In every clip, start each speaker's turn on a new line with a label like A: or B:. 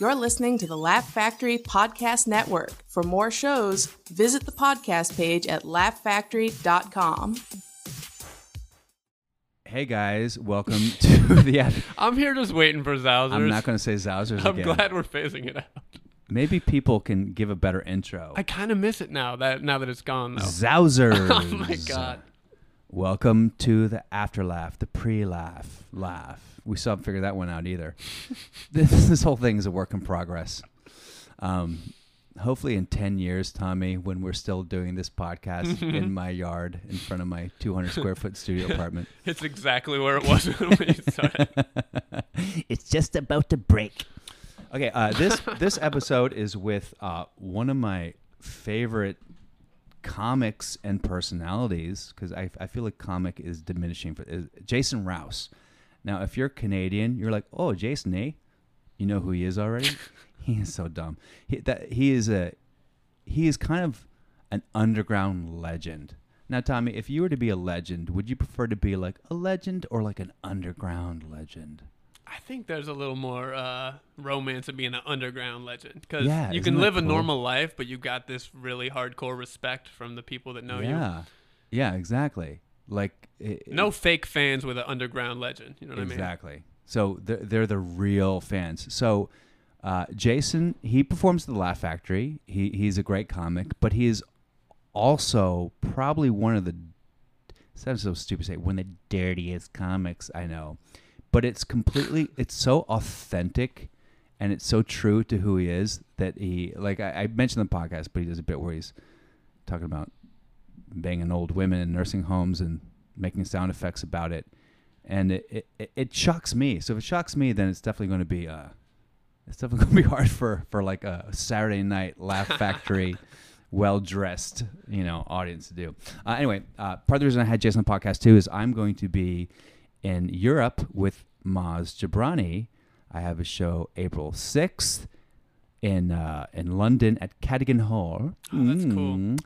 A: You're listening to the Laugh Factory Podcast Network. For more shows, visit the podcast page at laughfactory.com.
B: Hey guys, welcome to the. Af-
C: I'm here just waiting for Zousers.
B: I'm not going to say Zousers
C: I'm
B: again.
C: glad we're phasing it out.
B: Maybe people can give a better intro.
C: I kind of miss it now that now that it's gone though.
B: Zousers.
C: Oh my god.
B: Welcome to the after laugh, the pre laugh, laugh. We still haven't figured that one out either. this, this whole thing is a work in progress. Um, hopefully, in 10 years, Tommy, when we're still doing this podcast in my yard in front of my 200 square foot studio apartment,
C: It's exactly where it was when we started.
B: it's just about to break. Okay, uh, this this episode is with uh, one of my favorite comics and personalities because I, I feel like comic is diminishing. For is Jason Rouse. Now, if you're Canadian, you're like, oh, Jason, eh? You know who he is already. he is so dumb. He, that he is a he is kind of an underground legend. Now, Tommy, if you were to be a legend, would you prefer to be like a legend or like an underground legend?
C: I think there's a little more uh, romance of being an underground legend because
B: Yeah,
C: you
B: isn't
C: can
B: that
C: live a
B: cool?
C: normal life, but you got this really hardcore respect from the people that know you.
B: yeah, yeah, exactly. Like it,
C: No fake fans with an underground legend. You know what I mean?
B: exactly. So they're, they're the real fans. So uh, Jason, he performs at the Laugh Factory. He he's a great comic, but he is also probably one of the sounds so stupid to say one of the dirtiest comics I know. But it's completely it's so authentic and it's so true to who he is that he like I, I mentioned in the podcast, but he does a bit where he's talking about banging old women in nursing homes and making sound effects about it. And it, it, it shocks me. So if it shocks me, then it's definitely going to be uh, it's definitely going to be hard for for like a Saturday night laugh factory, well dressed you know audience to do. Uh, anyway, uh, part of the reason I had Jason on the podcast too is I'm going to be in Europe with Maz Jabrani. I have a show April sixth in uh, in London at Cadogan Hall.
C: Oh, that's cool.
B: Mm.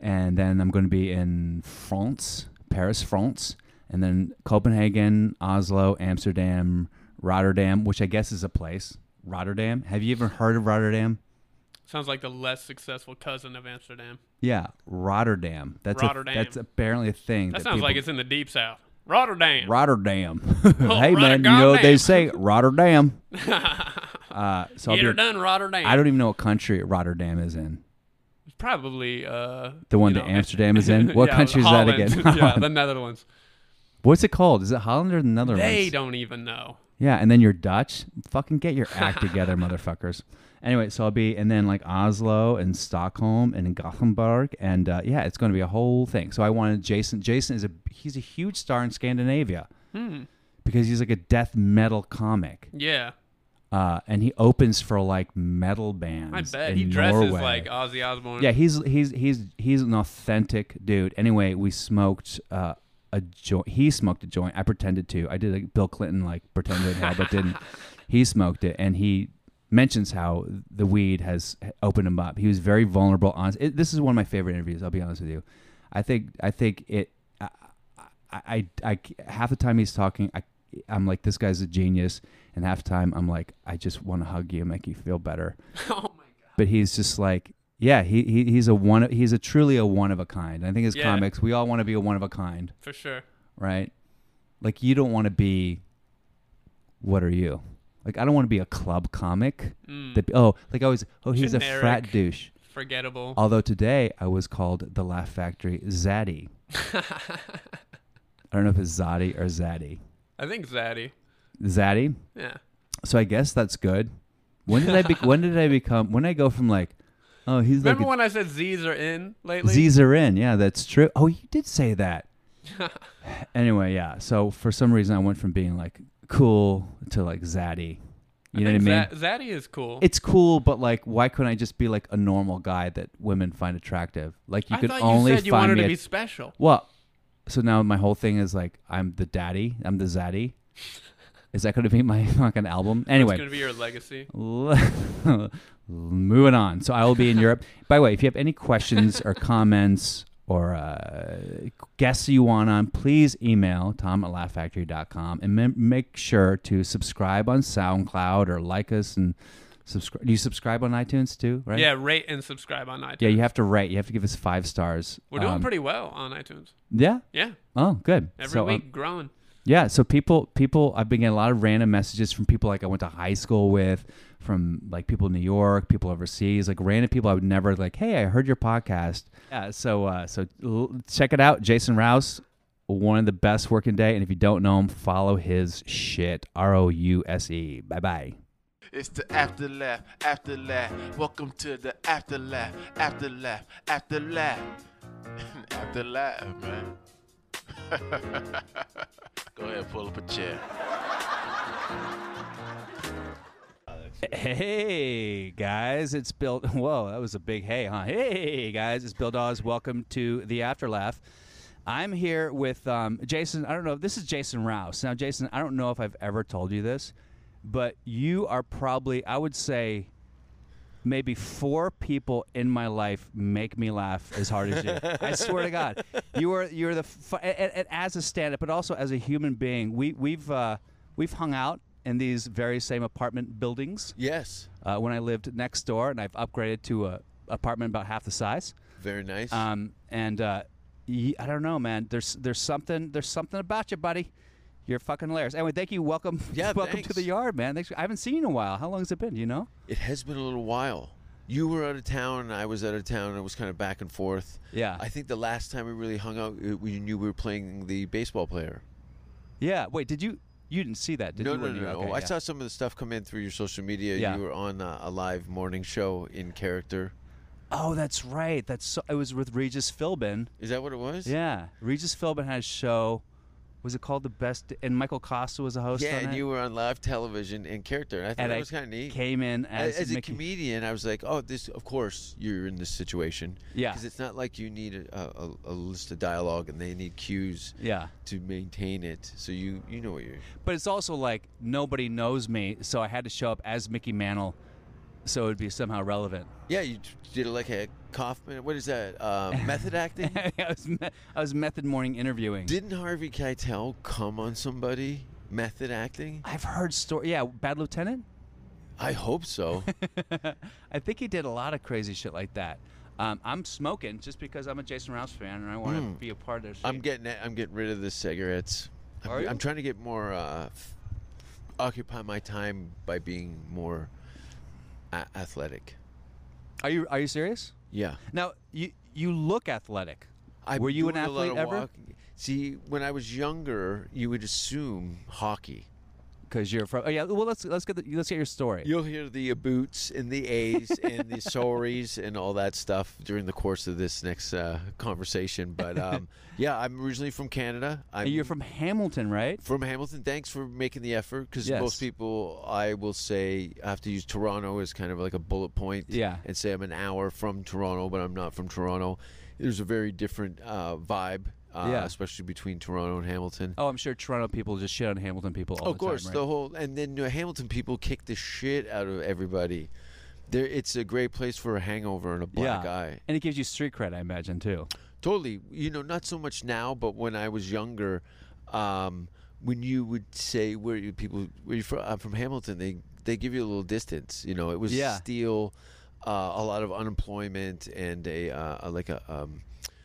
B: And then I'm going to be in France, Paris, France, and then Copenhagen, Oslo, Amsterdam, Rotterdam, which I guess is a place. Rotterdam. Have you ever heard of Rotterdam?
C: Sounds like the less successful cousin of Amsterdam.
B: Yeah, Rotterdam. That's
C: Rotterdam.
B: A, that's apparently a thing.
C: That sounds like
B: people-
C: it's in the deep south. Rotterdam.
B: Rotterdam.
C: Oh,
B: hey man, you know what they
C: Rotterdam.
B: say Rotterdam. uh, so I'll
C: Get
B: be-
C: her done, Rotterdam.
B: I don't even know what country Rotterdam is in.
C: Probably uh,
B: The one
C: you
B: that
C: know,
B: Amsterdam is in? What
C: yeah,
B: country is that
C: Holland.
B: again?
C: yeah, the Netherlands.
B: What's it called? Is it Holland or the Netherlands?
C: They don't even know.
B: Yeah, and then you're Dutch. Fucking get your act together, motherfuckers. Anyway, so I'll be and then like Oslo and Stockholm and Gothenburg and uh, yeah, it's going to be a whole thing. So I wanted Jason. Jason is a he's a huge star in Scandinavia
C: Hmm.
B: because he's like a death metal comic,
C: Yeah,
B: uh, and he opens for like metal bands.
C: I bet
B: in
C: he dresses
B: Norway.
C: like uh, Ozzy Osbourne.
B: Yeah, he's he's he's he's an authentic dude. Anyway, we smoked uh, a joint. He smoked a joint. I pretended to. I did a Bill Clinton like pretended how, but didn't. He smoked it, and he mentions how the weed has opened him up. He was very vulnerable. Honest. It, this is one of my favorite interviews. I'll be honest with you. I think I think it. I I, I, I half the time he's talking. I I'm like this guy's a genius, and half the time I'm like I just want to hug you, and make you feel better
C: oh my god.
B: but he's just like yeah he, he he's a one he's a truly a one of a kind i think as
C: Yeah.
B: comics we all want to be a one of a kind
C: For sure.
B: right like you don't want to be what are you like i don't want to be a club comic that oh like i always oh he's a frat
C: Mm. Generic.
B: douche
C: Forgettable.
B: although today i was called the laugh factory zaddy i don't know if it's zaddy or zaddy
C: I think Zaddy.
B: zaddy
C: Yeah.
B: so i guess that's good when did i be- when did i become when i go from like oh he's like
C: Remember
B: a
C: when I said Z's are in lately?
B: Z's are in. Yeah, that's true. Oh, you did say that. anyway, yeah. So for some reason, I went from being like cool to like zaddy. You know what I mean?
C: Zaddy is cool.
B: it's cool, but like, why couldn't I just be like a normal guy that women find attractive? Like, you
C: I
B: can
C: thought
B: only
C: you said you
B: find
C: wanted
B: me.
C: to
B: at-
C: be special.
B: well, so now my whole thing is like, I'm the daddy. I'm the zaddy. Is that going to be my fucking album? Anyway,
C: It's gonna be your legacy.
B: moving on. So I will be in Europe. By the way, if you have any questions or comments or uh, guests you want on, please email tom at laughfactory.com and mem- make sure to subscribe on SoundCloud or like us and Subscribe. Do you subscribe on iTunes too? Right.
C: Yeah, rate and subscribe on iTunes.
B: Yeah, you have to rate. You have to give us five stars.
C: We're doing
B: Um,
C: pretty well on iTunes.
B: Yeah.
C: Yeah,
B: Oh, good.
C: every
B: So, um,
C: week growing.
B: Yeah, so people people I've been getting a lot of random messages from people like I went to high school with, from like people in New York, people overseas, like random people I would never like, "Hey, I heard your podcast." Yeah, so uh so l- check it out, Jason Rouse, one of the best working day, and if you don't know him, follow his shit, R O U S E. Bye-bye.
D: It's the after laugh, after laugh. Welcome to the after laugh, after laugh, after laugh, after laugh, man. Go ahead, pull up a chair.
B: Hey guys, it's Bill. Whoa, that was a big hey, huh? Hey guys, it's Bill Dawes. Welcome to the Afterlaugh. I'm here with um, Jason. I don't know. This is Jason Rouse. Now, Jason, I don't know if I've ever told you this, but you are probably, I would say, maybe four people in my life make me laugh as hard as you. I swear to God, you are you're the fu- and, and- and as a stand-up, but also as a human being. We we've uh, we've hung out in these very same apartment buildings
E: Yes.
B: uh, when I lived next door, and I've upgraded to a apartment about half the size.
E: Very nice.
B: Um, and uh, y- I don't know, man. There's there's something there's something about you, buddy. You're fucking hilarious. Anyway, thank you. Welcome,
E: Yeah,
B: welcome to
E: thanks.
B: the yard, man. Thanks. I haven't seen you in a while. How long has it been? do You know?
E: it has been a little while. You were out of town, and I was out of town, and it was kind of back and forth.
B: Yeah.
E: I think the last time we really hung out, uh, we knew we were playing the baseball player.
B: Yeah. Wait, did you you didn't see that? Did
E: no,
B: you?
E: no,
B: When
E: no,
B: you-
E: no.
B: okay,
E: I
B: yeah.
E: saw some of the stuff come in through your social media.
B: Yeah.
E: You were on uh, a live morning show in character.
B: Oh, that's right. That's so, it was with Regis Philbin.
E: Is that what it was?
B: Yeah, Regis Philbin had a show. Was it called the best? And Michael Costa was a host.
E: Yeah,
B: on
E: and
B: it.
E: you were on live television in character. And I thought
B: And
E: that
B: I
E: was kind of neat.
B: came in
E: A-
B: as,
E: a
B: Mickey-
E: comedian, I was like, "Oh, this. Of course, you're in this situation.
B: Yeah.
E: because it's not like you need a, a, a list of dialogue and they need cues.
B: Yeah.
E: to maintain it. So you you know what you're.
B: But it's also like nobody knows me, so I had to show up as Mickey Mantle, so it would be somehow relevant.
E: Yeah, you t- did it like a Kaufman. What is that? Uh, method acting.
B: I was me- I was method morning interviewing.
E: Didn't Harvey Keitel come on somebody? Method acting.
B: I've heard story. Yeah, Bad Lieutenant.
E: I hope so.
B: I think he did a lot of crazy shit like that. Um, I'm smoking just because I'm a Jason Rouse fan and I want to be a part of their shit.
E: Hmm. I'm getting it- I'm getting rid of the cigarettes. I'm,
B: Are you?
E: I'm trying to get more uh, f- occupy my time by being more a- athletic.
B: are you Are you serious?
E: Yeah.
B: Now you you look athletic.
E: I
B: Were you an
E: doing a lot
B: athlete
E: of
B: ever?
E: walking. See, when I was younger, you would assume hockey.
B: Because you're from. Oh yeah. Well, let's let's get the, let's get your story.
E: You'll hear the boots and the A's and the sorries and all that stuff during the course of this next uh, conversation. But um, yeah, I'm originally from Canada. I'm
B: And you're from Hamilton, right?
E: from Hamilton. Thanks for making the effort because
B: Yes.
E: most people, I will say, I have to use Toronto as kind of like a bullet point
B: Yeah.
E: and say I'm an hour from Toronto, but I'm not from Toronto. There's a very different uh, vibe, uh,
B: Yeah.
E: especially between Toronto and Hamilton.
B: Oh, I'm sure Toronto people just shit on Hamilton people all the time.
E: of course,
B: right?
E: the whole and then the Hamilton people kick the shit out of everybody. There, it's a great place for a hangover and a black eye.
B: And it gives you street cred, I imagine, too.
E: Totally, you know, not so much now, but when I was younger, um, when you would say where you people where you from, I'm from Hamilton, they they give you a little distance. You know, it was
B: Yeah.
E: still uh, a lot of unemployment and a, uh, a like a um,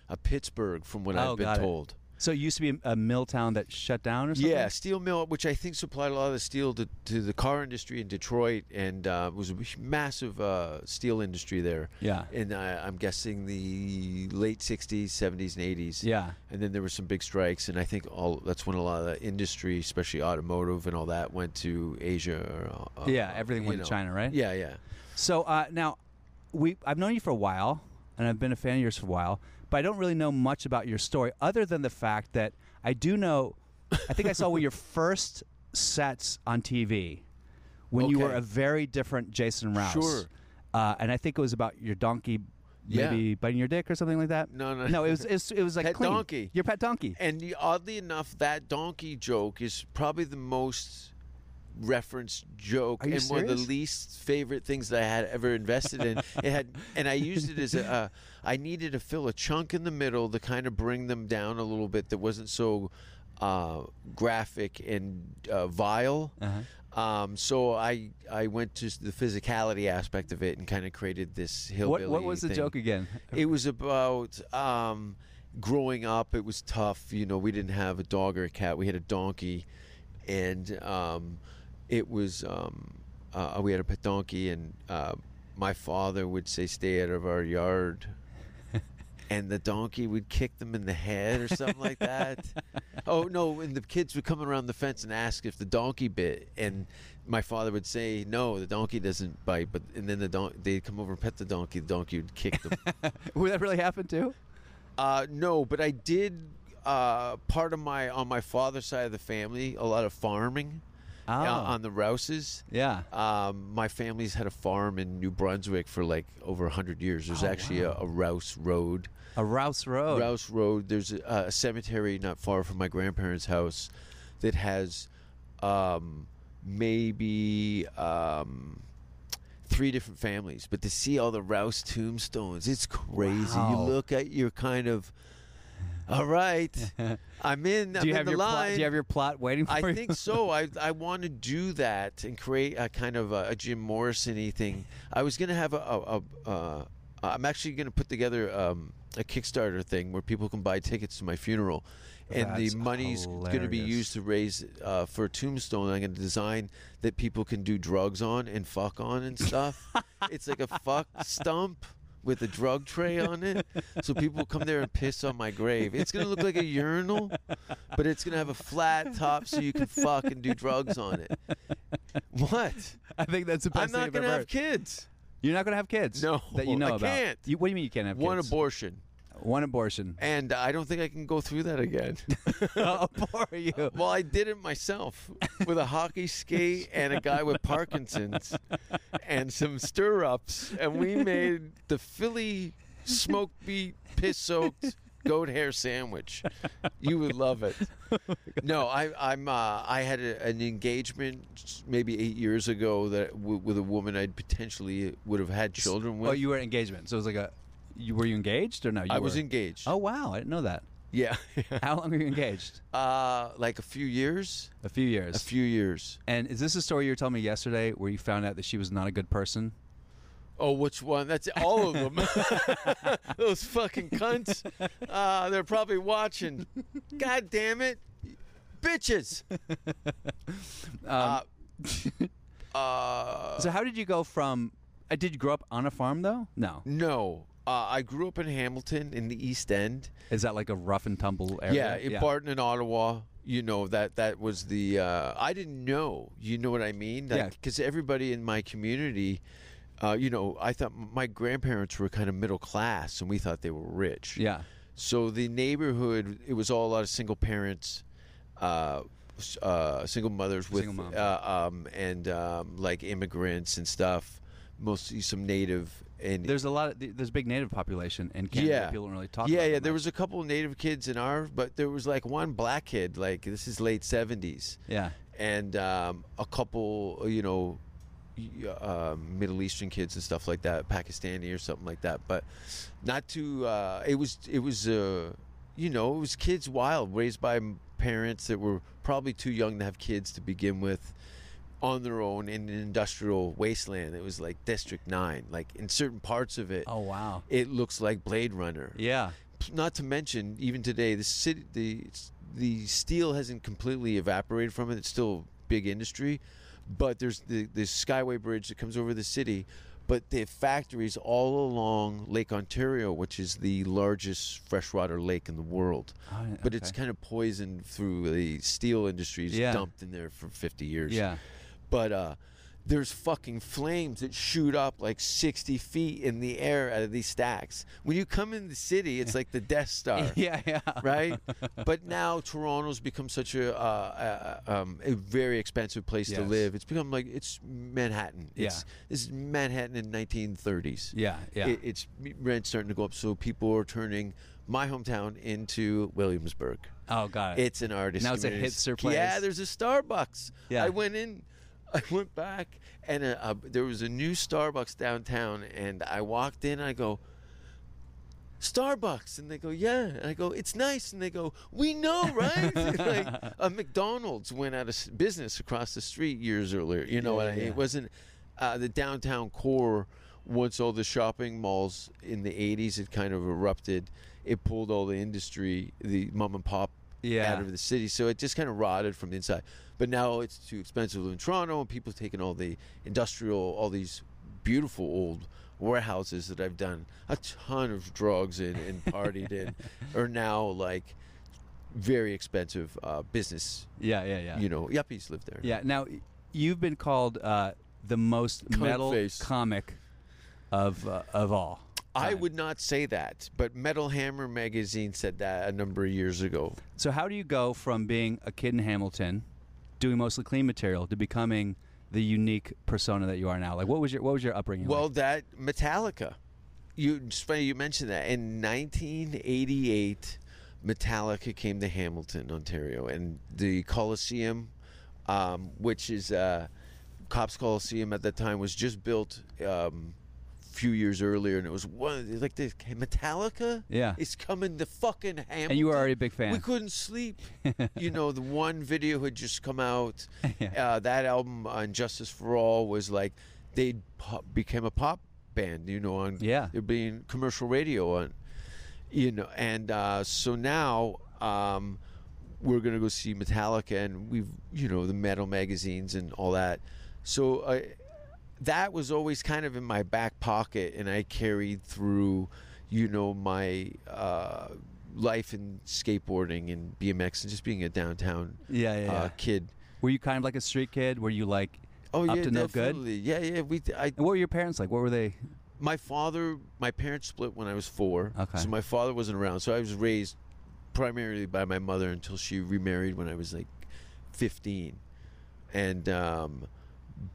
E: a Pittsburgh from what
B: Oh,
E: I've been
B: got it.
E: told.
B: So it used to be a, a mill town that shut down or something?
E: Yeah, steel mill, which I think supplied a lot of the steel to, to the car industry in Detroit, and uh, was a massive uh, steel industry there.
B: Yeah.
E: and I, I'm guessing the late '60s, '70s, and '80s.
B: Yeah.
E: and then there were some big strikes, and I think all that's when a lot of the industry, especially automotive and all that, went to Asia. Or, uh,
B: Yeah, everything
E: you
B: went to
E: know.
B: China, right?
E: Yeah, yeah.
B: So uh, now, we I've known you for a while, and I've been a fan of yours for a while, but I don't really know much about your story other than the fact that I do know. I think I saw one of your first sets on TV when you were
E: Okay.
B: a very different Jason Rouse.
E: Sure.
B: Uh, and I think it was about your donkey. Maybe
E: Yeah.
B: biting your dick or something like that.
E: No, no.
B: no. It was it was, it was like
E: Pet
B: clean.
E: donkey.
B: Your pet donkey.
E: And the- oddly enough, that donkey joke is probably the most referenced joke
B: Are you
E: and one of the
B: serious?
E: least favorite things that I had ever invested in. it had, and I used it as a. Uh, I needed to fill a chunk in the middle to kind of bring them down a
B: Uh-huh.
E: little bit that wasn't so uh, graphic and uh, vile. Um, so I I went to the physicality aspect of it and kind of created this hillbilly.
B: What, what was the
E: thing.
B: joke again?
E: It was about um, growing up. It was tough. You know, we didn't have a dog or a cat. We had a donkey, and um, it was um, uh, we had a pet donkey, and uh, my father would say, "Stay out of our yard." And the donkey would kick them in the head or something like that. Oh no! And the kids would come around the fence and ask if the donkey bit, and my father would say, "No, the donkey doesn't bite." But and then the don- they'd come over and pet the donkey. The donkey would kick them.
B: Would that really happen too?
E: Uh, no, but I did uh, part of my on my father's side of the family a lot of farming
B: Oh,
E: uh, on the Rouses.
B: yeah.
E: Um, my family's had a farm in New Brunswick for like over hundred years. There's
B: Oh,
E: actually
B: wow.
E: a, a Rouse Road.
B: A Rouse Road.
E: Rouse Road. There's a, a cemetery not far from my grandparents' house that has um, maybe um, three different families. But to see all the Rouse tombstones, it's crazy. You
B: Wow.
E: look at your kind of. All right, I'm in. I'm
B: do you
E: in
B: have
E: the
B: your
E: line.
B: plot? Do you have your plot waiting for you?
E: I think so. I I want to do that and create a kind of a, a Jim Morrison-y thing. I was gonna have a, a, a uh, I'm actually gonna put together um, a Kickstarter thing where people can buy tickets to my funeral, and
B: That's
E: the money's gonna be
B: hilarious.
E: used to raise uh, for a tombstone. I'm gonna design that people can do drugs on and fuck on and stuff. it's like a fuck stump. With a drug tray on it, so people come there and piss on my grave. It's gonna look like a urinal, but it's gonna have a flat top so you can fuck and do drugs on it. What?
B: I think that's the best
E: I'm
B: thing
E: not
B: I've
E: gonna
B: ever
E: have
B: heard.
E: kids.
B: You're not going to have kids.
E: No,
B: that you know
E: I
B: about.
E: can't.
B: You, what do you mean you can't have
E: One
B: kids?
E: abortion,
B: One abortion.
E: and I don't think I can go through that again.
B: oh, poor you.
E: well, I did it myself with a hockey skate and a guy with Parkinson's and some stir ups, and we made the Philly smoked beet piss soaked goat hair sandwich. You would love it. No, I, I'm. Uh, I had a, an engagement maybe eight years ago that w- with a woman I'd potentially would have had children with.
B: Oh, you were at engagement. So it was like a. You, were you engaged or no? You
E: I was
B: were-
E: engaged.
B: Oh wow, I didn't know that.
E: yeah,
B: How long were you engaged?
E: uh, like a few years.
B: A few years.
E: A few years.
B: And is this a story you were telling me yesterday where you found out that she was not a good person?
E: Oh, which one? That's all of them. Those fucking cunts. Uh, they're probably watching. God damn it. Bitches. Uh,
B: Um,
E: uh,
B: so how did you go from? Uh, did you grow up on a farm though? No.
E: no. Uh, I grew up in Hamilton in the East End.
B: Is that like a rough and tumble area?
E: Yeah, in Barton and Ottawa. You know that that was the uh, I didn't know. You know what I mean?
B: Yeah.
E: Because everybody in my community, uh, you know, I thought my grandparents were kind of middle class, and we thought they were rich.
B: Yeah.
E: So the neighborhood, it was all a lot of single parents, uh, s- uh, single mothers with,
B: Single moms.
E: Uh, um, and um, like immigrants and stuff. Mostly some native and
B: There's a lot of th- there's a big native population in Canada. that People don't really talk.
E: yeah
B: about
E: yeah
B: that
E: there
B: much.
E: was a couple of native kids in our but there was like one black kid like this is late 70s
B: Yeah.
E: and um, a couple you know y- uh, middle eastern kids and stuff like that pakistani or something like that but not too uh, it was it was uh, you know it was kids wild raised by m- parents that were probably too young to have kids to begin with on their own in an industrial wasteland it was like district 9 like in certain parts of it
B: Oh wow.
E: it looks like blade runner
B: Yeah.
E: not to mention even today the city the the steel hasn't completely evaporated from it it's still big industry but there's the the skyway bridge that comes over the city but they have factories all along Lake Ontario, which is the largest freshwater lake in the world.
B: Oh, yeah,
E: But it's
B: okay.
E: kind of poisoned through the steel industries
B: Yeah.
E: dumped in there for 50 years
B: Yeah.
E: but uh there's fucking flames that shoot up like 60 feet in the air out of these stacks. When you come in the city, it's like the Death Star,
B: Yeah. Yeah.
E: right? But now Toronto's become such a uh, uh, um, a very expensive place to
B: Yes.
E: live. It's become like it's Manhattan. It's, This is Manhattan in 1930s.
B: Yeah. Yeah.
E: It, it's rent starting to go up, so people are turning my hometown into Williamsburg.
B: oh god.
E: It's an artist.
B: Now it's a
E: community.
B: hipster place.
E: Yeah, there's a Starbucks.
B: Yeah.
E: I went in, I went back, and uh uh there was a new Starbucks downtown, and I walked in. I go, Starbucks, and they go, yeah. And I go, it's nice, and they go, we know, right? like a McDonald's went out of s- business across the street years earlier. You know,
B: Yeah,
E: and
B: yeah.
E: it wasn't uh, the downtown core. Once all the shopping malls in the '80s had kind of erupted, it pulled all the industry, the mom and pop
B: Yeah.
E: out of the city. So it just kind of rotted from the inside. But now it's too expensive to live in Toronto, and people taking all the industrial, all these beautiful old warehouses that I've done a ton of drugs in and partied in, are now like very expensive uh, business.
B: Yeah, yeah, yeah.
E: You know, yuppies live there.
B: Yeah. Now, y- you've been called uh, the most
E: Cunt
B: metal
E: face.
B: comic of uh, of all.
E: I would not say that, but Metal Hammer magazine said that a number of years ago.
B: So, how do you go from being a kid in Hamilton, doing mostly clean material, to becoming the unique persona that you are now? Like, what was your what was your upbringing?
E: Well,
B: like?
E: that Metallica. You it's funny you mentioned that in 1988, Metallica came to Hamilton, Ontario, and the Coliseum, um, which is uh, Cops Coliseum at that time, was just built. Um, few years earlier and it was one of the- like the Metallica
B: Yeah.
E: is coming to fucking Hamilton
B: and you were already a big fan.
E: we couldn't sleep. you know, the one video had just come out. Uh, that album on Justice for All was like they pop, became a pop band. You know, on
B: Yeah.
E: they're being commercial radio on. You know, and uh, so now um, we're gonna go see Metallica, and we've you know the metal magazines and all that. So I that was always kind of in my back pocket and i carried through you know my uh, life in skateboarding and bmx and just being a downtown
B: Yeah, yeah, yeah.
E: Uh, kid
B: were you kind of like a street kid? Were you like
E: oh
B: up
E: yeah
B: to no good?
E: definitely yeah yeah we I,
B: And what were your parents like? What were they?
E: my father my parents split when i was four
B: Okay.
E: so my father wasn't around so i was raised primarily by my mother until she remarried when i was like 15 and um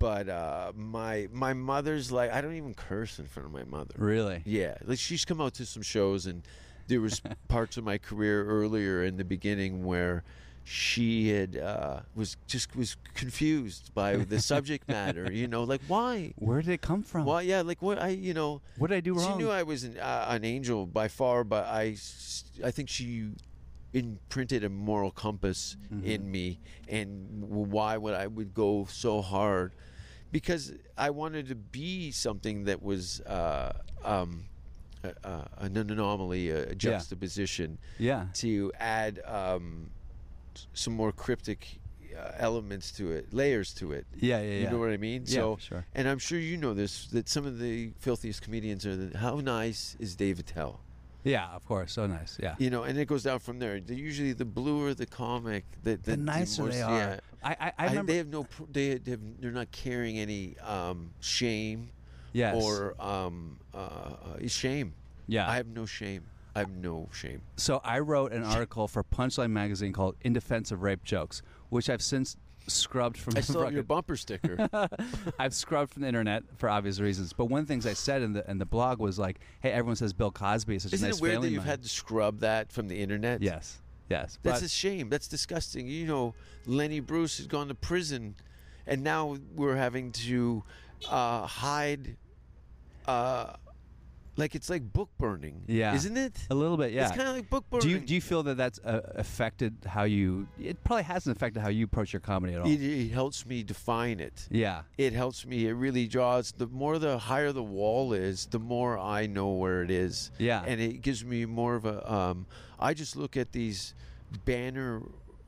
E: but uh my my mother's like i don't even curse in front of my mother
B: Really?
E: Yeah, like she's come out to some shows, and there was parts of my career earlier in the beginning where she had uh, was just was confused by the subject matter. You know, like why,
B: Where did it come from?
E: why, yeah, like what I, you know,
B: What did I do
E: she
B: wrong?
E: knew I was an, uh, an angel by far, but I, s- I think she imprinted a moral compass in me, and w- why would I would go so hard, because I wanted to be something that was uh, um, uh, uh, an anomaly, a juxtaposition
B: yeah.
E: to add um, s- some more cryptic uh, elements to it, layers to it.
B: Yeah, yeah,
E: You
B: yeah.
E: know what I mean?
B: Yeah,
E: so,
B: for sure.
E: and I'm sure you know this that some of the filthiest comedians are the, how nice is Dave Attell?
B: Yeah, of course. So nice. Yeah.
E: You know, and it goes down from there. They're usually the bluer the comic, the, the,
B: the nicer
E: more-
B: they are.
E: Yeah.
B: I, I, I
E: I-
B: remember.
E: they have no, pr- they have, they're not carrying any um, shame
B: yes.
E: or um, uh, uh, shame.
B: Yeah.
E: I have no shame. I have no shame.
B: So I wrote an article for Punchline magazine called "In Defense of Rape Jokes," which I've since scrubbed from.
E: I
B: the
E: still have your
B: fucking-
E: bumper sticker.
B: I've scrubbed from the internet for obvious reasons. But one of the things I said in the in the blog was like, "Hey, everyone says Bill Cosby is such
E: Isn't
B: a nice
E: it weird
B: family
E: that you've
B: man."
E: had to scrub that from the internet?
B: yes, yes.
E: That's
B: but
E: a shame. That's disgusting. You know, Lenny Bruce has gone to prison, and now we're having to uh, hide. Uh, like it's like book burning.
B: Yeah.
E: Isn't it?
B: a little bit. Yeah.
E: It's kind of like book burning.
B: do you do you feel that that's uh, affected how you? It probably hasn't affected how you approach your comedy at all.
E: it, it helps me define it.
B: yeah.
E: It helps me. It really draws. The more the higher the wall is, the more I know where it is.
B: Yeah.
E: And it gives me more of a. Um, I just look at these banner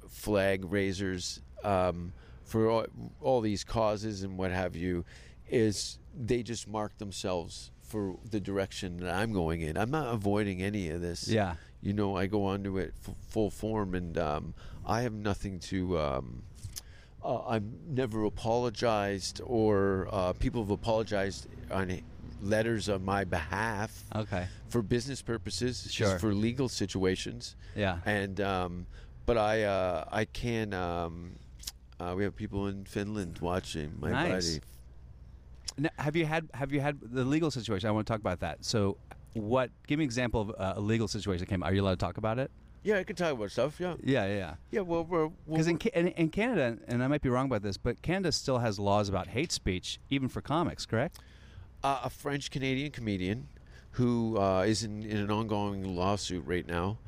E: flag raisers um, for all, all these causes and what have you. Is they just mark themselves for the direction that I'm going in. I'm not avoiding any of this
B: Yeah.
E: you know, I go onto it f- full form, and um, I have nothing to. Um, uh, I've never apologized, or uh, people have apologized on letters on my behalf
B: Okay.
E: for business purposes, just
B: Sure.
E: for legal situations.
B: Yeah.
E: And um, but I uh, I can. Um, uh, we have people in Finland watching my
B: Nice.
E: buddy.
B: Now, have you had have you had the legal situation? I want to talk about that. So, what? Give me an example of uh, a legal situation that came. Are you allowed to talk about it?
E: Yeah, I can talk about stuff. Yeah,
B: Yeah, yeah, yeah.
E: yeah. Well, we're
B: Because in, Ca- in, in Canada, and I might be wrong about this, but Canada still has laws about hate speech, even for comics, correct?
E: uh, a French Canadian comedian who uh, is in, in an ongoing lawsuit right now.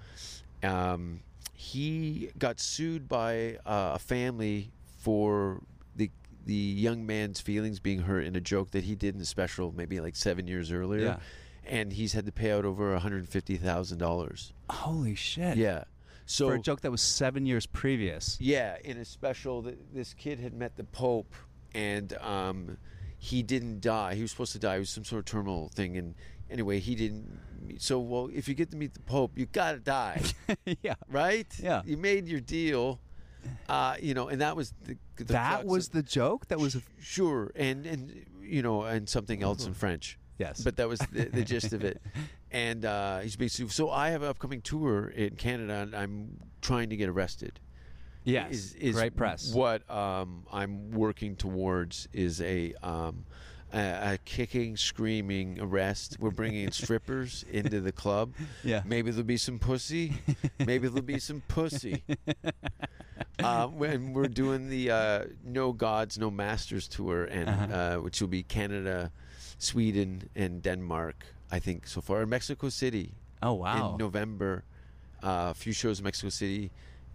E: Um, he got sued by uh, a family for the the young man's feelings being hurt in a joke that he did in a special maybe like seven years earlier.
B: Yeah.
E: And he's had to pay out over $150,000.
B: Holy shit.
E: Yeah. So
B: For a joke that was seven years previous.
E: yeah, in a special, th- this kid had met the Pope, and um, he didn't die. He was supposed to die. It was some sort of terminal thing, and anyway, he didn't. So, well, if you get to meet the Pope, you gotta die,
B: yeah.
E: right?
B: Yeah.
E: you made your deal. Uh, you know, and that was the, the
B: That
E: crux
B: was
E: of-
B: the joke. That was.
E: sure, and and you know, and something else in French.
B: Yes.
E: but that was the, the gist of it. And uh, he's being sued. So I have an upcoming tour in Canada, and I'm trying to get arrested
B: Yes.
E: is, is
B: great press.
E: What um, I'm working towards is a, um, a a kicking, screaming arrest. We're bringing in strippers into the club.
B: Yeah.
E: Maybe there'll be some pussy. Maybe there'll be some pussy. um, when we're doing the uh, No Gods, No Masters tour, and
B: Uh-huh.
E: uh which will be Canada, Sweden, and Denmark. I think so far. Mexico City
B: oh wow.
E: in November. Uh, a few shows in Mexico City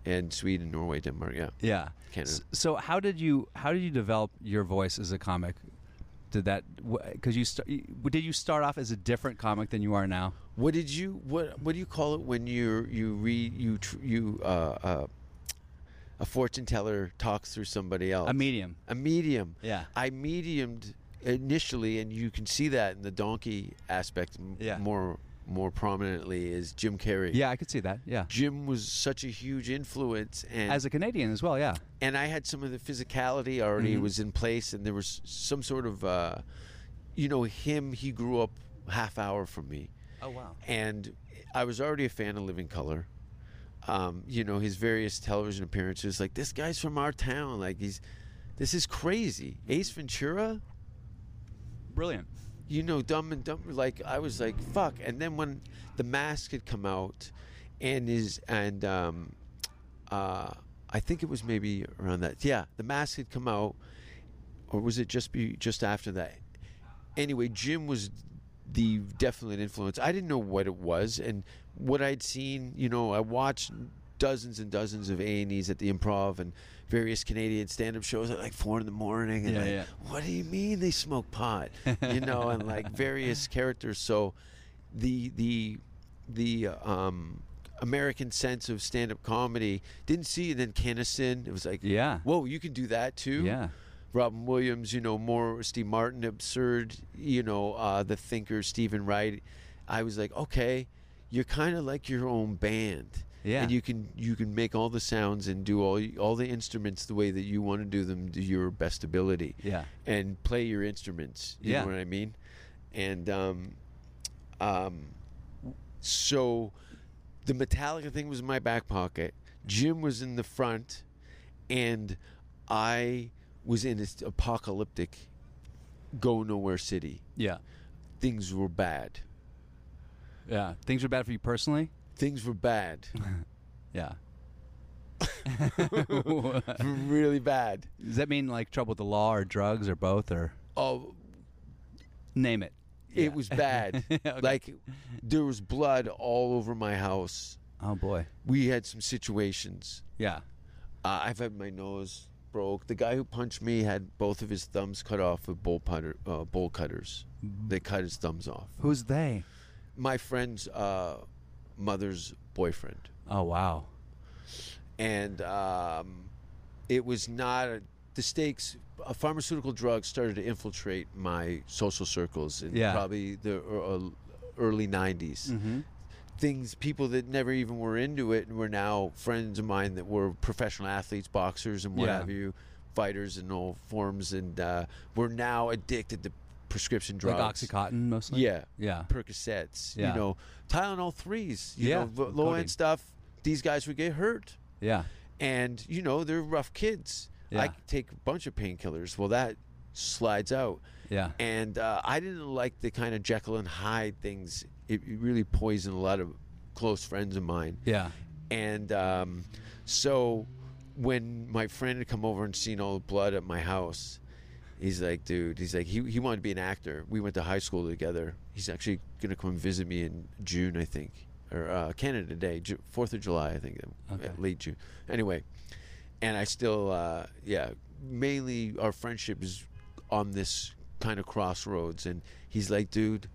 E: and Sweden, Norway, Denmark. Yeah.
B: yeah.
E: Canada.
B: S- So how did you how did you develop your voice as a comic? Did that because you start? Did you start off as a different comic than you are now?
E: What did you what What do you call it when you you read you tr- you uh, uh, a fortune teller talks through somebody else?
B: A medium.
E: A medium.
B: Yeah.
E: I mediumed initially, and you can see that in the donkey aspect m-
B: Yeah.
E: more more prominently is Jim Carrey.
B: Yeah, I could see that. Yeah.
E: Jim was such a huge influence, and
B: As a Canadian as well. Yeah.
E: and I had some of the physicality already was in place, and there was some sort of, uh, you know, him. He grew up half hour from me,
B: Oh wow.
E: and I was already a fan of Living Color. Um, you know, his various television appearances, like this guy's from our town, like he's, this is crazy. Ace Ventura,
B: Brilliant.
E: you know, Dumb and Dumber. Like I was like, fuck. And then when the mask had come out, and his and um, uh, I think it was maybe around that. Yeah, the mask had come out, or was it just be just after that? Anyway, Jim was the definite influence. I didn't know what it was, and what I'd seen. You know, I watched dozens and dozens of A and E's at the Improv and various Canadian stand-up shows at like four in the morning, and
B: Yeah,
E: like,
B: yeah.
E: what do you mean they smoke pot? You know, and like various characters. So the the the um, American sense of stand up comedy didn't see and then Keniston. It was like
B: Yeah.
E: Whoa, you can do that too?
B: Yeah.
E: Robin Williams, you know, more Steve Martin, absurd, you know, uh, the thinker, Stephen Wright. I was like, okay, you're kind of like your own band.
B: Yeah.
E: And you can you can make all the sounds and do all all the instruments the way that you want to do them to your best ability.
B: Yeah.
E: And play your instruments. You
B: Yeah.
E: know what I mean? And um, um, so the Metallica thing was in my back pocket. Jim was in the front, and I was in this apocalyptic, go nowhere city.
B: Yeah.
E: Things were bad.
B: Yeah. Things were bad for you personally.
E: Things were bad.
B: Yeah.
E: really bad.
B: Does that mean like trouble with the law or drugs or both or
E: Oh,
B: name it? Yeah.
E: it was bad.
B: Okay.
E: Like there was blood all over my house.
B: Oh boy.
E: We had some situations.
B: Yeah.
E: Uh, I've had my nose broke. The guy who punched me had both of his thumbs cut off with bowl putter, uh, bowl cutters. They cut his thumbs off.
B: Who's they?
E: My friend's uh, mother's boyfriend,
B: Oh wow.
E: and um, it was not a, the stakes. A pharmaceutical drug started to infiltrate my social circles in
B: Yeah. Mm-hmm.
E: probably the ear- early '90s. Things people that never even were into it and were now friends of mine that were professional athletes, boxers, and what
B: Yeah.
E: have you, fighters in all forms, and uh, were now addicted to prescription drugs.
B: Like Oxycontin mostly?
E: Yeah.
B: Yeah.
E: Percocets,
B: Yeah.
E: you know, Tylenol threes, you
B: Yeah,
E: know, v-
B: with
E: low
B: codeine.
E: end stuff. These guys would get hurt,
B: Yeah.
E: and you know they're rough kids.
B: Yeah.
E: I take a bunch of painkillers. Well, that slides out,
B: Yeah.
E: and uh, I didn't like the kind of Jekyll and Hyde things. It, it really poisoned a lot of close friends of mine,
B: Yeah.
E: and um, so when my friend had come over and seen all the blood at my house, He's like, dude. He's like, he he wanted to be an actor. We went to high school together. He's actually gonna come visit me in June, I think, or uh, Canada Day, Ju- Fourth of July, I think,
B: Okay.
E: late June. Anyway, and I still, uh, yeah, mainly our friendship is on this kind of crossroads. And he's like, dude,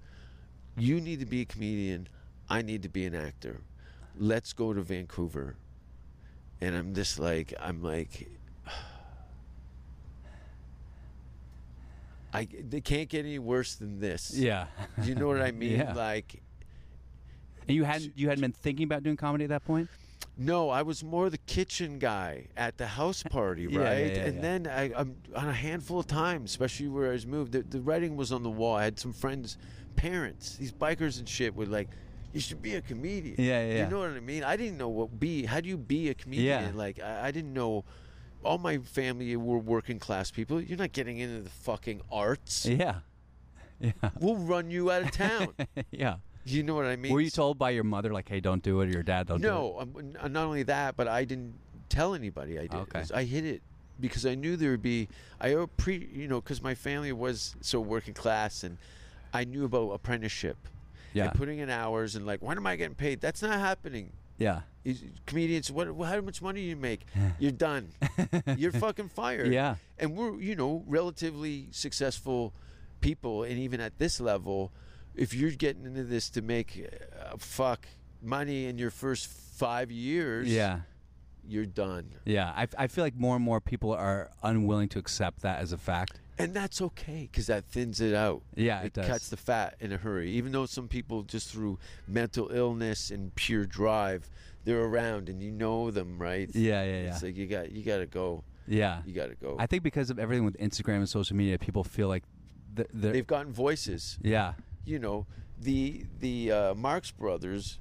E: you need to be a comedian. I need to be an actor. Let's go to Vancouver. And I'm just like, I'm like, I they can't get any worse than this.
B: Yeah.
E: you know what I mean.
B: Yeah.
E: Like,
B: And you hadn't you hadn't been thinking about doing comedy at that point?
E: No, I was more the kitchen guy at the house party, right?
B: Yeah, yeah, yeah,
E: and
B: yeah.
E: then I, I'm on a handful of times, especially where I was moved. The, the writing was on the wall. I had some friends' parents, these bikers and shit, were like, "You should be a comedian."
B: Yeah, yeah, yeah.
E: You know what I mean? I didn't know what be. How do you be a comedian? Like I, I didn't know. All my family were working class people. You're not getting into the fucking arts.
B: Yeah.
E: We'll run you out of town.
B: yeah.
E: you know what I mean?
B: Were you told by your mother like, "Hey, don't do it," or your dad, "Don't do it"?
E: No, um, n- not only that, but I didn't tell anybody I did.
B: Okay.
E: It's- I hid it because I knew there would be I o- pre you know because my family was so working class and I knew about apprenticeship
B: Yeah.
E: and putting in hours and like when am I getting paid? That's not happening.
B: Yeah.
E: Is- Comedians, what? How much money you make? You're done. You're fucking fired.
B: Yeah.
E: And we're you know relatively successful people, and even at this level, if you're getting into this to make uh, fuck money in your first five years,
B: Yeah.
E: you're done.
B: Yeah. I, I feel like more and more people are unwilling to accept that as a fact.
E: And that's okay because that thins it out.
B: Yeah, it
E: it,
B: does.
E: cuts the fat in a hurry. Even though some people just through mental illness and pure drive, they're around and you know them, right?
B: Yeah, yeah, yeah.
E: It's like you got you got to go.
B: Yeah.
E: You got to go.
B: I think because of everything with Instagram and social media, people feel like th- they're,
E: They've gotten voices.
B: yeah,
E: You know, the the uh, Marx Brothers,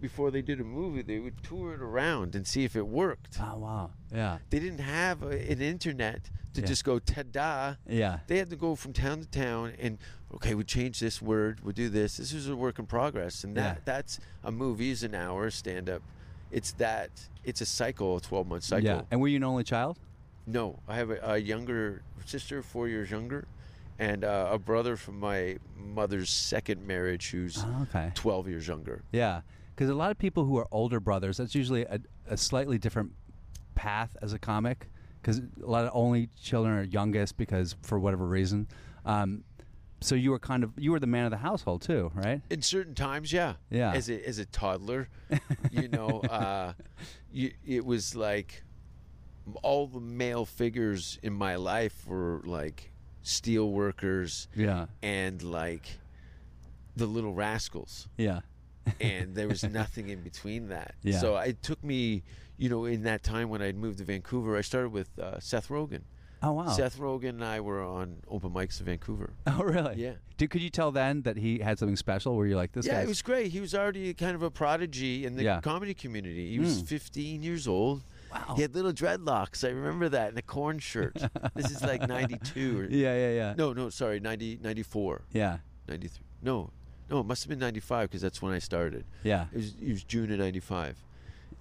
E: before they did a movie, they would tour it around and see if it worked.
B: oh wow, yeah,
E: They didn't have a, an internet to
B: Yeah.
E: just go ta-da.
B: yeah,
E: They had to go from town to town and okay, we change this word, we do this. This is a work in progress, and that
B: Yeah.
E: that's a movie is an hour stand up. It's that it's a cycle, a twelve month cycle.
B: yeah. And were you an only child?
E: No, I have a, a younger sister, four years younger, and uh, a brother from my mother's second marriage who's
B: Oh, okay,
E: twelve years younger.
B: yeah. Because a lot of people who are older brothers, that's usually a, a slightly different path as a comic. Because a lot of only children are youngest because for whatever reason. Um, so you were kind of you were the man of the household too, right?
E: In certain times, yeah,
B: Yeah.
E: As a as a toddler, you know, uh, you, it was like all the male figures in my life were like steel workers
B: Yeah,
E: and like the little rascals
B: yeah,
E: and there was nothing in between that.
B: Yeah.
E: So it took me, you know, in that time when I'd moved to Vancouver, I started with uh, Seth Rogen.
B: oh wow.
E: Seth Rogen and I were on open mics in Vancouver.
B: Oh really?
E: Yeah.
B: Dude, could you tell then that he had something special? Where you like this?
E: yeah,
B: guy's
E: it was great. He was already kind of a prodigy in the
B: Yeah. Hmm.
E: comedy community. He was 15 years old.
B: Wow.
E: He had little dreadlocks. I remember that and a corn shirt. this is like 92 or
B: Yeah, yeah, yeah.
E: No, no, sorry, 90 94,
B: Yeah,
E: 93. No. No, it must have been 95 because that's when I started.
B: yeah.
E: It was, it was June of '95,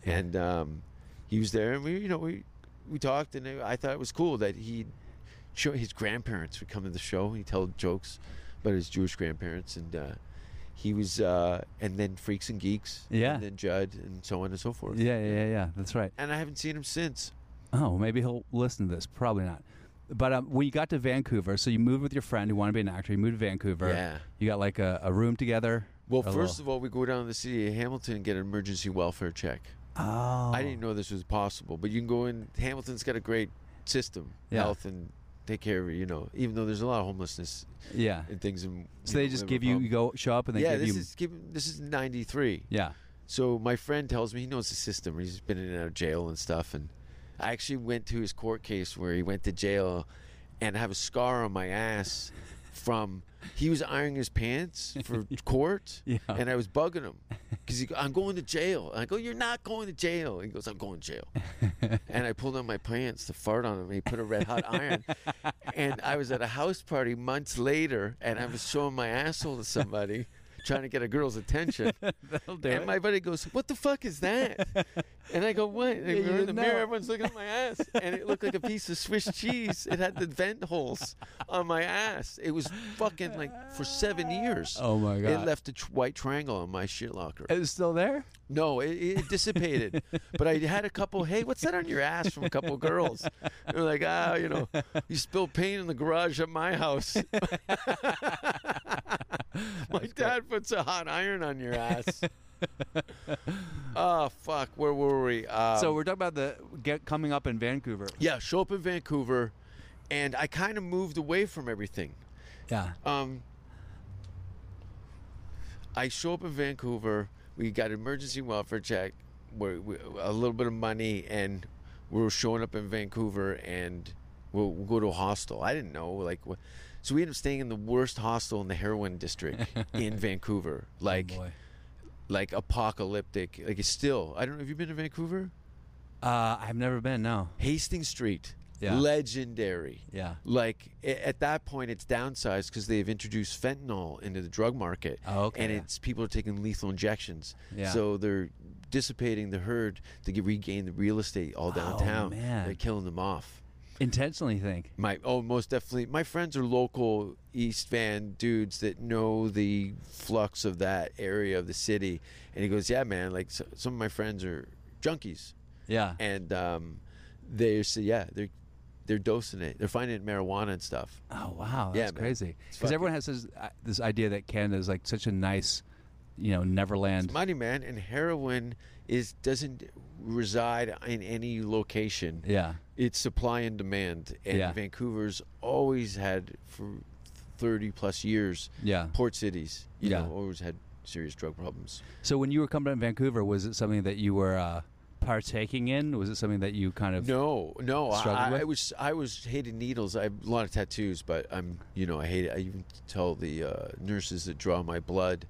E: and um, he was there, and we, you know, we we talked, and I thought it was cool that he, show his grandparents would come to the show, and he told jokes about his Jewish grandparents, and uh, he was, uh, and then Freaks and Geeks,
B: Yeah.
E: and then Judd, and so on and so forth.
B: Yeah, yeah, yeah, yeah. That's right.
E: and I haven't seen him since.
B: Oh, maybe he'll listen to this. Probably not. But um, when you got to Vancouver, so you moved with your friend who wanted to be an actor. You moved to Vancouver.
E: Yeah.
B: You got like a, a room together.
E: Well, first of all, we go down to the city of Hamilton and get an emergency welfare check.
B: all, oh,
E: I didn't know this was possible, but you can go in. Hamilton's got a great system,
B: Yeah.
E: health and take care of you. You know, even though there's a lot of homelessness
B: Yeah.
E: and things. In,
B: So they
E: know,
B: just
E: liver
B: give you, you
E: problem.
B: go show up and they
E: yeah,
B: give
E: this
B: you.
E: is give, this is '93.
B: yeah.
E: So my friend tells me he knows the system. He's been in and out of jail and stuff. And I actually went to his court case where he went to jail, and I have a scar on my ass from he was ironing his pants for court,
B: Yeah.
E: and I was bugging him because he go- I'm going to jail. And I go, you're not going to jail. He goes, I'm going to jail. and I pulled on my pants to fart on him. And he put a red hot iron. and I was at a house party months later, and I was showing my asshole to someb trying to get a girl's attention.
B: That'll do
E: and
B: it.
E: my buddy goes, "What the fuck is that?" and I go, "What?" And
B: you
E: we're in the
B: didn't know.
E: mirror, everyone's looking at my ass, and it looked like a piece of Swiss cheese. It had the vent holes on my ass. It was fucking like for seven years.
B: Oh, my God.
E: It left a tr- white triangle on my shit locker.
B: Is it still there?
E: No, it, it dissipated. but I had a couple. Hey, what's that on your ass from a couple girls? They're like, ah, you know, you spilled paint in the garage at my house. my dad puts a hot iron on your ass. oh fuck, where were we? Um,
B: so we're talking about the get coming up in Vancouver.
E: yeah, show up in Vancouver, and I kind of moved away from everything.
B: Yeah.
E: Um, I show up in Vancouver. We got emergency welfare check, we we- a little bit of money, and we were showing up in Vancouver, and we'll, we'll go to a hostel. I didn't know, like, what. so we ended up staying in the worst hostel in the heroin district in Vancouver, like,
B: Oh, Boy.
E: like apocalyptic. Like, it's still. I don't know. Have you been to Vancouver?
B: Uh, I've never been. No.
E: Hastings Street,
B: Yeah.
E: legendary.
B: Yeah.
E: Like a- at that point, it's downsized because they've introduced fentanyl into the drug market.
B: Oh, okay,
E: And
B: yeah.
E: it's people are taking lethal injections.
B: Yeah.
E: So they're dissipating the herd to get, regain the real estate all downtown.
B: Oh, man.
E: They're killing them off.
B: Intentionally think.
E: My oh, most definitely. My friends are local East Van dudes that know the flux of that area of the city. And he goes, "Yeah, man. Like so, some of my friends are junkies."
B: Yeah.
E: and um, they say, yeah, they're they're dosing it. They're finding it in marijuana and stuff.
B: Oh wow,
E: Yeah,
B: that's
E: man.
B: crazy.
E: It's
B: Because everyone has this, uh, this idea that Canada is like such a nice, you know, Neverland.
E: Money, man, and heroin is doesn't reside in any location.
B: yeah,
E: It's supply and demand, and
B: Yeah.
E: Vancouver's always had for thirty plus years.
B: yeah.
E: Port cities, you
B: Yeah.
E: know, always had serious drug problems.
B: So when you were coming to Vancouver, was it something that you were uh, partaking in? Was it something that you kind of?
E: No, no,
B: Struggled
E: I,
B: with?
E: I was I was hated needles. I have a lot of tattoos, but I'm you know I hate it. I even tell the uh, nurses that draw my blood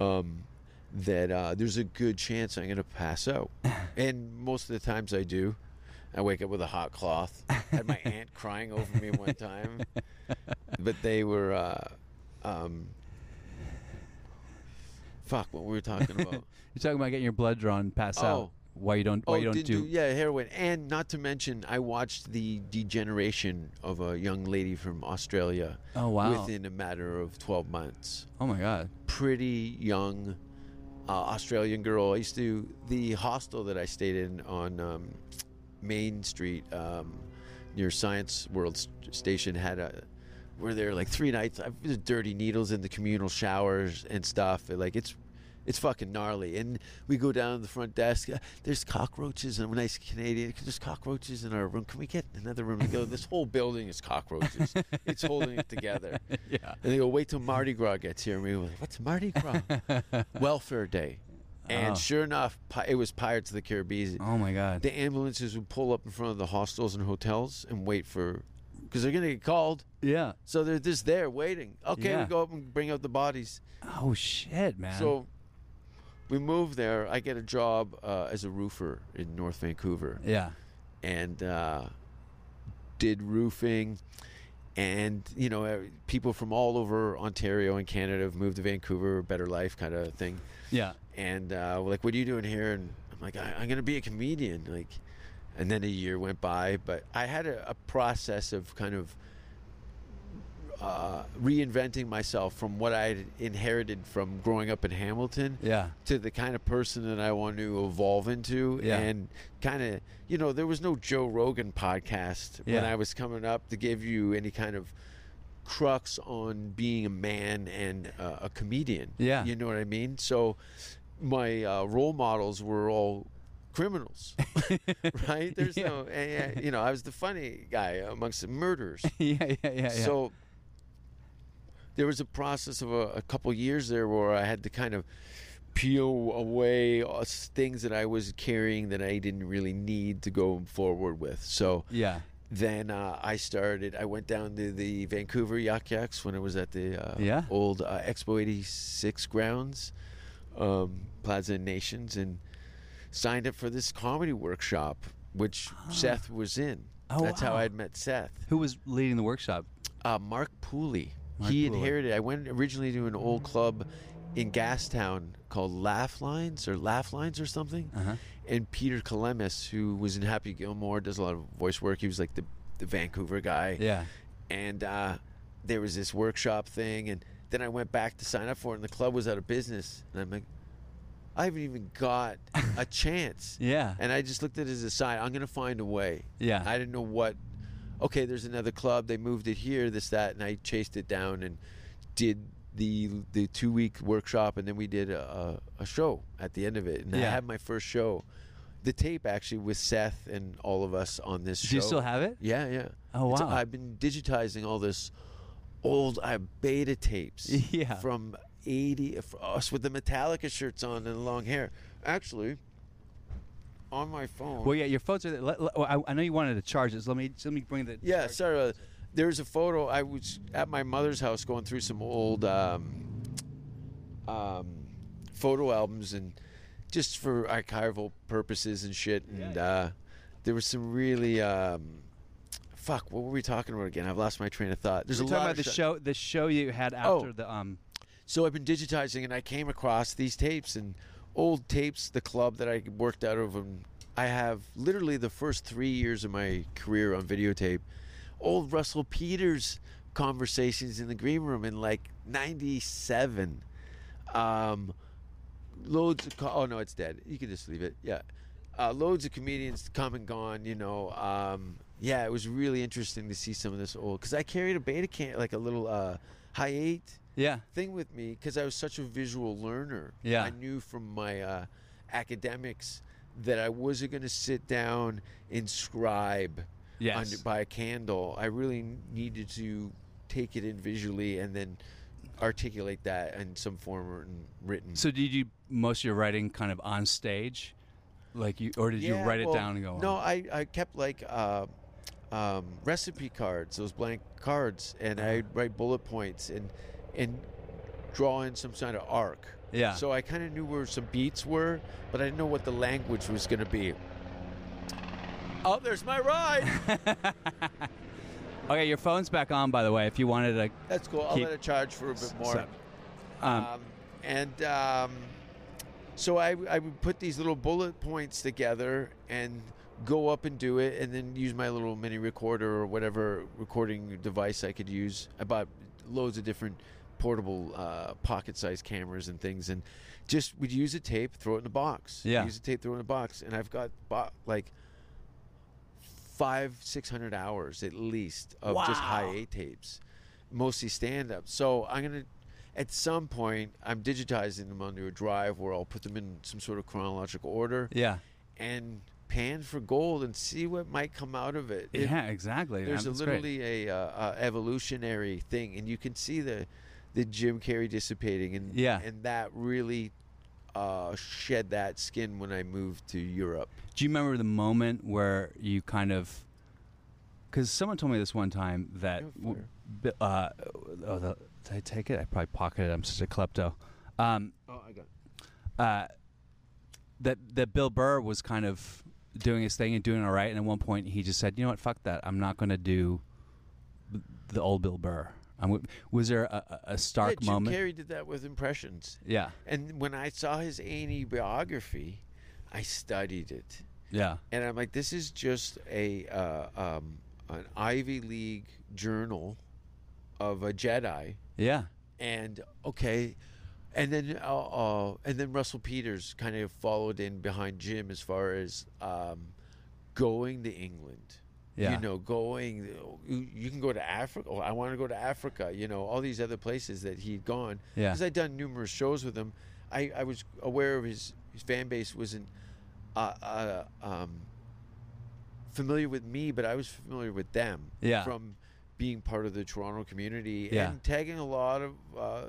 E: um, that uh, there's a good chance I'm going to pass out, and most of the times I do. I wake up with a hot cloth. Had my aunt crying over me one time, but they were. Uh, um, fuck what we were talking about
B: You're talking about getting your blood drawn, pass out.
E: Oh.
B: Why you don't? Why you don't
E: did
B: do?
E: yeah heroin and not to mention i watched the degeneration of a young lady from australia
B: Oh, wow.
E: within a matter of 12 months
B: Oh my god.
E: pretty young uh, australian girl i used to the hostel that i stayed in on um, main street um, near science world S- station had a we're there like three nights I've, there's dirty needles in the communal showers and stuff and, like it's it's fucking gnarly. And we go down to the front desk. "Uh, There's cockroaches, and I'm a nice Canadian. There's cockroaches in our room. Can we get another room to go? This whole building is cockroaches. it's holding it together. Yeah. And they go, wait till Mardi Gras gets here. And we were like, what's Mardi Gras? Welfare Day. And
B: Oh.
E: sure enough, pi- it was Pirates of the Caribbean.
B: Oh my god.
E: The ambulances would pull up in front of the hostels and hotels and wait for, because they're gonna get called.
B: yeah.
E: So they're just there waiting. Okay,
B: Yeah.
E: we go up and bring out the bodies.
B: Oh shit, man.
E: So we moved there. I get a job uh, as a roofer in North Vancouver
B: yeah.
E: and uh, did roofing. And, you know, eh, people from all over Ontario and Canada have moved to Vancouver, better life kind of thing.
B: Yeah.
E: And uh, we're like, what are you doing here? And I'm like, I- I'm going to be a comedian. Like, and then a year went by, but I had a, a process of kind of uh, reinventing myself from what I had inherited from growing up in Hamilton
B: Yeah.
E: to the kind of person that I want to evolve into.
B: Yeah.
E: And kind of, you know, there was no Joe Rogan podcast when
B: Yeah.
E: I was coming up to give you any kind of crux on being a man and uh, a comedian.
B: Yeah.
E: You know what I mean? So my uh, role models were all criminals, right? There's no, and, uh, you know, I was the funny guy amongst the murderers.
B: Yeah. Yeah. Yeah. yeah.
E: So there was a process of a, a couple years there where I had to kind of peel away uh, s- things that I was carrying that I didn't really need to go forward with. So
B: Yeah.
E: then uh, I started. I went down to the Vancouver Yak Yaks when it was at the uh,
B: Yeah.
E: old uh, Expo '86 grounds, um, Plaza Nations, and signed up for this comedy workshop, which Seth was in.
B: Ah. Oh,
E: That's how
B: wow.
E: I'd met Seth
B: Who was leading the workshop?
E: uh, Mark Pooley.
B: Mark
E: he
B: Pooley.
E: inherited. I went originally to an old club in Gastown called Laugh Lines or Laugh Lines or something.
B: Uh-huh.
E: And Peter Kalemis, who was in Happy Gilmore, does a lot of voice work. He was like the, the Vancouver guy
B: Yeah.
E: and uh, there was this workshop thing, and then I went back to sign up for it, and the club was out of business, and I'm like, I haven't even got a chance.
B: Yeah.
E: And I just looked at it as a sign. I'm gonna find a way.
B: Yeah.
E: I didn't know what. Okay, there's another club. They moved it here, this that, and I chased it down and did the the two week workshop, and then we did a, a a show at the end of it, and I
B: Yeah.
E: had my first show. The tape actually with Seth and all of us on this show.
B: Do you still have it?
E: Yeah, yeah.
B: Oh,
E: It's-
B: wow.
E: I've been digitizing all this old uh, beta tapes.
B: Yeah.
E: From eighty, for us with the Metallica shirts on and long hair. Actually, on my phone.
B: Well, yeah, your photos are. There. Let- let- well, I, I know you wanted to charge it, so let me let me bring the.
E: yeah, sorry. uh, There's a photo. I was at my mother's house going through some old um, um, photo albums and just for archival purposes and shit. And uh, there was some really. Um, Fuck! What were we talking about again? I've lost my train of thought. There's
B: We're
E: a
B: talking
E: lot
B: about
E: of
B: the
E: shit.
B: show. The show you had
E: Oh.
B: after the um.
E: So I've been digitizing, and I came across these tapes and old tapes. The club that I worked out of, and I have literally the first three years of my career on videotape. Old Russell Peters conversations in the green room in like '97. Um, loads of co- oh no, it's dead. You can just leave it. Yeah, uh, loads of comedians come and gone. You know, um, yeah, it was really interesting to see some of this old because I carried a beta can like a little uh, high eight
B: Yeah.
E: thing with me because I was such a visual learner.
B: Yeah.
E: I knew from my uh, academics that I wasn't going to sit down and scribe
B: Yes.
E: under, by a candle. I really needed to take it in visually and then articulate that in some form or in written.
B: So did you most of your writing kind of on stage, like you, or did
E: Yeah,
B: you write
E: well,
B: it down and go?
E: No,
B: "Oh,
E: I, I kept like uh, um, recipe cards, those blank cards, and
B: Uh-huh.
E: I'd write bullet points and and draw in some sort of arc.
B: Yeah.
E: So I kind of knew where some beats were, but I didn't know what the language was going to be. Oh, there's my ride.
B: Okay, your phone's back on, by the way. If you wanted to,
E: That's cool. I'll
B: Keep-
E: let it charge for a bit more.
B: so- um,
E: um, and um, so I, I would put these little bullet points together and go up and do it and then use my little mini recorder or whatever recording device i could use i bought loads of different portable uh, pocket-sized cameras and things and just would use a tape throw it in a box
B: Yeah.
E: use a tape throw it in a box and i've got bo- like five six hundred hours at least of just high A tapes, mostly stand up. So I'm gonna at some point I'm digitizing them onto a drive where I'll put them in some sort of chronological order
B: yeah,
E: and pan for gold and see what might come out of it. It-
B: yeah, exactly.
E: there's a
B: That's great.
E: literally a, uh, uh evolutionary thing, and you can see the the Jim Carrey dissipating, and
B: Yeah.
E: and that really uh, shed that skin when I moved to Europe.
B: Do you remember the moment where you kind of? Because someone told me this one time that. w- bi- Uh, oh, the, did I take it? I probably pocketed. it. I'm such a klepto. Um,
E: Oh, I got.
B: that that Bill Burr was kind of doing his thing and doing all right, and at one point he just said, "You know what? Fuck that. I'm not going to do th- the old Bill Burr." I'm, w- was there a, a a stark
E: yeah, Jim
B: moment?
E: Carrey did that with impressions.
B: Yeah,
E: And when I saw his A&E biography, I studied it,
B: yeah,
E: and I'm like, this is just a uh, um, an Ivy League journal of a Jedi,
B: yeah,
E: and okay, and then uh, uh, and then Russell Peters kind of followed in behind Jim as far as um, going to England.
B: Yeah.
E: You know, going, you you can go to Africa. Oh, I want to go to Africa. You know, all these other places that he'd gone.
B: Yeah.
E: Because I'd done numerous shows with him. I, I was aware of his, his fan base wasn't uh, uh, um, familiar with me, but I was familiar with them.
B: Yeah.
E: From being part of the Toronto community
B: Yeah.
E: and tagging a lot of uh,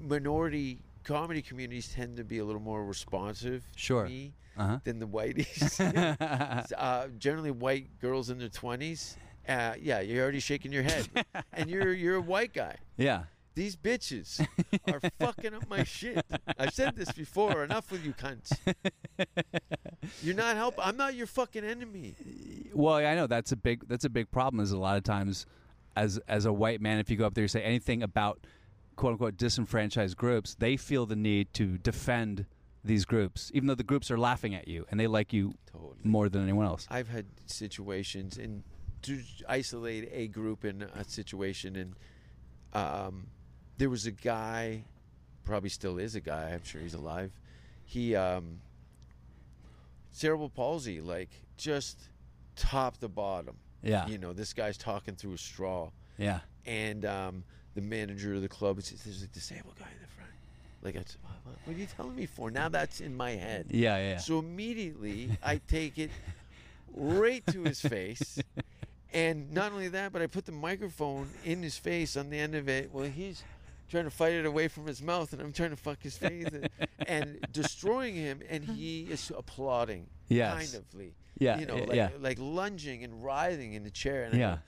E: minority comedy communities tend to be a little more responsive
B: Sure.
E: to me
B: Uh-huh.
E: than the whiteies. uh, generally, white girls in their twenties. Uh, yeah, you're already shaking your head, and you're you're a white guy.
B: yeah.
E: These bitches are fucking up my shit. I've said this before. Enough with you cunts. You're not helping. I'm not your fucking enemy.
B: Well, I know that's a big that's a big problem. Is a lot of times, as as a white man, if you go up there and say anything about quote unquote disenfranchised groups, they feel the need to defend these groups, even though the groups are laughing at you and they like you
E: Totally.
B: more than anyone else.
E: I've had situations and to isolate a group in a situation, and um, there was a guy, probably still is a guy. I'm sure he's alive. He um, cerebral palsy, like just top to bottom.
B: Yeah.
E: you know, this guy's talking through a straw
B: yeah.
E: and um, the manager of the club says, "There's a disabled guy in the front." Like, I said, what, what- what are you telling me for? Now that's in my head.
B: Yeah, yeah, yeah.
E: So immediately I take it right to his face, and not only that, but I put the microphone in his face on the end of it. Well, he's trying to fight it away from his mouth, and I'm trying to fuck his face and, and destroying him, and he is applauding,
B: Yes.
E: kind ofly,
B: Yeah,
E: you know,
B: yeah,
E: like,
B: yeah.
E: like lunging and writhing in the chair, and I
B: Yeah.
E: go,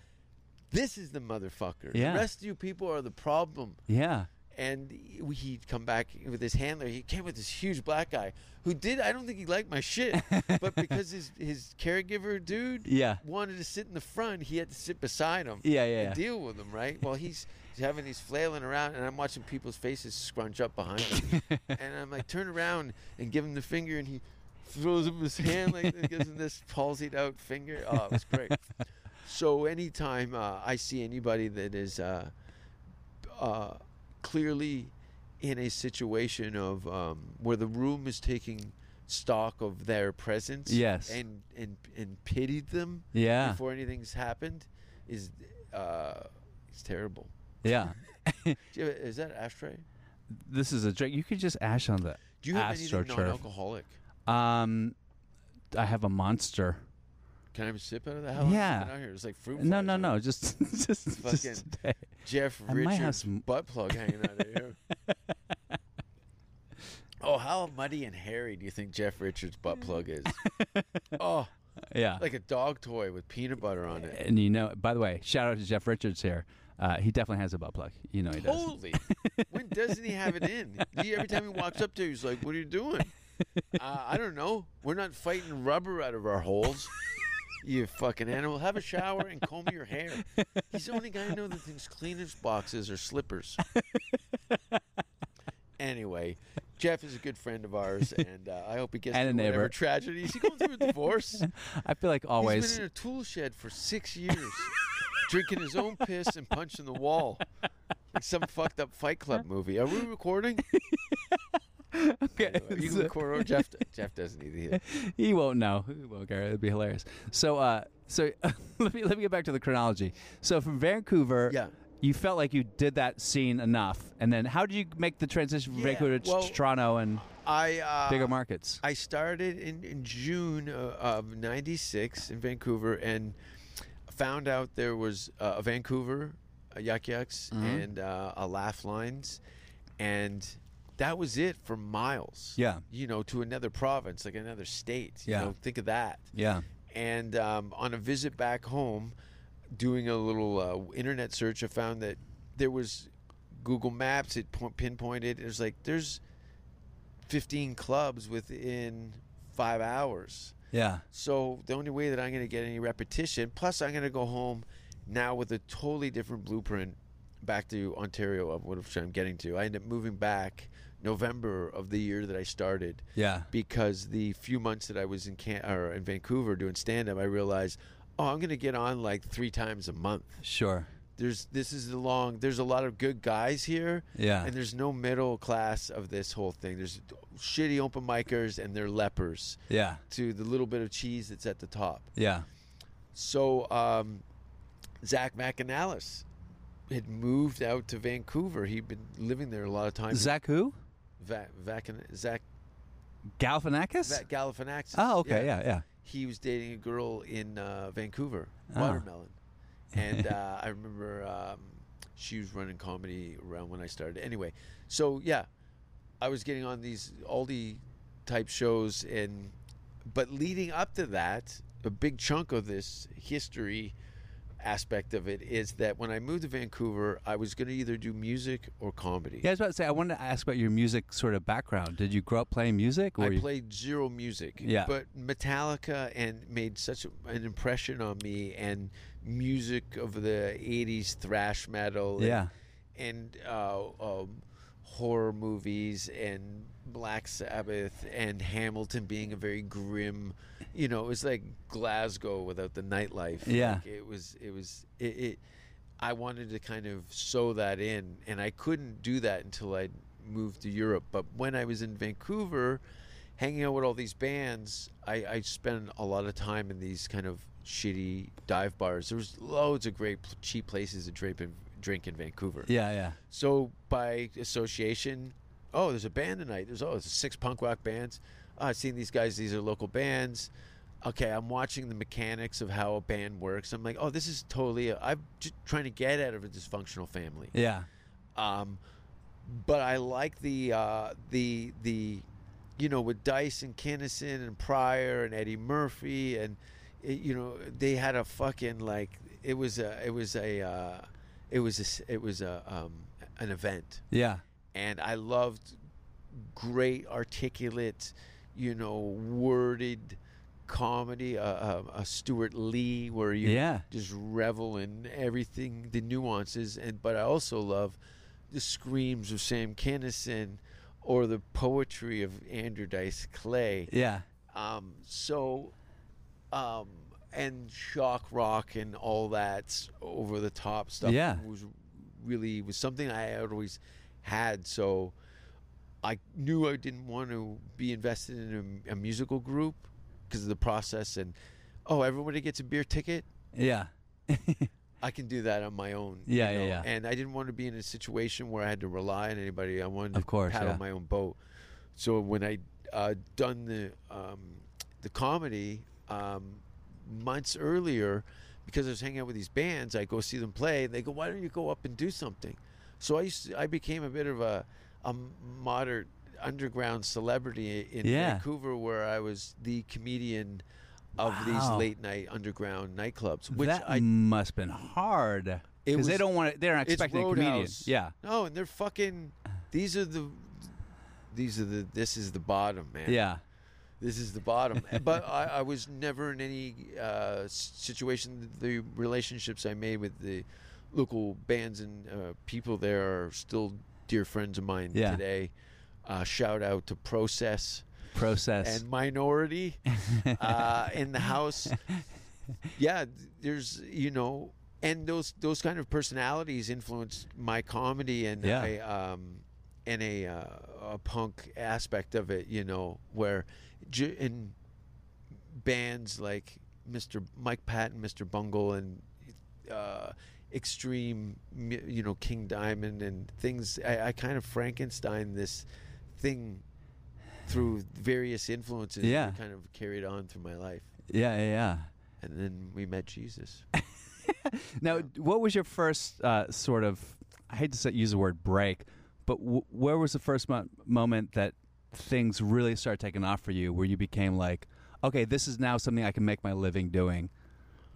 E: this is the motherfucker.
B: Yeah.
E: The rest of you people are the problem.
B: Yeah.
E: And he- he'd come back with his handler. He came with this huge black guy who did. I don't think he liked my shit, but because his his caregiver dude
B: Yeah.
E: wanted to sit in the front, he had to sit beside him.
B: Yeah, yeah,
E: and
B: yeah.
E: deal with him right. Well, he's, he's having these flailing around, and I'm watching people's faces scrunch up behind him, and I'm like, turn around and give him the finger, and he throws him his hand like this, gives him this palsied out finger. Oh, it was great. So anytime uh, I see anybody that is uh, uh, clearly in a situation of um, where the room is taking stock of their presence,
B: Yes. Ah.
E: and and and pitied them,
B: Yeah.
E: before anything's happened, is uh, it's terrible.
B: Yeah.
E: Do you have- is that ashtray?
B: this is a drink. You could just ash on the
E: Do you have
B: astroturf.
E: anything non-alcoholic?
B: Um, I have a monster.
E: Can I have a sip out of that? How long
B: Yeah.
E: has it been Out here? It's like fruit.
B: No,
E: flies,
B: no,
E: huh?
B: no. Just, just, just
E: Fucking-
B: today.
E: Jeff
B: I might have
E: Richards
B: some-
E: butt plug hanging out of here. oh, how muddy and hairy do you think Jeff Richards' butt plug is? oh,
B: Yeah.
E: like a dog toy with peanut butter on it.
B: and you know, by the way, shout out to Jeff Richards here. Uh, he definitely has a butt plug. You know he does.
E: Holy! when doesn't he have it in? He, every time he walks up to you, he's like, "What are you doing?" Uh, I don't know. We're not fighting rubber out of our holes. You fucking animal! Have a shower and comb your hair. He's the only guy I know that thinks cleaners boxes are slippers. Anyway, Jeff is a good friend of ours, and uh, I hope he gets
B: And a
E: through whatever
B: neighbor.
E: tragedy. Is he going through a divorce?
B: I feel like
E: He's been
B: always.
E: in a tool shed for six years, drinking his own piss and punching the wall. Like some fucked up Fight Club movie. Are we recording?
B: Okay,
E: You can
B: so-
E: record. Or Jeff, Jeff doesn't either.
B: he won't know. He won't care. It'd be hilarious. So, uh, so let me let me get back to the chronology. So from Vancouver,
E: Yeah.
B: you felt like you did that scene enough, and then how did you make the transition from
E: Yeah,
B: Vancouver to
E: well-
B: Toronto and
E: I uh,
B: bigger markets?
E: I started in, in June uh, of '96 in Vancouver and found out there was uh, a Vancouver, a Yuck Yucks,
B: Mm-hmm.
E: and uh, a Laugh Lines, and that was it for miles.
B: Yeah.
E: you know, to another province, like another state. You
B: Yeah.
E: know, think of that.
B: yeah.
E: And um, on a visit back home, doing a little uh, internet search, I found that there was Google Maps. It po- pinpointed. It was like there's 15 clubs within five hours.
B: Yeah.
E: So the only way that I'm going to get any repetition, plus I'm going to go home now with a totally different blueprint back to Ontario of what I'm getting to. I end up moving back November of the year that I started
B: Yeah.
E: because the few months that I was in Can- or in Vancouver doing stand up, I realized, oh, I'm going to get on like three times a month.
B: Sure.
E: There's this is the long. There's a lot of good guys here,
B: Yeah.
E: and there's no middle class of this whole thing. There's shitty open micers and they're lepers
B: Yeah.
E: to the little bit of cheese that's at the top.
B: Yeah.
E: So um, Zach McAnallis had moved out to Vancouver. He'd been living there a lot of time.
B: Zach who?
E: Va- Vacan- Zach
B: Galifianakis?
E: Va- Galifianakis.
B: oh, okay. Yeah. Yeah.
E: he was dating a girl in uh, Vancouver, Watermelon, and uh, I remember um, she was running comedy around when I started. Anyway, so yeah, I was getting on these Aldi type shows, and but leading up to that, a big chunk of this history aspect of it is that when I moved to Vancouver, I was going to either do music or comedy.
B: Yeah, I was about to say, I wanted to ask about your music sort of background. Did you grow up playing music? Or
E: I
B: you-
E: played zero music.
B: Yeah.
E: But Metallica and made such a- an impression on me, and music of the '80s thrash metal. and-
B: Yeah.
E: And, and uh, um, horror movies and Black Sabbath and Hamilton being a very grim, you know, it was like Glasgow without the nightlife.
B: Yeah.
E: Like, it was it was it, it. I wanted to kind of sew that in, and I couldn't do that until I moved to Europe. But when I was in Vancouver, hanging out with all these bands, I, I spent a lot of time in these kind of shitty dive bars. There was loads of great pl- cheap places to drink in, drink in Vancouver.
B: Yeah, yeah.
E: So by association, oh, there's a band tonight. There's oh, there's six punk rock bands. Oh, I've seen these guys. These are local bands. Okay, I'm watching the mechanics of how a band works. I'm like, oh, this is totally. i I'm just trying to get out of a dysfunctional family.
B: Yeah.
E: Um, but I like the uh, the the you know with Dice and Kinnison and Pryor and Eddie Murphy and it, you know they had a fucking like it was a it was a uh, it was a, s- it was a um, an event
B: Yeah.
E: and I loved great articulate, you know, worded comedy. A uh, uh, uh, Stuart Lee, where you
B: Yeah.
E: just revel in everything, the nuances, and but I also love the screams of Sam Kinison or the poetry of Andrew Dice Clay.
B: Yeah.
E: Um, so, um, and shock rock and all that over the top stuff.
B: Yeah.
E: was really was something I had always had. So I knew I didn't want to be invested in a, a musical group because of the process. And oh, everybody gets a beer ticket.
B: Yeah.
E: I can do that on my own.
B: Yeah, yeah, yeah.
E: And I didn't want to be in a situation where I had to rely on anybody. I wanted
B: Of course,
E: to paddle
B: yeah.
E: my own boat. So when I uh, done the um, the comedy um, months earlier, because I was hanging out with these bands, I go see them play. They go, "Why don't you go up and do something?" So I used to, I became a bit of a a moderate underground celebrity in
B: Yeah.
E: Vancouver, where I was the comedian of
B: Wow.
E: these late night underground nightclubs, which
B: that
E: I
B: must have been hard.
E: It
B: Because they
E: was-
B: don't want it. They're not
E: it's
B: expecting a comedian.
E: Roadhouse.
B: Yeah.
E: No, and they're fucking. These are the. These are the. This is the bottom, man.
B: Yeah.
E: This is the bottom. but I, I was never in any uh, s- situation. The relationships I made with the local bands and uh, people there are still dear friends of mine
B: Yeah.
E: today. Uh, shout out to Process
B: Process.
E: and Minority uh, in the house. Yeah, th- there's you know, and those those kind of personalities influenced my comedy and
B: Yeah.
E: I, um, and a uh, a punk aspect of it. You know, where j- in bands like Mr. Mike Patton, Mr. Bungle, and uh, extreme, mu- you know, King Diamond and things. I, I kind of Frankenstein this thing through various influences. that
B: Yeah.
E: kind of carried on through my life,
B: yeah, yeah, yeah.
E: and then we met Jesus.
B: Now, what was your first uh, sort of? I hate to say, use the word break, but w- where was the first mo- moment that things really started taking off for you, where you became like, okay, this is now something I can make my living doing?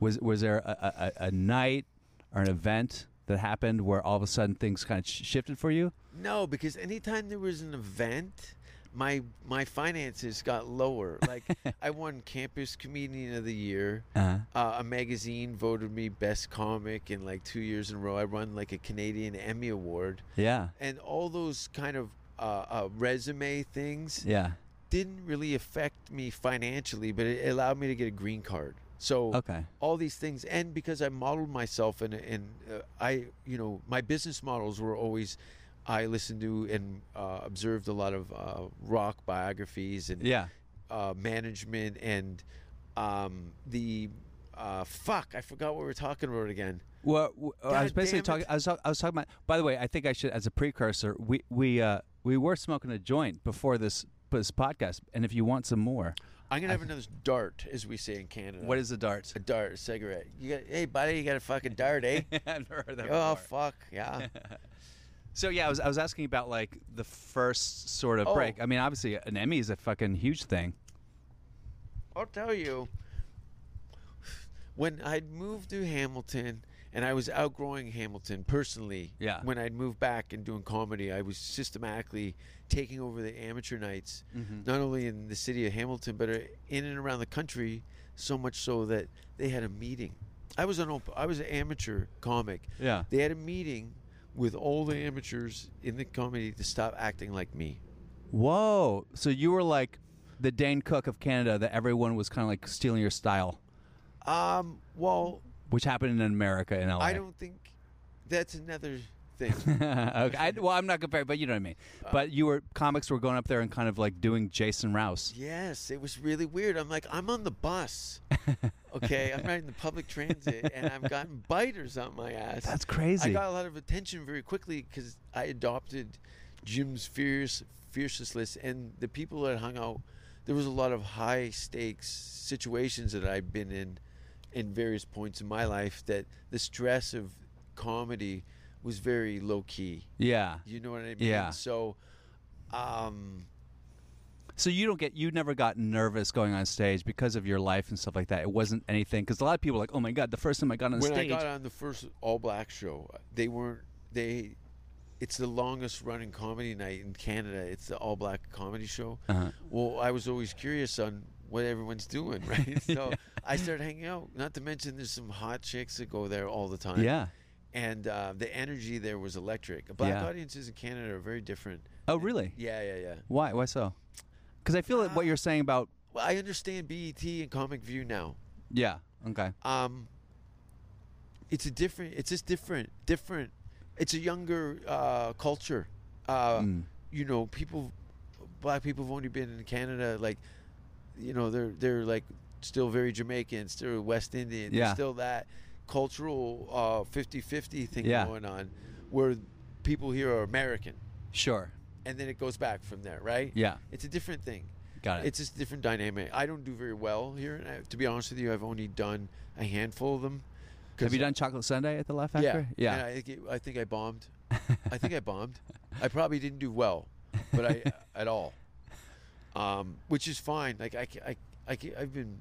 B: Was was there a, a, a- a night or an event that happened where all of a sudden things kind of sh- shifted for you?
E: No, because anytime there was an event, my my finances got lower. Like I won Campus Comedian of the Year.
B: Uh-huh.
E: Uh, a magazine voted me best comic in like two years in a row. I won like a Canadian Emmy Award,
B: Yeah,
E: and all those kind of uh, uh, resume things
B: yeah.
E: didn't really affect me financially, but it allowed me to get a green card. So
B: Okay.
E: all these things, and because I modeled myself, and and uh, I, you know, my business models were always, I listened to and uh, observed a lot of uh, rock biographies and
B: Yeah.
E: uh, management and um, the uh, fuck, I forgot what we were talking about again.
B: Well, w- uh, I was
E: God
B: basically
E: damn it.
B: talking. I was, talk- I was talking about. By the way, I think I should, as a precursor, we we uh, we were smoking a joint before this this podcast, and if you want some more,
E: I'm gonna have another dart, as we say in Canada.
B: what is the dart?
E: a dart? A cigarette? You got, hey buddy, you got a fucking dart, eh?
B: I've never heard that.
E: oh
B: before.
E: fuck, yeah.
B: So yeah, I was I was asking about like the first sort of
E: Oh.
B: break. I mean, obviously, an Emmy is a fucking huge thing.
E: I'll tell you, when I'd moved to Hamilton and I was outgrowing Hamilton personally,
B: Yeah.
E: when I'd moved back and doing comedy, I was systematically taking over the amateur nights,
B: Mm-hmm.
E: not only in the city of Hamilton, but uh, in and around the country, so much so that they had a meeting. I was an op- I was an amateur comic.
B: Yeah.
E: They had a meeting with all the amateurs in the comedy to stop acting like me.
B: Whoa! So you were like the Dane Cook of Canada that everyone was kind of like stealing your style,
E: Um, well,
B: which happened in America in LA.
E: I don't think that's another thing.
B: okay. I, well, I'm not comparing, but you know what I mean.
E: Uh,
B: But you were comics were going up there and kind of like doing Jason Rouse.
E: Yes, it was really weird. I'm like, I'm on the bus. Okay, I'm riding the public transit, and I've gotten biters on my ass.
B: That's crazy.
E: I got a lot of attention very quickly because I adopted Jim's fierce, fiercest list, and the people that hung out. There was a lot of high stakes situations that I've been in, in various points in my life. That the stress of comedy was very low key.
B: Yeah.
E: You know what I mean?
B: Yeah.
E: So, um,
B: So you don't get you never got nervous going on stage because of your life and stuff like that. It wasn't anything because a lot of people are like, oh my god, the first time I got on
E: when
B: stage.
E: I got on the first All Black show, they weren't they. It's the longest running comedy night in Canada. It's the All Black comedy show.
B: Uh-huh.
E: Well, I was always curious on what everyone's doing, right? So I started hanging out. Not to mention, there's some hot chicks that go there all the time.
B: Yeah.
E: And uh, the energy there was electric. Black
B: Yeah.
E: audiences in Canada are very different.
B: oh really?
E: Yeah, yeah, yeah.
B: Why? Why so? Because I feel like what you're saying about
E: Well, I understand BET and Comic View now.
B: yeah. Okay.
E: um, it's a different it's just different different it's a younger uh, culture uh,
B: Mm.
E: you know people black people have only been in canada like you know they're they're like still very jamaican still west indian There's
B: Yeah.
E: still that cultural uh, 50-50 thing
B: Yeah.
E: going on where people here are american
B: Sure.
E: and then it goes back from there right
B: Yeah.
E: it's a different thing
B: Got it.
E: it's just a different dynamic. I don't do very well here. And I, to be honest with you, I've only done a handful of them. 'Cause-
B: Have you done chocolate sundae at the Laugh
E: Yeah,
B: Factory?
E: And I think it- I think I bombed. I think I bombed. I probably didn't do well, but I at all. Um, which is fine. Like I, ca- I, I, ca- I've been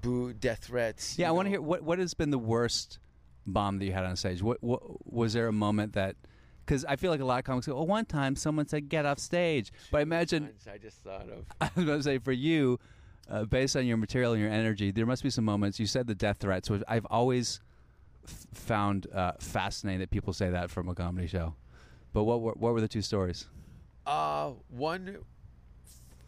E: boo death threats.
B: Yeah,
E: you
B: I want to
E: know.
B: hear what what has been the worst bomb that you had on stage. What what was there a moment that? Because I feel like a lot of comics go, "Oh, one time someone said get off stage," but I imagine
E: I just thought of.
B: I was going to say for you, uh, based on your material and your energy, there must be some moments. You said the death threats, which I've always f- found uh, fascinating that people say that from a comedy show. But what were, what were the two stories?
E: Uh, one,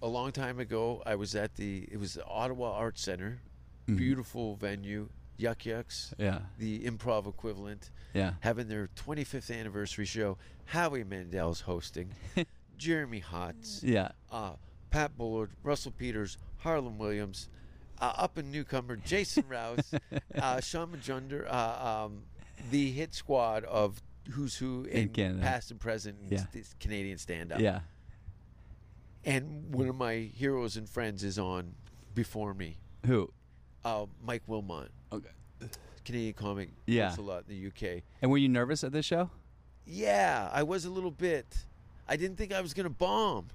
E: a long time ago, I was at the, it was the Ottawa Art Center.
B: Mm-hmm.
E: Beautiful venue, Yuck Yucks.
B: Yeah.
E: The improv equivalent.
B: Yeah.
E: Having their 25th anniversary show. Howie Mandel's hosting. Jeremy Hotz.
B: Yeah.
E: Uh, Pat Bullard, Russell Peters, Harlan Williams, uh, up and newcomer Jason Rouse, uh, Sean Majunder, uh, um, the hit squad of who's who in,
B: Canada.
E: past and present in
B: Yeah.
E: this Canadian stand-up
B: Yeah.
E: and one of my heroes and friends is on before me.
B: Who?
E: Uh, Mike Wilmot,
B: Okay.
E: Canadian comic,
B: Yeah.
E: works a lot in the UK.
B: And were you nervous at this show?
E: Yeah, I was a little bit. I didn't think I was gonna bomb.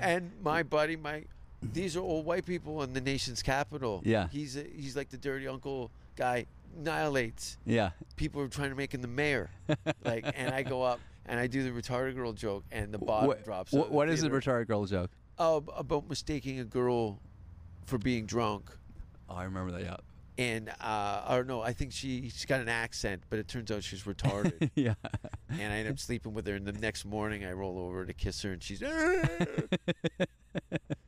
E: and my buddy, my these are all white people in the nation's capital.
B: Yeah.
E: he's a, he's like the dirty uncle guy. Annihilates
B: Yeah.
E: people are trying to make him the mayor. like, and I go up and I do the retarded girl joke, and the bottom
B: What-
E: drops. out
B: what
E: of
B: what is the
E: theater.
B: retarded girl joke?
E: uh, about mistaking a girl for being drunk.
B: Oh, I remember that. Yeah.
E: And uh, I don't know. I think she she's got an accent, but it turns out she's retarded.
B: Yeah.
E: and I end up sleeping with her. And the next morning, I roll over to kiss her, and she's. "Ah!"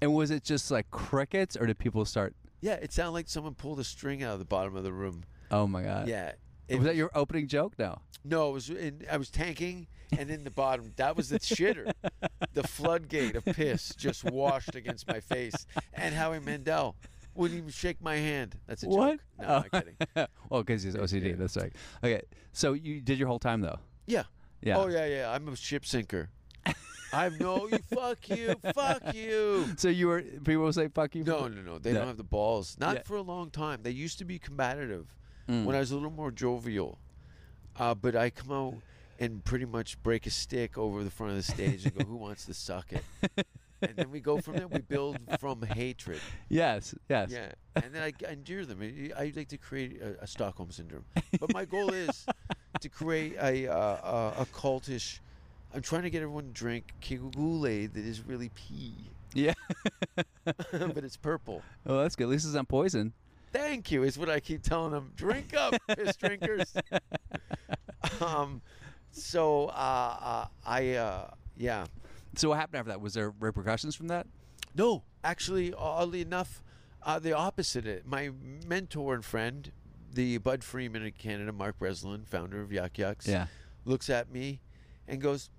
B: And was it just like crickets, or did people start?
E: yeah, it sounded like someone pulled a string out of the bottom of the room.
B: Oh my god!
E: Yeah, it
B: Was that your opening joke? No.
E: No, it was. In, I was tanking, and in the bottom, that was the shitter. the floodgate of piss just washed against my face. And Howie Mandel wouldn't even shake my hand. That's a
B: What?
E: joke. No, I'm
B: Oh.
E: kidding.
B: well, because he's OCD. That's right. Okay. So you did your whole time though.
E: Yeah.
B: Yeah.
E: Oh yeah, yeah. I'm a ship sinker. I know you. Fuck you. Fuck you.
B: So you were people would say "fuck you."
E: No, no, no. They
B: Yeah.
E: don't have the balls. Not
B: Yeah.
E: for a long time. They used to be combative when I was a little more jovial. Uh, but I come out and pretty much break a stick over the front of the stage and go, "Who wants to suck it?" And then we go from there. We build from hatred.
B: Yes. Yes.
E: Yeah, and then I, I endear them. I, I like to create a, a Stockholm syndrome, but my goal is to create a uh, a, a cultish. I'm trying to get everyone to drink Kegugule that is really pee,
B: Yeah.
E: but it's purple.
B: Well, that's good. At least it's not poison.
E: Thank you is what I keep telling them. Drink up, piss drinkers. um, so uh, uh, I uh, yeah.
B: So what happened after that? Was there repercussions from that?
E: No, actually, oddly enough, uh, the opposite. It- My mentor and friend, the Bud Freeman in Canada, Mark Breslin, founder of Yuck Yucks,
B: Yeah.
E: looks at me and goes,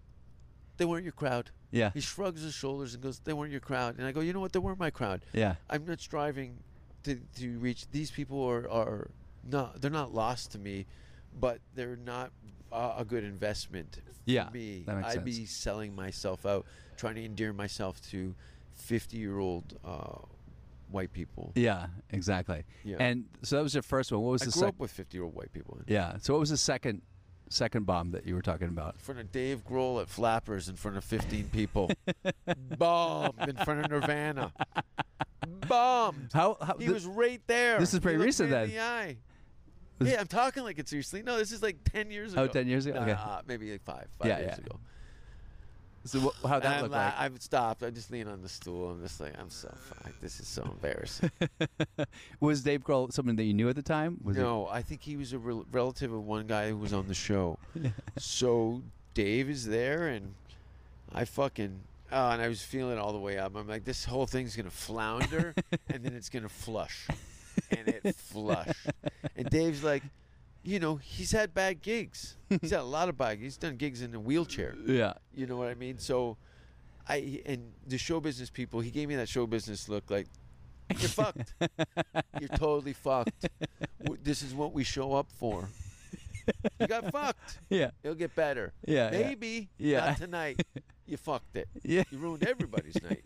E: "They weren't your crowd."
B: Yeah.
E: He shrugs his shoulders and goes, "They weren't your crowd." And I go, "You know what? They weren't my crowd.
B: Yeah.
E: I'm not striving to to reach. These people are are not. They're not lost to me." But they're not uh, a good investment for
B: Yeah,
E: me.
B: that makes
E: I'd
B: sense.
E: be selling myself out, trying to endear myself to 50 year old uh, white people.
B: Yeah, exactly.
E: Yeah.
B: And so that was your first one. What was
E: I
B: the
E: grew
B: second?
E: up with 50 year old white people.
B: yeah. So what was the second second bomb that you were talking about?
E: In front of Dave Grohl at Flappers, in front of 15 people. Bomb! In front of Nirvana. Bombed!
B: How, how
E: He
B: th-
E: was right there.
B: this is pretty
E: He looked
B: recent
E: me in
B: then.
E: the eye.
B: This-
E: yeah, I'm talking like it's recently. No, this is like 10 years ago.
B: Oh, 10 years ago?
E: Nah,
B: Okay.
E: uh, maybe like five, five
B: Yeah,
E: years
B: yeah.
E: ago.
B: so what, how
E: And
B: that
E: I'm
B: look
E: la-
B: like?
E: I've stopped. I just lean on the stool. I'm just like, I'm so fucked. This is so embarrassing.
B: was Dave Grohl someone that you knew at the time? Was it-
E: no, I think he was a rel relative of one guy who was on the show. so Dave is there, and I fucking. Oh, and I was feeling it all the way up. I'm like, this whole thing's gonna flounder, and then it's gonna flush, and it flushed. And Dave's like, you know, he's had bad gigs. He's had a lot of bad. He's done gigs in a wheelchair.
B: Yeah.
E: You know what I mean? So, I and the show business people, he gave me that show business look like, you're fucked. You're totally fucked. W- This is what we show up for. You got fucked.
B: Yeah.
E: It'll get better.
B: Yeah, yeah.
E: Maybe.
B: Yeah.
E: Not tonight. You fucked it.
B: Yeah.
E: You ruined everybody's night.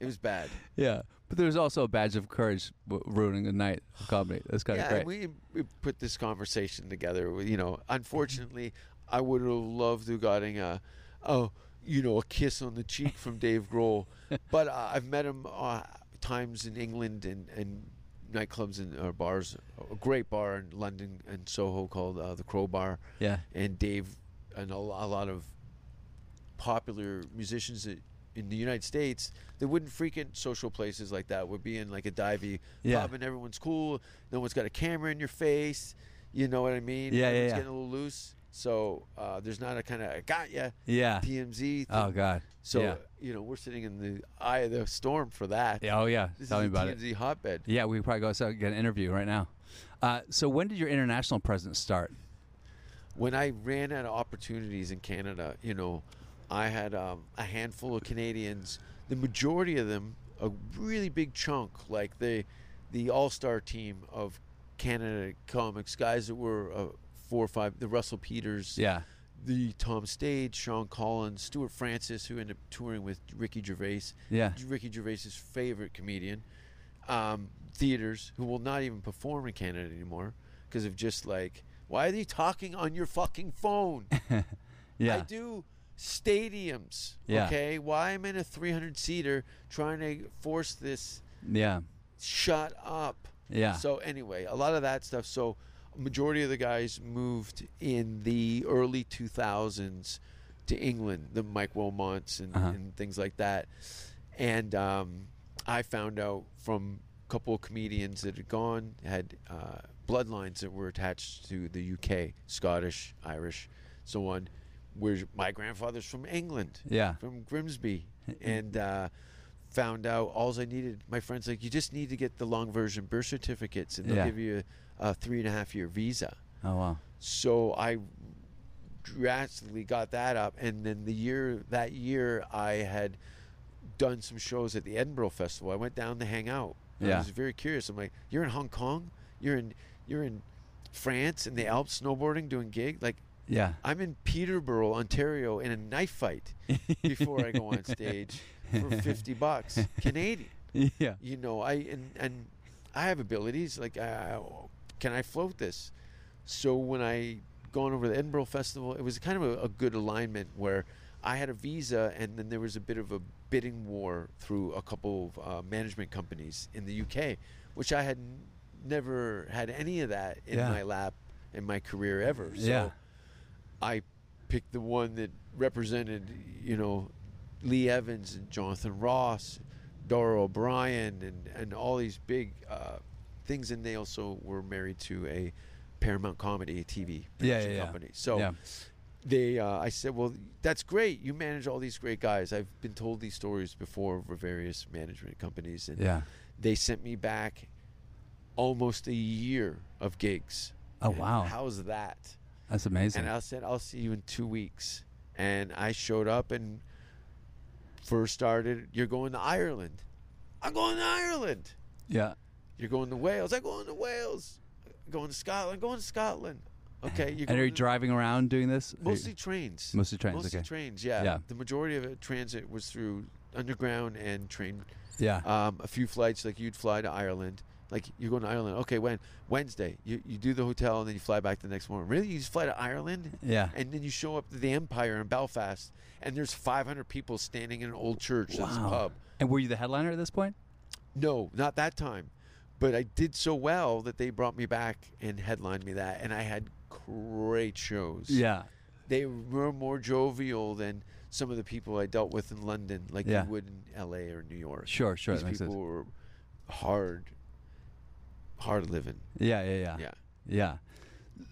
E: It was bad.
B: Yeah. But there's also a badge of courage w- ruining a night of comedy. That's kind of
E: Yeah, and
B: great.
E: we, we put this conversation together. You know, unfortunately, I would have loved to gotten a, oh, you know, a kiss on the cheek from Dave Grohl, but uh, I've met him uh, times in England and and nightclubs and uh, bars. A great bar in London and Soho called uh, the Crowbar.
B: Yeah.
E: and Dave and a, lo- a lot of popular musicians that. In the United States, they wouldn't frequent social places like that. Would be in like a divey
B: Yeah.
E: pub, and and everyone's cool. No one's got a camera in your face. You know what I mean?
B: Yeah, yeah,
E: Everyone's
B: yeah.
E: getting a little loose. So uh, there's not a kind of I got ya
B: Yeah.
E: TMZ. Thing.
B: oh God.
E: So
B: yeah.
E: you know we're sitting in the eye of the storm for that.
B: Yeah, oh yeah.
E: This
B: Tell
E: is
B: me
E: a
B: about it.
E: TMZ hotbed.
B: Yeah, we could probably go outside and get an interview right now. Uh, so when did your international presence start?
E: When I ran out of opportunities in Canada, you know, I had um, a handful of Canadians. The majority of them, a really big chunk, like the the all star team of Canada comics, guys that were uh, four or five, the Russell Peters,
B: Yeah.
E: the Tom Stage, Sean Collins, Stuart Francis, who ended up touring with Ricky Gervais.
B: Yeah.
E: Ricky Gervais's favorite comedian. Um, theaters who will not even perform in Canada anymore because of just like, why are they talking on your fucking phone?
B: Yeah.
E: I do stadiums.
B: Yeah.
E: Okay. Why I'm in a 300 seater trying to force this
B: Yeah.
E: shut up.
B: Yeah.
E: So anyway, a lot of that stuff. So majority of the guys moved in the early 2000s to England, the Mike Wilmots and, and things like that. And um, I found out from a couple of comedians that had gone had uh, bloodlines that were attached to the UK, Scottish, Irish, so on. Where my grandfather's from England
B: Yeah.
E: from Grimsby and uh, found out all I needed. My friend's like, you just need to get the long version birth certificates and they'll
B: Yeah.
E: give you a, a three and a half year visa.
B: Oh wow.
E: So I drastically got that up. And then the year, that year, I had done some shows at the Edinburgh Festival. I went down to hang out.
B: Yeah.
E: I was very curious. I'm like, you're in Hong Kong? You're in, you're in France in the Alps snowboarding doing gig? Like,
B: Yeah.
E: I'm in Peterborough, Ontario, in a knife fight before I go on stage for 50 bucks Canadian.
B: Yeah.
E: You know, I and and I have abilities. Like, I, I, can I float this? So when I gone over the Edinburgh Festival, it was kind of a, a good alignment where I had a visa, and then there was a bit of a bidding war through a couple of uh, management companies in the UK, which I had n- never had any of that in
B: Yeah.
E: my lap in my career ever. So
B: Yeah.
E: I picked the one that represented, you know, Lee Evans and Jonathan Ross, Dora O'Brien, and, and all these big uh, things, and they also were married to a Paramount Comedy TV production
B: yeah, yeah.
E: company. So
B: Yeah.
E: they, uh, I said, well, that's great. You manage all these great guys. I've been told these stories before for various management companies, and
B: Yeah.
E: they sent me back almost a year of gigs.
B: Oh,
E: And
B: wow.
E: How's that?
B: That's amazing.
E: And I said, I'll see you in two weeks. And I showed up and first started, you're going to Ireland. I'm going to Ireland.
B: yeah.
E: You're going to Wales. I'm going to Wales. Going to Scotland. Going to Scotland. Okay. You're
B: And
E: going
B: are you
E: to-
B: driving around doing this?
E: Mostly trains.
B: Mostly trains,
E: Mostly
B: okay.
E: trains, yeah.
B: Yeah.
E: The majority of it, transit was through underground and train.
B: Yeah.
E: Um, a few flights, like you'd fly to Ireland. Like you're going to Ireland. Okay, when? Wednesday. You, you do the hotel and then you fly back the next morning. Really? You just fly to Ireland?
B: Yeah.
E: And then you show up to the Empire in Belfast and there's 500 people standing in an old church that's a pub.
B: Oh. And were you the headliner at this point?
E: No, not that time. But I did so well that they brought me back and headlined me that. And I had great shows
B: Yeah.
E: they were more jovial than some of the people I dealt with in London, like
B: Yeah.
E: you would in L.A. or New York.
B: Sure, sure,
E: These
B: that makes
E: people
B: sense.
E: were hard, hard living.
B: Yeah. Yeah. Yeah.
E: Yeah.
B: Yeah.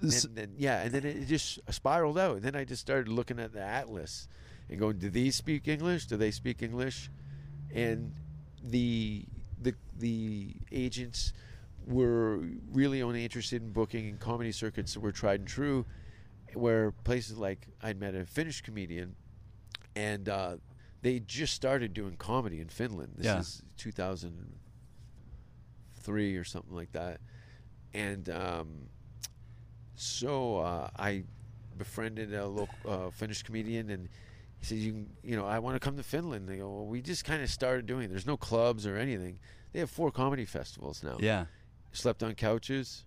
B: S-
E: And then yeah, and then it just spiraled out. And then I just started looking at the atlas and going, "Do these speak English? Do they speak English?" And the the the agents were really only interested in booking in comedy circuits that were tried and true, where places like I'd met a Finnish comedian, and uh, they just started doing comedy in Finland. This
B: Yeah.
E: is 2003 or something like that, and. Um, so uh, I befriended a local uh, Finnish comedian, and he said, "You, can- you know, I want to come to Finland." They go, "Well, we just kind of started doing. It. There's no clubs or anything. They have four comedy festivals now.
B: yeah.
E: slept on couches,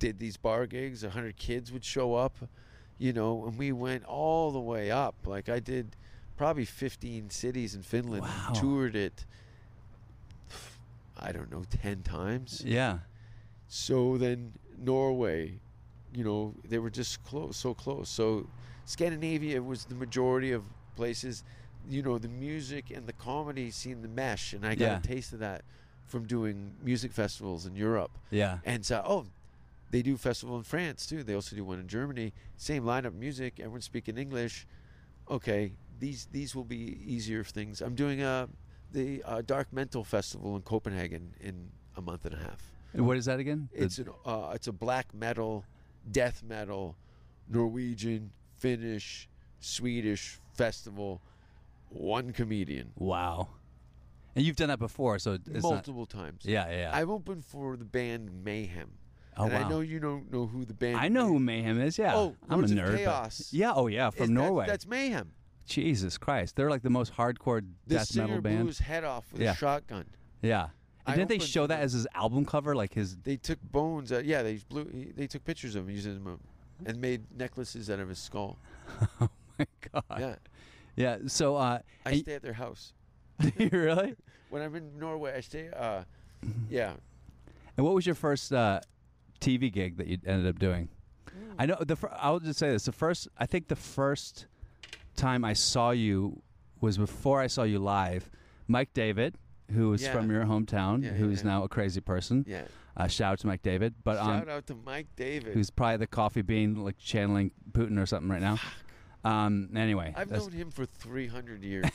E: did these bar gigs. A hundred kids would show up, you know, and we went all the way up. Like I did, probably 15 cities in Finland.
B: Wow.
E: Toured it. I don't know, 10 times.
B: Yeah.
E: So then Norway, you know, they were just close, so close. So Scandinavia was the majority of places. You know, the music and the comedy seemed to mesh, and I got
B: Yeah.
E: a taste of that from doing music festivals in Europe.
B: Yeah.
E: And so, oh, they do festival in France too. They also do one in Germany. Same lineup, music. Everyone's speaking English. Okay, these these will be easier things. I'm doing a the uh, Dark Mental Festival in Copenhagen in a month and a half.
B: And what is that again? The-
E: It's an uh, it's a black metal, death metal, Norwegian, Finnish, Swedish festival. One comedian,
B: wow. And you've done that before, so it's not.
E: multiple times.
B: Yeah. Yeah.
E: I've opened for the band Mayhem,
B: Oh,
E: and
B: wow.
E: I know you don't know who the band.
B: I know who Mayhem is. Yeah.
E: Oh,
B: I'm a
E: Lords of
B: nerd. but-
E: Chaos.
B: yeah. Oh, yeah.
E: is.
B: From
E: That-
B: Norway.
E: That's Mayhem.
B: Jesus Christ. They're like the most hardcore
E: The
B: death
E: singer
B: metal
E: blew
B: band.
E: his head off with
B: Yeah.
E: a shotgun.
B: Yeah. And
E: I
B: didn't they
E: opened
B: show
E: for
B: that
E: them.
B: as his album cover? Like his.
E: They took bones. Out, yeah, they blew. he- They took pictures of him using them, and made necklaces out of his skull.
B: Oh my God.
E: Yeah,
B: Yeah. So, uh,
E: I
B: and-
E: stay at their house
B: really?
E: when I'm in Norway. I stay. Uh,
B: Mm-hmm.
E: yeah,
B: And what was your first uh, TV gig that you ended up doing? I know the. Fir- I'll just say this: the first, I think, the first time I saw you was before I saw you live. Mike David, who is
E: Yeah.
B: from your hometown,
E: Yeah, yeah,
B: who's
E: yeah.
B: now a crazy person.
E: yeah.
B: Uh, shout out to Mike David, but um,
E: Shout out to Mike David.
B: who's probably the coffee bean, like channeling Putin or something right now. Um. Anyway,
E: I've
B: that's-
E: known him for 300 years.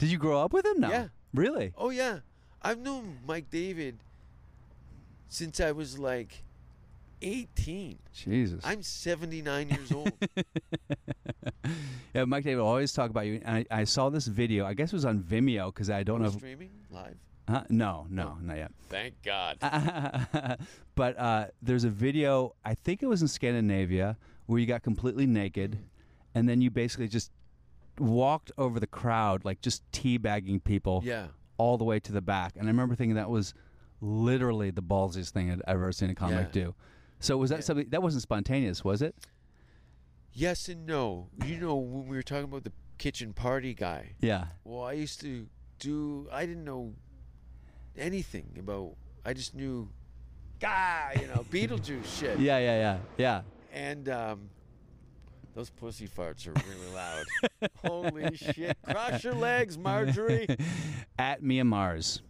B: did you grow up with him? No.
E: Yeah.
B: Really?
E: oh yeah, I've known Mike David since I was like 18.
B: Jesus.
E: I'm 79 years old.
B: yeah, Mike David always talk about you. And I, I saw this video. I guess it was on Vimeo because I don't know. If,
E: Streaming live.
B: Huh? No, no, not yet.
E: Thank God.
B: but uh, there's a video. I think it was in Scandinavia where you got completely naked, and then you basically just walked over the crowd, like just teabagging people,
E: Yeah.
B: all the way to the back. And I remember thinking that was literally the ballsiest thing I'd ever seen a comic
E: Yeah.
B: do. So was that something that wasn't spontaneous, was it?
E: Yes and no. You know when we were talking about the kitchen party guy.
B: Yeah,
E: Well, I used to do. I didn't know anything about. I just knew, guy, you know, Beetlejuice shit.
B: yeah, yeah, yeah, yeah.
E: And um, those pussy farts are really loud. Holy shit! Cross your legs, Marjorie.
B: At Mia Mars,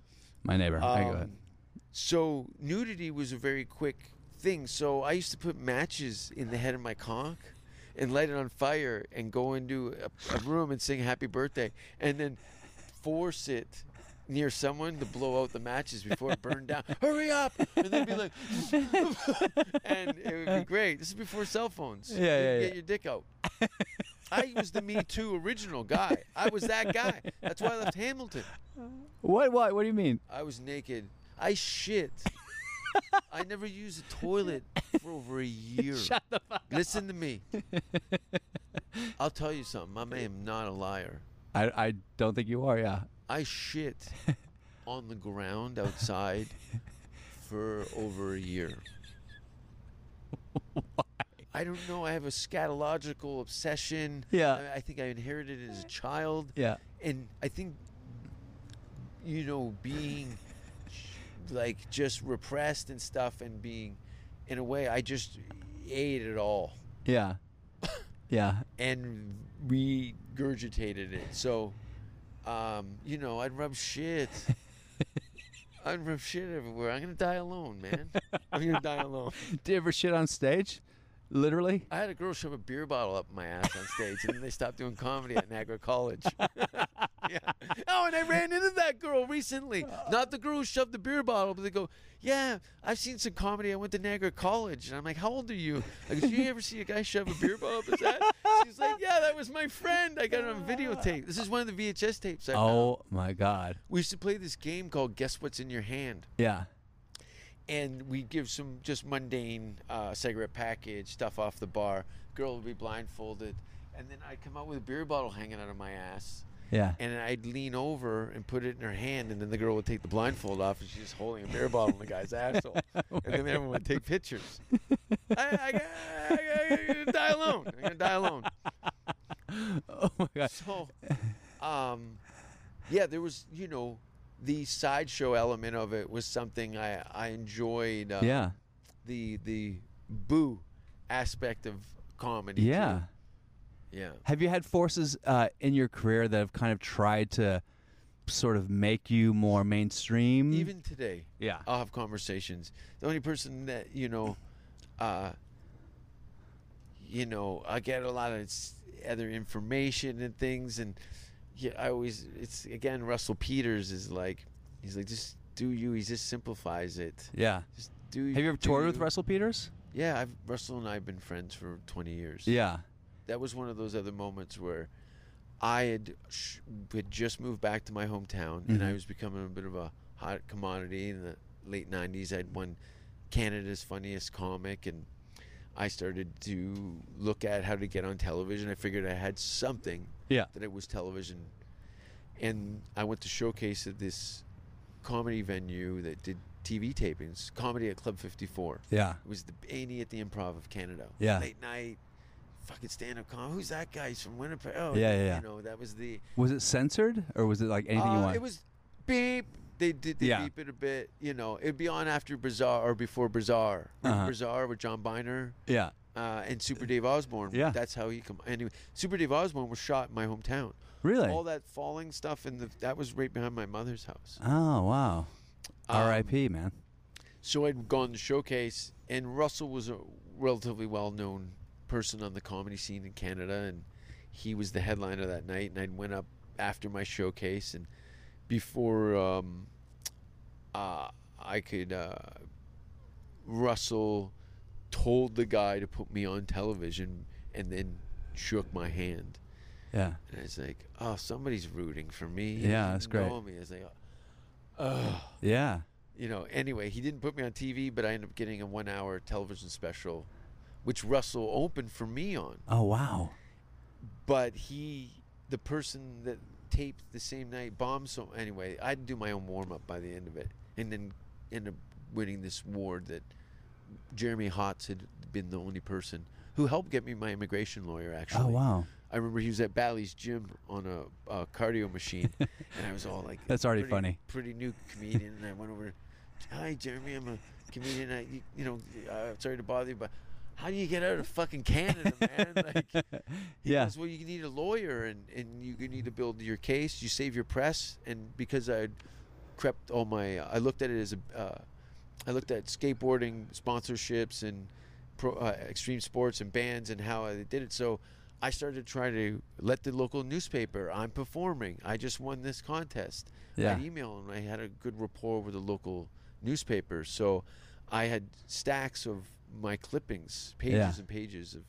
B: my neighbor. I go
E: Um,
B: ahead.
E: so nudity was a very quick thing. So I used to put matches in the head of my conch and light it on fire and go into a, a room and sing happy birthday and then force it near someone to blow out the matches before it burned down. Hurry up! And then be like and it would be great. This is before cell phones.
B: Yeah, yeah,
E: You'd
B: yeah.
E: Get your dick out. I was the Me Too original guy. I was that guy. That's why I left Hamilton.
B: What? What? What do you mean?
E: I was naked. I shit. I never used a toilet for over a year. Shut the fuck Listen to me. I'll tell you something. I am not a liar.
B: I, I don't think you are. Yeah.
E: I shit on the ground outside for over a year. I don't know. I have a scatological obsession.
B: Yeah.
E: I, I think I inherited it as a child.
B: Yeah.
E: And I think, you know, being like just repressed and stuff and being, in a way, I just ate it all
B: Yeah. Yeah.
E: and regurgitated it. So, um, you know, I'd rub shit. I'd rub shit everywhere. I'm gonna die alone, man. I'm gonna die alone.
B: Did you ever shit on stage? Literally.
E: I had a girl shove a beer bottle up my ass on stage, and then they stopped doing comedy at Niagara College. yeah. Oh, and I ran into that girl recently. Not the girl who shoved the beer bottle, but they go, "Yeah, I've seen some comedy. I went to Niagara College." And I'm like, "How old are you?" I go, "Do you ever see a guy shove a beer bottle up his ass?" She's like, "Yeah, that was my friend. I got it on videotape. This is one of the VHS tapes I found.
B: Oh my God.
E: We used to play this game called Guess What's in Your Hand."
B: Yeah.
E: and we give some just mundane uh, cigarette package stuff off the bar. Girl would be blindfolded, and then I'd come out with a beer bottle hanging out of my ass,
B: Yeah.
E: and I'd lean over and put it in her hand, and then the girl would take the blindfold off, and she's just holding a beer bottle in the guy's asshole, and then everyone would take pictures. I, I, I, am gonna die alone. I'm gonna die alone.
B: oh my God.
E: So, um, yeah, there was you know. The sideshow element of it was something I, I enjoyed. Uh,
B: Yeah.
E: the the boo aspect of comedy. too.
B: Yeah.
E: yeah.
B: Have you had forces uh, in your career that have kind of tried to sort of make you more mainstream?
E: Even today,
B: Yeah.
E: I'll have conversations. The only person that you know, uh, you know, I get a lot of s- other information and things, and yeah, I always it's again Russell Peters is like he's like just do you. He just simplifies it.
B: yeah.
E: Just do.
B: Have you ever
E: do
B: toured with Russell Peters?
E: Yeah, I've, Russell and I have been friends for twenty years.
B: Yeah.
E: that was one of those other moments where I had sh- had just moved back to my hometown and I was becoming a bit of a hot commodity in the late '90s. I'd won Canada's funniest comic, and I started to look at how to get on television. I figured I had something
B: Yeah.
E: that it was television, and I went to showcase at this comedy venue that did TV tapings, comedy at Club 54.
B: Yeah.
E: It was the A&E at the Improv of Canada.
B: Yeah.
E: Late night, fucking stand up comedy. Who's that guy? He's from Winnipeg. Oh,
B: Yeah, yeah, yeah.
E: You know, that was the.
B: Was it censored or was it like anything you
E: Uh,
B: want?
E: It was beep. They did they
B: Yeah.
E: beep it a bit. You know, it'd be on after Bazaar or before Bazaar. Remember
B: Uh-huh.
E: Bazaar with John Biner
B: yeah.
E: uh, and Super Dave Osborne.
B: Yeah.
E: That's how he come. Anyway, Super Dave Osborne was shot in my hometown.
B: Really?
E: All that falling stuff, and the, that was right behind my mother's house.
B: Oh wow. R.I.P. Man.
E: So I'd gone to showcase, and Russell was a relatively well-known person on the comedy scene in Canada, and he was the headliner that night. And I went up after my showcase, and before um, uh, I could, uh, Russell told the guy to put me on television, and then shook my hand.
B: Yeah.
E: And I was like, "Oh, somebody's rooting for me." He
B: Yeah,
E: doesn't
B: that's great.
E: know me. I was like,
B: Yeah.
E: you know, anyway, he didn't put me on TV, but I ended up getting a one hour television special, which Russell opened for me on.
B: Oh wow.
E: But he, the person that taped the same night, bombed so. Anyway, I'd do my own warm up by the end of it and then end up winning this award that Jeremy Hotz had been the only person who helped get me my immigration lawyer, actually.
B: Oh wow.
E: I remember he was at Bally's gym on a, a cardio machine, and I was all like,
B: That's already
E: pretty,
B: funny.
E: Pretty new comedian, and I went over. Hi, Jeremy. I'm a comedian. I, you, you know, uh, sorry to bother you, but how do you get out of fucking Canada, man? Like, he
B: Yeah.
E: goes, well, you need a lawyer, and and you need to build your case. You save your press, and because I crept all my, I looked at it as a. Uh, I looked at skateboarding sponsorships and pro, uh, extreme sports and bands and how they did it. So I started to try to let the local newspaper. I'm performing. I just won this contest.
B: Yeah.
E: I'd email and I had a good rapport with the local newspaper. So I had stacks of my clippings, pages
B: Yeah.
E: and pages of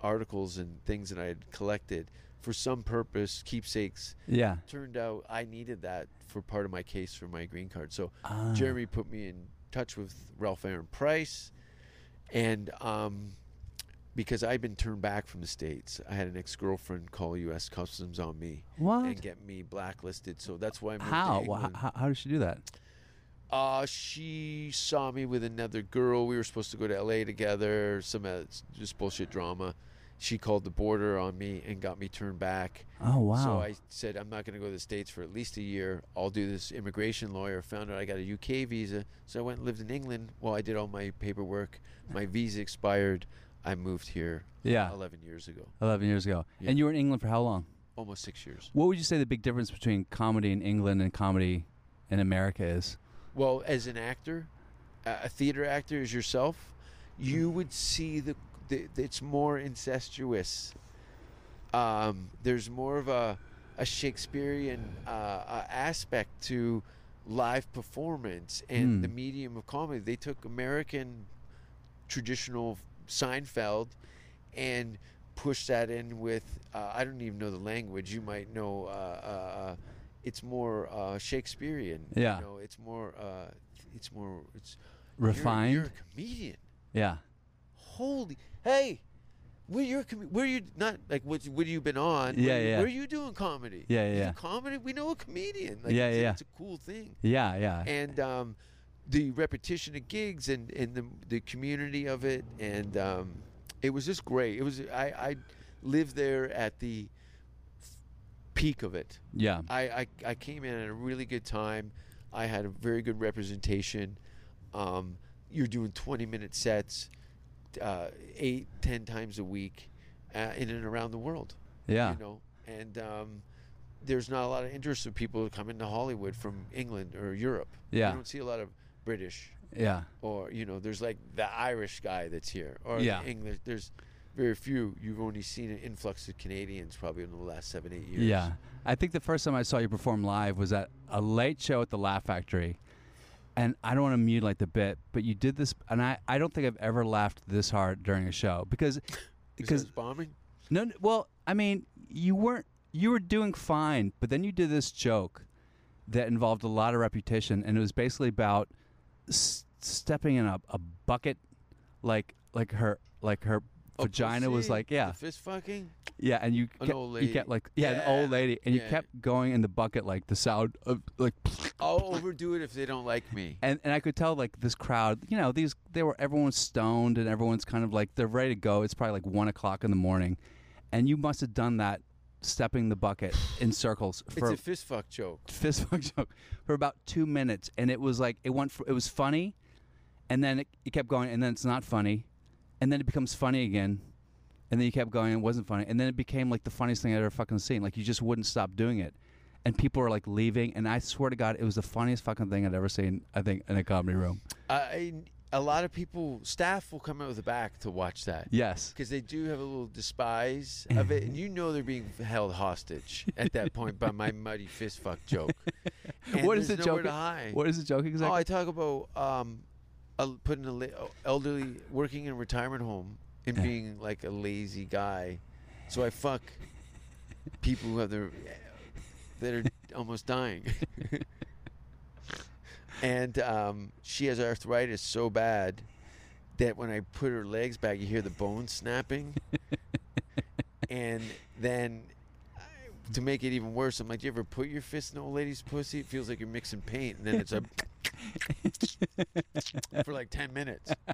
E: articles and things that I had collected for some purpose, keepsakes
B: Yeah.
E: turned out I needed that for part of my case for my green card. So
B: Ah.
E: Jeremy put me in touch with Ralph Aaron Price, and um, because I'd been turned back from the states, I had an ex girlfriend call U.S. Customs on me
B: What?
E: and get me blacklisted. So that's why I moved
B: How?
E: To
B: Wha-
E: England.
B: how? How did she do that?
E: Uh, she saw me with another girl. We were supposed to go to LA together. Some uh, just bullshit drama. She called the border on me and got me turned back.
B: Oh wow.
E: So I said, I'm not going to go to the States for at least a year. I'll do this immigration lawyer. Found out I got a UK visa. So I went and lived in England while I did all my paperwork. My visa expired. I moved here
B: Yeah.
E: 11 years ago,
B: Eleven years ago, and you were in England for how long?
E: almost six years.
B: What would you say the big difference between comedy in England and comedy in America is?
E: Well, as an actor, a a theater actor as yourself, you would see the, the it's more incestuous. Um, there's more of a a Shakespearean uh, uh, aspect to live performance and
B: Hmm.
E: the medium of comedy. They took American traditional Seinfeld and pushed that in with uh, I don't even know the language. You might know. Uh, uh, uh, it's more uh, Shakespearean.
B: Yeah.
E: You know, it's more. Uh, it's more. It's you're-
B: Refined.
E: You're, a comedian.
B: yeah.
E: Holy. Hey. Where you're com- where you not like what what you been on?
B: Yeah,
E: where, you-
B: yeah.
E: Where you doing comedy?
B: Yeah, yeah,
E: You do
B: yeah.
E: Comedy. We know a comedian. Like,
B: Yeah,
E: it's, a-
B: yeah.
E: It's a cool thing
B: Yeah. Yeah.
E: and um, the repetition of gigs and, and the, the community of it and um, it was just great it was I, I lived there at the peak of it
B: yeah.
E: I, I, I came in at a really good time I had a very good representation um, you're doing 20 minute sets uh, eight ten times a week uh, in and around the world
B: Yeah.
E: you know and um, there's not a lot of interest of people coming to hollywood from england or europe
B: Yeah.
E: you don't see a lot of british
B: yeah.
E: or you know there's like the irish guy that's here or
B: Yeah.
E: the english there's very few you've only seen an influx of canadians probably in the last seven eight years
B: Yeah. I think the first time I saw you perform live was at a late show at the Laugh Factory. And I don't want to mutilate the bit, but you did this, and I, I don't think I've ever laughed this hard during a show because,
E: because
B: because
E: bombing
B: no, n- well, I mean, you weren't, you were doing fine, but then you did this joke that involved a lot of reputation, and it was basically about s- stepping in a, a bucket, like like her like her
E: A
B: vagina was
E: pussy,
B: like yeah,
E: the fist fucking
B: yeah, and you
E: An
B: kept,
E: old
B: you
E: lady.
B: kept like yeah, an old
E: Yeah,
B: lady, and you
E: yeah.
B: kept going in the bucket like the sound of like,
E: i'll overdo it if they don't like me
B: and and I could tell like this crowd, you know, these they were everyone's stoned and everyone's kind of like they're ready to go. It's probably like one o'clock in the morning, and you must have done that stepping the bucket in circles
E: it's
B: for
E: a fist fuck joke
B: fist fuck joke for about two minutes, and it was like it went fr it was funny, and then it, it kept going, and then it's not funny, and then it becomes funny again, and then you kept going, and it wasn't funny, and then it became like the funniest thing I'd ever fucking seen. Like you just wouldn't stop doing it, and people were like leaving, and I swear to God, it was the funniest fucking thing I'd ever seen. I think in a comedy room.
E: I, a lot of people staff will come out of the back to watch that
B: Yes.
E: because they do have a little despise of it, and you know they're being held hostage at that point by my muddy fist fuck joke. And
B: what is the
E: there's
B: joke?
E: nowhere To hide.
B: What is the joke
E: Oh,
B: exactly?
E: I talk about um, a, putting a la- elderly working in a retirement home and being like a lazy guy. So I fuck people who have their that are almost dying. and um, she has arthritis so bad that when I put her legs back, you hear the bones snapping. and then I- to make it even worse, I'm like, "Do you ever put your fist in an old lady's pussy? It feels like you're mixing paint." And then it's a for like ten minutes.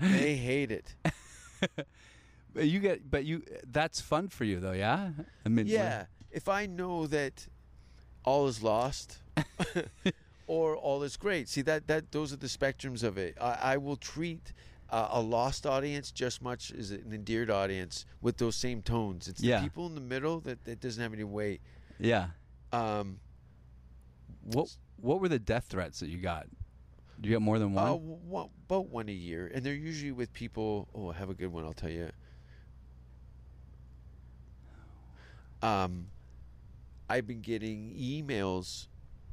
E: They hate it.
B: But you get, but you that's fun for you though, yeah. I mean, like-
E: Yeah. If I know that all is lost or all is great, see that that those are the spectrums of it. I, I will treat uh, a lost audience just much as an endeared audience with those same tones. It's
B: Yeah.
E: the people in the middle that that doesn't have any weight.
B: yeah.
E: Um,
B: What what were the death threats that you got? Do you get more than one?
E: Uh, one, about one a year, and they're usually with people. Oh, I have a good one. I'll tell you. Um, I've been getting emails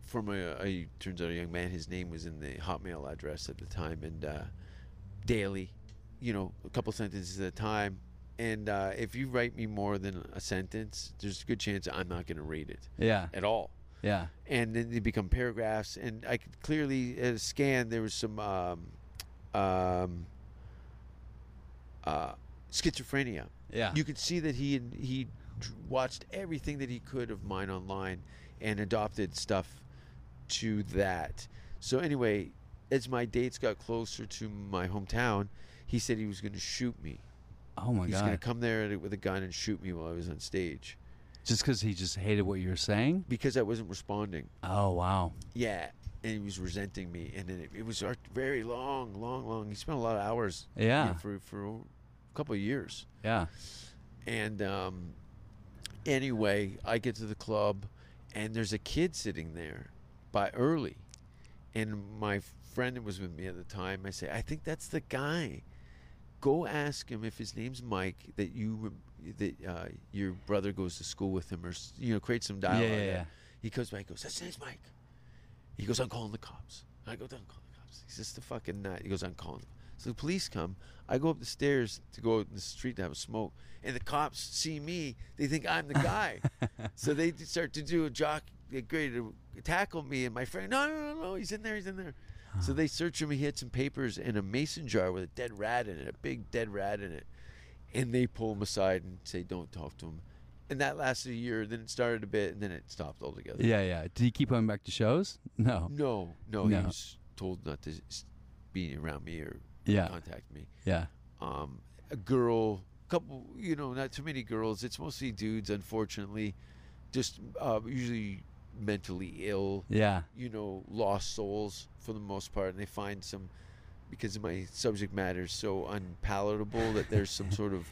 E: from a, a turns out a young man. His name was in the Hotmail address at the time, and uh, daily, you know, a couple sentences at a time. And uh, if you write me more than a sentence, there's a good chance I'm not going to read it
B: yeah.
E: at all
B: Yeah.
E: and then they become paragraphs. And I could clearly uh, scan there was some um, um, uh, schizophrenia.
B: Yeah.
E: You could see that he he tr- watched everything that he could of mine online and adopted stuff to that. So anyway, as my dates got closer to my hometown, he said he was going to shoot me.
B: oh my
E: He's going to
B: god.
E: come there with a gun and shoot me while I was on stage
B: Just because he just hated what you were saying.
E: because I wasn't responding.
B: Oh wow.
E: Yeah, and he was resenting me, and then it, it was a very long, long, long. He spent a lot of hours. you know,
B: Yeah.
E: for for a couple of years,
B: Yeah.
E: and um, anyway, I get to the club, and there's a kid sitting there by early, and my friend that was with me at the time. I say, I think that's the guy. Go ask him if his name's Mike. That you that uh, your brother goes to school with him, or s- you know, create some dialogue.
B: yeah,
E: there."
B: yeah.
E: He comes back. He goes, "That's his Mike." He goes, "I'm calling the cops." I go, "I'm calling the cops." He's just a fucking nut. He goes, "I'm calling." So the police come. I go up the stairs to go out in the street to have a smoke, and the cops see me. They think I'm the guy, so they just start to do a jock. They agree to tackle me, and my friend, "No, no, no, no! He's in there! He's in there!" So they search him. He had some papers and a mason jar with a dead rat in it, a big dead rat in it, and they pull him aside and say, "Don't talk to him." And that lasted a year. Then it started a bit, and then it stopped altogether.
B: Yeah. Yeah. Did he keep coming back to shows? No.
E: No, no,
B: No.
E: he was told not to s- be around me or
B: Yeah.
E: contact me.
B: Yeah.
E: Um, a girl, couple, you know, not too many girls. It's mostly dudes, unfortunately. Just uh, usually mentally ill,
B: Yeah.
E: you know, lost souls for the most part, and they find some because my subject matter is so unpalatable that there's some sort of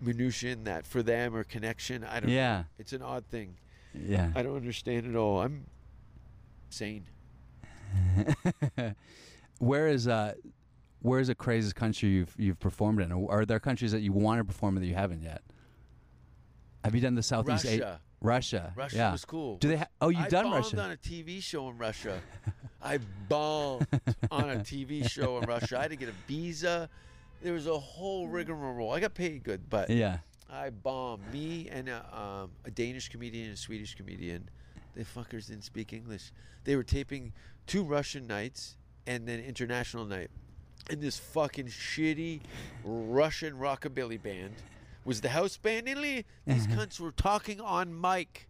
E: minutia in that for them or connection. I don't.
B: Yeah.
E: It's an odd thing.
B: Yeah.
E: I don't understand it all. I'm sane.
B: where is uh, where is the craziest country you've you've performed in? Are there countries that you want to perform in that you haven't yet? Have you done the Southeast A-
E: Russia.
B: Russia.
E: Russia
B: yeah.
E: was cool.
B: Do they? Ha- oh, you've
E: I
B: done
E: bombed
B: Russia.
E: on a TV show in Russia. I bombed on a TV show in Russia. I had to get a visa. There was a whole rigmarole. I got paid good, but
B: yeah.
E: I bombed. Me and a, um, a Danish comedian and a Swedish comedian. The fuckers didn't speak English. They were taping two Russian nights and then international night. And this fucking shitty Russian rockabilly band was the house band. Italy. These cunts were talking on mic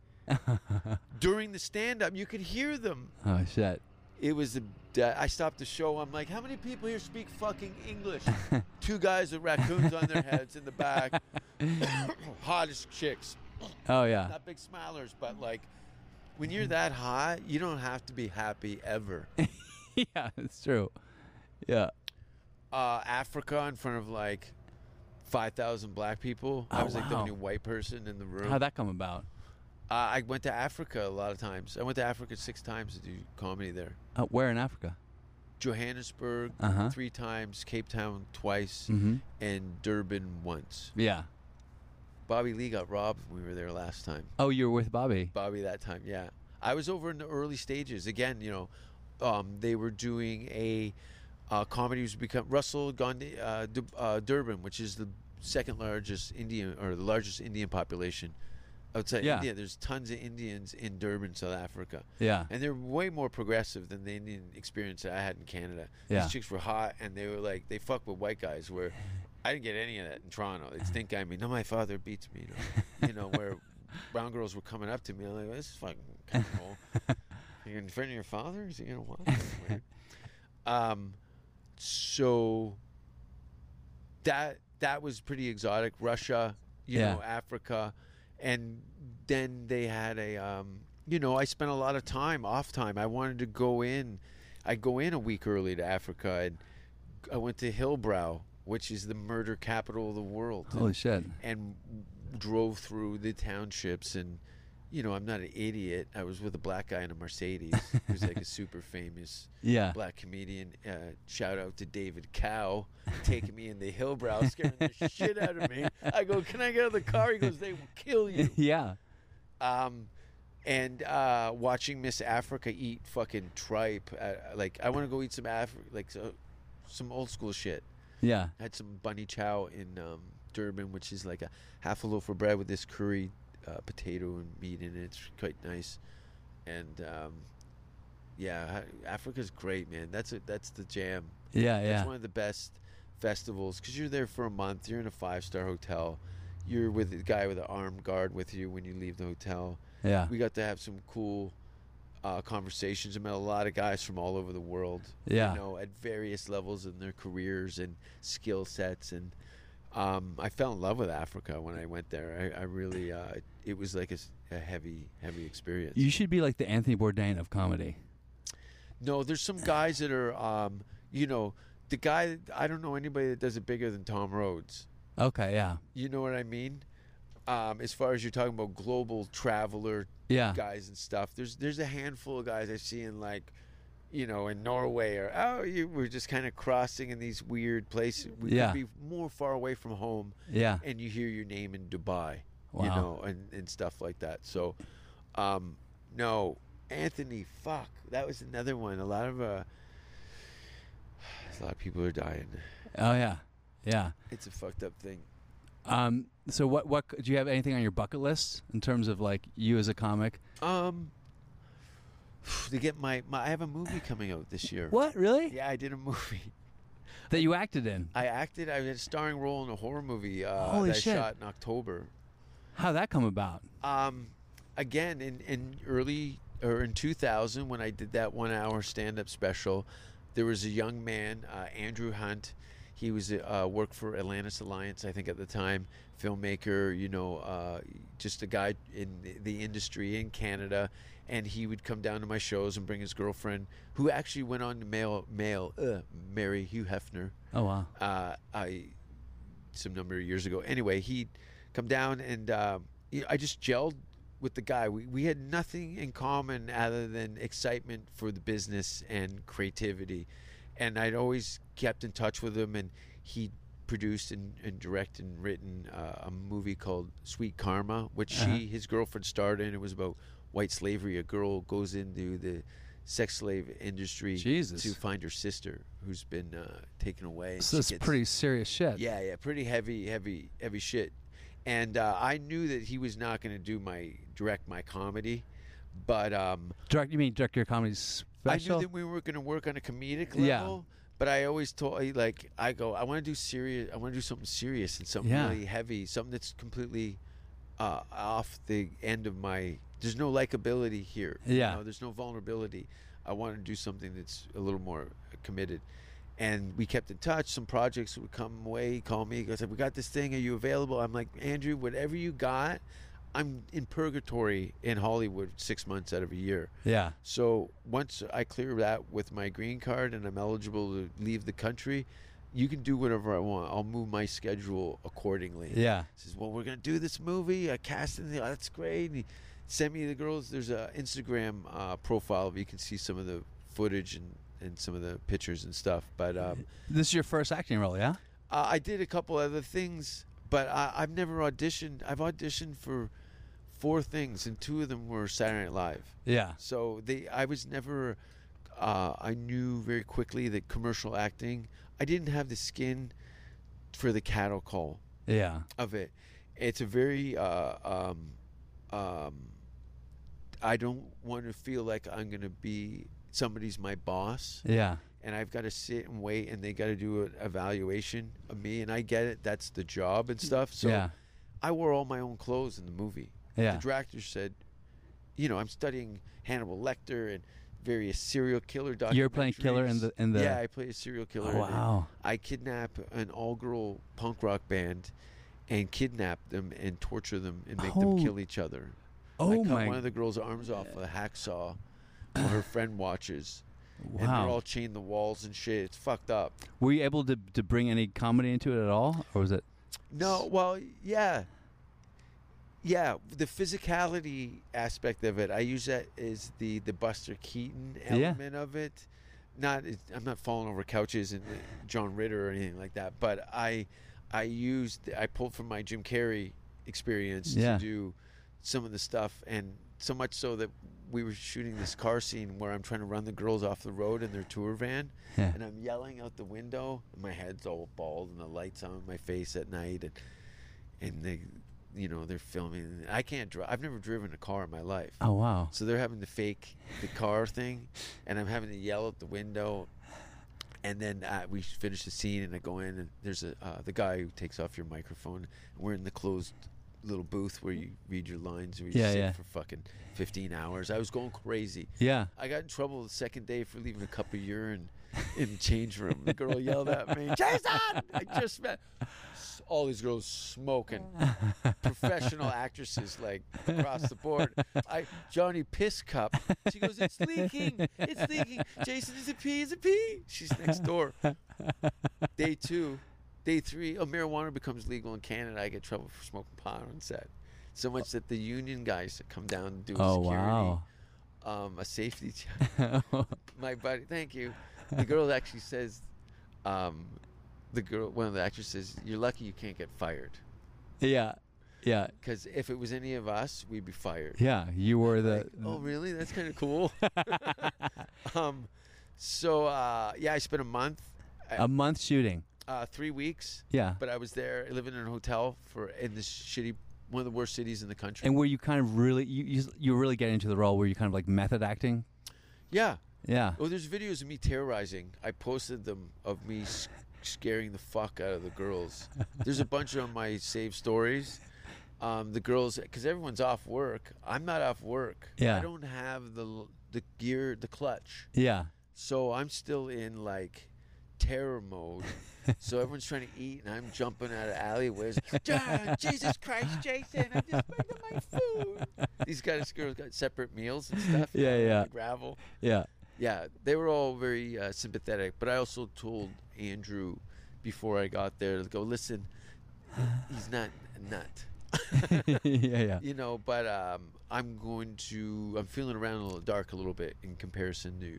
E: during the stand up. You could hear them.
B: Oh shit.
E: It was the. I stopped the show. I'm like, how many people here speak fucking English? Two guys with raccoons on their heads in the back, hottest chicks,
B: Oh yeah.
E: not big smilers, but like, when you're that hot, you don't have to be happy ever.
B: yeah, it's true. Yeah.
E: Uh, Africa in front of like five thousand black people. I
B: Oh,
E: was like the
B: wow.
E: only white person in the room.
B: How'd that come about?
E: uh, I went to Africa a lot of times. I went to Africa six times to do comedy there.
B: Uh, where in Africa?
E: Johannesburg
B: Uh-huh. Mm-hmm.
E: three times, Cape Town twice, and Durban once.
B: Yeah.
E: Bobby Lee got robbed when we were there last time.
B: Oh, you were with Bobby.
E: Bobby that time, yeah. I was over in the early stages. Again, you know, um, they were doing a uh, comedy was become Russell Gandhi uh, D- uh, Durban, which is the second largest Indian or the largest Indian population outside
B: Yeah.
E: India. There's tons of Indians in Durban, South Africa.
B: Yeah.
E: And they're way more progressive than the Indian experience that I had in Canada.
B: Yeah.
E: These chicks were hot and they were like, they fuck with white guys where I didn't get any of that in Toronto. They'd stink eye me. No, my father beats me. You know, you know where brown girls were coming up to me. I'm like, this is fucking kind of cool. You're in front of your father? Is he going to watch? That's weird. um, so that that was pretty exotic. Russia, you
B: Yeah.
E: know, Africa, and then they had a. Um, you know, I spent a lot of time off time. I wanted to go in. I go in a week early to Africa, and I went to Hillbrow, which is the murder capital of the world,
B: Holy shit.
E: and drove through the townships and. you know, I'm not an idiot. I was with a black guy in a Mercedes who's like a super famous
B: Yeah.
E: black comedian. Uh, shout out to David Cow taking me in the Hillbrow, scaring the shit out of me. I go, Can I get out of the car? He goes, They will kill you.
B: yeah.
E: Um, and uh, watching Miss Africa eat fucking tripe. Uh, like, I want to go eat some Afri- like so, some old school shit.
B: Yeah.
E: Had some bunny chow in um, Durban, which is like a half a loaf of bread with this curry uh, potato and meat in it. It's quite nice. And um, yeah, Ha- Africa's great, man. That's a, that's the jam.
B: Yeah.
E: It's
B: Yeah.
E: one of the best festivals because you're there for a month. You're in a five star hotel. You're with the guy with an armed guard with you when you leave the hotel.
B: Yeah.
E: We got to have some cool uh, conversations. I met a lot of guys from all over the world.
B: Yeah.
E: You know, at various levels in their careers and skill sets. And um, I fell in love with Africa when I went there. I, I really, uh, it was like a, s- a heavy, heavy experience.
B: You should be like the Anthony Bourdain of comedy.
E: No, there's some guys that are, um, you know, the guy. I don't know anybody that does it bigger than Tom Rhodes.
B: Okay. Yeah.
E: You know what I mean? Um, as far as you're talking about global traveler
B: Yeah.
E: guys and stuff, there's there's a handful of guys I see in like, you know, in Norway or oh, you, we're just kind of crossing in these weird places. We
B: Yeah.
E: could be more far away from home,
B: Yeah.
E: and you hear your name in Dubai, you
B: Wow.
E: know, and, and stuff like that. So, um, no, Anthony, fuck, that was another one. A lot of uh, a lot of people are dying.
B: Oh yeah. Yeah.
E: It's a fucked up thing.
B: Um, so what what do you have anything on your bucket list in terms of like you as a comic?
E: Um, to get my, my I have a movie coming out this year.
B: What really?
E: Yeah, I did a movie.
B: That you acted in?
E: I acted. I had a starring role in a horror movie uh,
B: Holy
E: that
B: shit.
E: I shot in October.
B: How that come about?
E: Um, again, in, in early or in 2000, when I did that one hour stand up special, there was a young man, uh, Andrew Hunt. He was uh, worked for Atlantis Alliance, I think, at the time. Filmmaker, you know, uh, just a guy in the- the industry in Canada, and he would come down to my shows and bring his girlfriend, who actually went on to mail, mail, uh, marry Hugh Hefner
B: Oh wow.
E: uh, I some number of years ago. Anyway, he'd come down and um, you- I just gelled with the guy. We, we had nothing in common other than excitement for the business and creativity. And I'd always kept in touch with him, and he produced and, and directed and written uh, a movie called Sweet Karma, which she, his girlfriend, starred in. It was about white slavery. A girl goes into the sex slave industry
B: Jesus.
E: to find her sister who's been uh, taken away. and
B: So that's
E: she gets-
B: pretty serious shit.
E: yeah, yeah, pretty heavy, heavy, heavy shit. And uh, I knew that he was not going to do my direct my comedy, but um,
B: Direct you mean direct your comedy
E: I
B: special?
E: knew that we were going to work on a comedic
B: Yeah.
E: level. But I always told like I go, I want to do serious. I want to do something serious and something
B: Yeah.
E: really heavy, something that's completely uh, off the end of my. There's no likability here. you
B: Yeah.
E: know, there's no vulnerability. I want to do something that's a little more committed. And we kept in touch. Some projects would come away, call me, go, "We got this thing. Are you available?" I'm like, Andrew, whatever you got. I'm in purgatory in Hollywood six months out of a year.
B: yeah.
E: So once I clear that with my green card and I'm eligible to leave the country, you can do whatever I want. I'll move my schedule accordingly.
B: Yeah.
E: Says, well, we're gonna do this movie. I cast it. Oh, that's great. And he sent me the girls. There's a Instagram uh, profile. where You can see some of the footage and, and some of the pictures and stuff. But um,
B: This is your first acting role, yeah?
E: uh, I did a couple other things, but I, I've never auditioned. I've auditioned for four things, and two of them were Saturday Night Live.
B: Yeah.
E: So they, I was never. Uh, I knew very quickly that commercial acting. I didn't have the skin for the cattle call
B: Yeah.
E: of it. It's a very. Uh, um, um, I don't want to feel like I'm going to be somebody's my boss
B: Yeah.
E: and I've got to sit and wait, and they got to do an evaluation of me. And I get it; that's the job and stuff. So,
B: Yeah.
E: I wore all my own clothes in the movie.
B: Yeah.
E: The director said, "You know, I'm studying Hannibal Lecter and various serial killer documentaries."
B: You're playing killer in the- in the- Oh,
E: yeah, I play a serial killer. in it.
B: wow.
E: I kidnap an all-girl punk rock band and kidnap them and torture them and make
B: Oh.
E: them kill each other. I
B: Oh
E: cut
B: my
E: one of the girl's arms off with a hacksaw while her friend watches. And
B: Wow.
E: they're all chained to walls and shit. It's fucked up.
B: Were you able to to bring any comedy into it at all? Or was it
E: No, well, yeah. yeah, the physicality aspect of it, I use that as the the Buster Keaton
B: Yeah.
E: element of it. Not, it- I'm not falling over couches and uh, John Ritter or anything like that, but I, I used, I pulled from my Jim Carrey experience
B: Yeah.
E: to do some of the stuff, and so much so that we were shooting this car scene where I'm trying to run the girls off the road in their tour van,
B: Yeah.
E: and I'm yelling out the window. and My head's all bald, and the lights on my face at night, and and they you know they're filming i can't drive i've never driven a car in my life
B: Oh wow.
E: so they're having to fake the car thing and i'm having to yell out the window and then uh, we finish the scene and i go in and there's a uh, the guy who takes off your microphone we're in the closed little booth where you read your lines where you
B: Yeah,
E: sit
B: yeah.
E: for fucking 15 hours i was going crazy
B: Yeah.
E: I got in trouble the second day for leaving a cup of urine in the change room. The girl yelled at me, Jason! I just met S- all these girls smoking, professional actresses like across the board. I Johnny piss cup. She goes, it's leaking, it's leaking. Jason is a pee, is a pee. She's next door. Day two, day three, oh, marijuana becomes legal in Canada. I get in trouble for smoking pot on set. So much that the union guys that come down and do
B: Oh
E: security
B: wow.
E: um, a safety check. My buddy, thank you. The girl actually says, um, the girl, one of the actresses, you're lucky you can't get fired.
B: Yeah. Yeah.
E: Because if it was any of us, we'd be fired.
B: Yeah. You were the.
E: Like, oh, really? That's kind of cool. um, so, uh, yeah, I spent a month,
B: a month shooting.
E: uh, three weeks.
B: Yeah.
E: But I was there living in a hotel for in this shitty, one of the worst cities in the country.
B: And were you kind of really you you you were really getting into the role? Were you kind of like method acting?
E: yeah.
B: Yeah.
E: Oh, there's videos of me terrorizing. I posted them of me s- scaring the fuck out of the girls. There's a bunch on my save stories. Um, the girls, because everyone's off work. I'm not off work.
B: Yeah.
E: I don't have the l- the gear, the clutch.
B: Yeah.
E: So I'm still in like terror mode. so everyone's trying to eat, and I'm jumping out of alleyways. John, Jesus Christ, Jason! I'm just making my food. These guys, girls got separate meals and stuff. you
B: Yeah,
E: know,
B: yeah.
E: the gravel.
B: Yeah.
E: Yeah, they were all very uh, sympathetic. But I also told Andrew before I got there to go listen. He's not a nut,
B: yeah. Yeah.
E: you know. But um, I'm going to. I'm feeling around in the dark a little bit in comparison to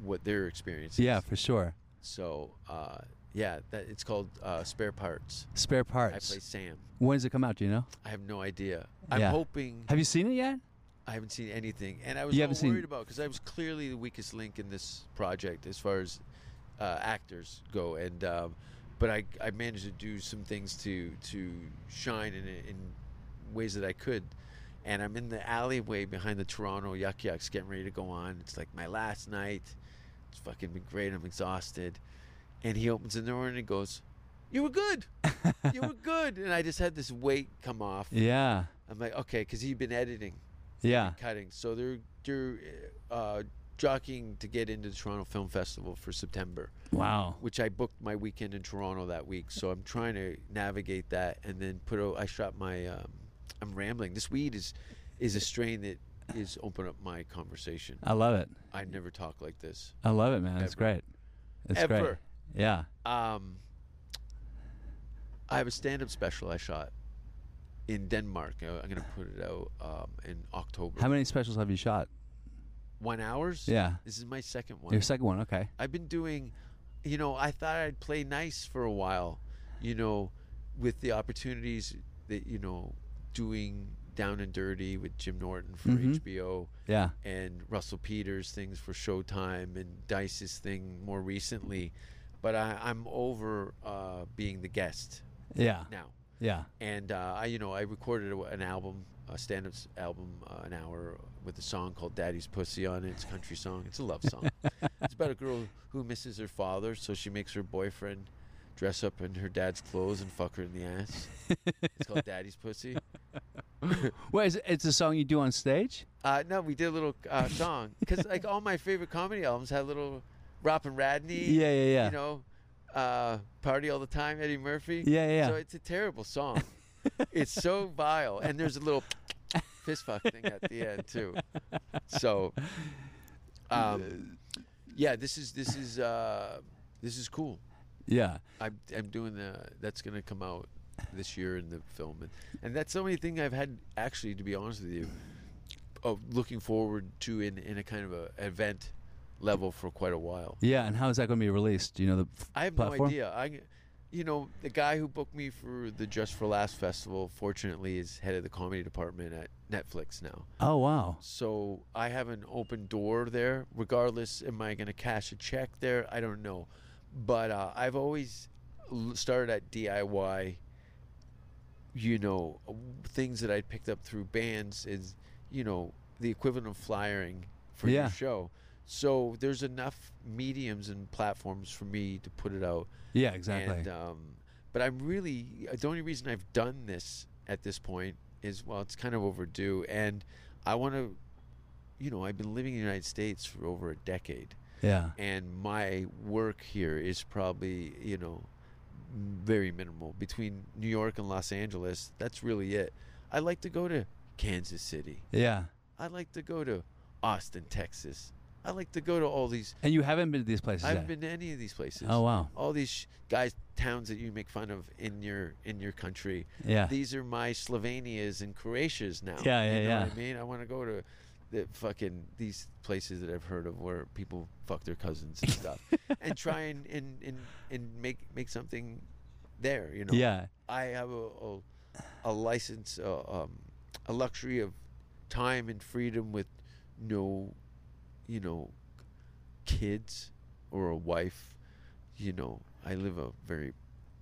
E: what their experience. is.
B: Yeah. For sure.
E: So uh, yeah, that it's called uh, spare parts.
B: Spare
E: I
B: parts.
E: play Sam.
B: When does it come out? Do you know?
E: I have no idea. I'm
B: Yeah.
E: hoping.
B: Have you seen it yet?
E: I haven't seen anything, and I was
B: You
E: all
B: haven't
E: worried
B: seen-
E: about because I was clearly the weakest link in this project as far as uh, actors go. And um, but I, I managed to do some things to to shine in in ways that I could. And I'm in the alleyway behind the Toronto Yuck Yucks, getting ready to go on. It's like my last night. It's fucking been great. I'm exhausted. And he opens the door and he goes, "You were good. you were good." And I just had this weight come off.
B: Yeah.
E: I'm like, okay, because he'd been editing
B: Yeah.
E: cutting. So they're they're uh, jockeying to get into the Toronto Film Festival for September,
B: Wow.
E: which I booked my weekend in Toronto that week. So I'm trying to navigate that and then put. A, I shot my. Um, I'm rambling. This weed is is a strain that is open up my conversation.
B: I love it.
E: I never talk like this.
B: I love it, man. It's great. It's great.
E: Ever.
B: Yeah.
E: Um, I have a stand-up special I shot in Denmark. I- I'm gonna put it out um, in October.
B: How many specials have you shot?
E: One hours.
B: Yeah.
E: This is my second one.
B: Your second one, okay.
E: I've been doing, you know, I thought I'd play nice for a while, you know, with the opportunities that, you know, doing Down and Dirty with Jim Norton for HBO
B: Yeah.
E: and Russell Peters things for Showtime and Dice's thing more recently. But I, I'm over uh, being the guest
B: Yeah.
E: now
B: Yeah.
E: and uh, I, you know, I recorded a, an album, a stand-up s- album, uh, an hour with a song called "Daddy's Pussy" on it. It's a country song. It's a love song. it's about a girl who misses her father, so she makes her boyfriend dress up in her dad's clothes and fuck her in the ass. it's called "Daddy's Pussy."
B: Wait, is it, it's a song you do on stage?
E: Uh, no, we did a little uh, song because like all my favorite comedy albums had little Rop and Radney.
B: Yeah, yeah, yeah.
E: You know, uh, party all the time, Eddie Murphy.
B: Yeah, yeah, yeah.
E: So it's a terrible song. it's so vile, and there's a little fist fuck thing at the end too. So, um, yeah, this is this is uh, this is cool.
B: Yeah.
E: I'm I'm doing the that's gonna come out this year in the film, and, and that's the only thing I've had actually, to be honest with you, of looking forward to in in a kind of a event level for quite a while.
B: Yeah, and how is that going to be released? Do you know the f-
E: I have no
B: platform?
E: idea. I, you know, the guy who booked me for the Just for Last festival, fortunately, is head of the comedy department at Netflix now.
B: Oh wow.
E: So I have an open door there. Regardless, am I going to cash a check there? I don't know. But uh, I've always l- started at DIY. You know, things that I picked up through bands is, you know, the equivalent of flyering for
B: Yeah.
E: your show. So there's enough mediums and platforms for me to put it out.
B: Yeah, exactly.
E: And, um, but I'm really uh, the only reason I've done this at this point is well, it's kind of overdue, and I want to, you know, I've been living in the United States for over a decade,
B: yeah.
E: and my work here is probably you know m- very minimal between New York and Los Angeles. That's really it. I like to go to Kansas City.
B: Yeah.
E: I like to go to Austin, Texas. I like to go to all these
B: And you haven't been to these places
E: I
B: yet?
E: haven't been to any of these places.
B: Oh, wow.
E: All these sh- guys, towns that you make fun of in your in your country.
B: Yeah.
E: These are my Slovenias and Croatias now.
B: Yeah, yeah,
E: you know What
B: yeah.
E: I mean, I want to go to the fucking these places that I've heard of where people fuck their cousins and stuff, and try and and, and and make make something there. You know.
B: Yeah.
E: I have a a, a license, uh, um, a luxury of time and freedom with no, you know, kids or a wife. You know, I live a very.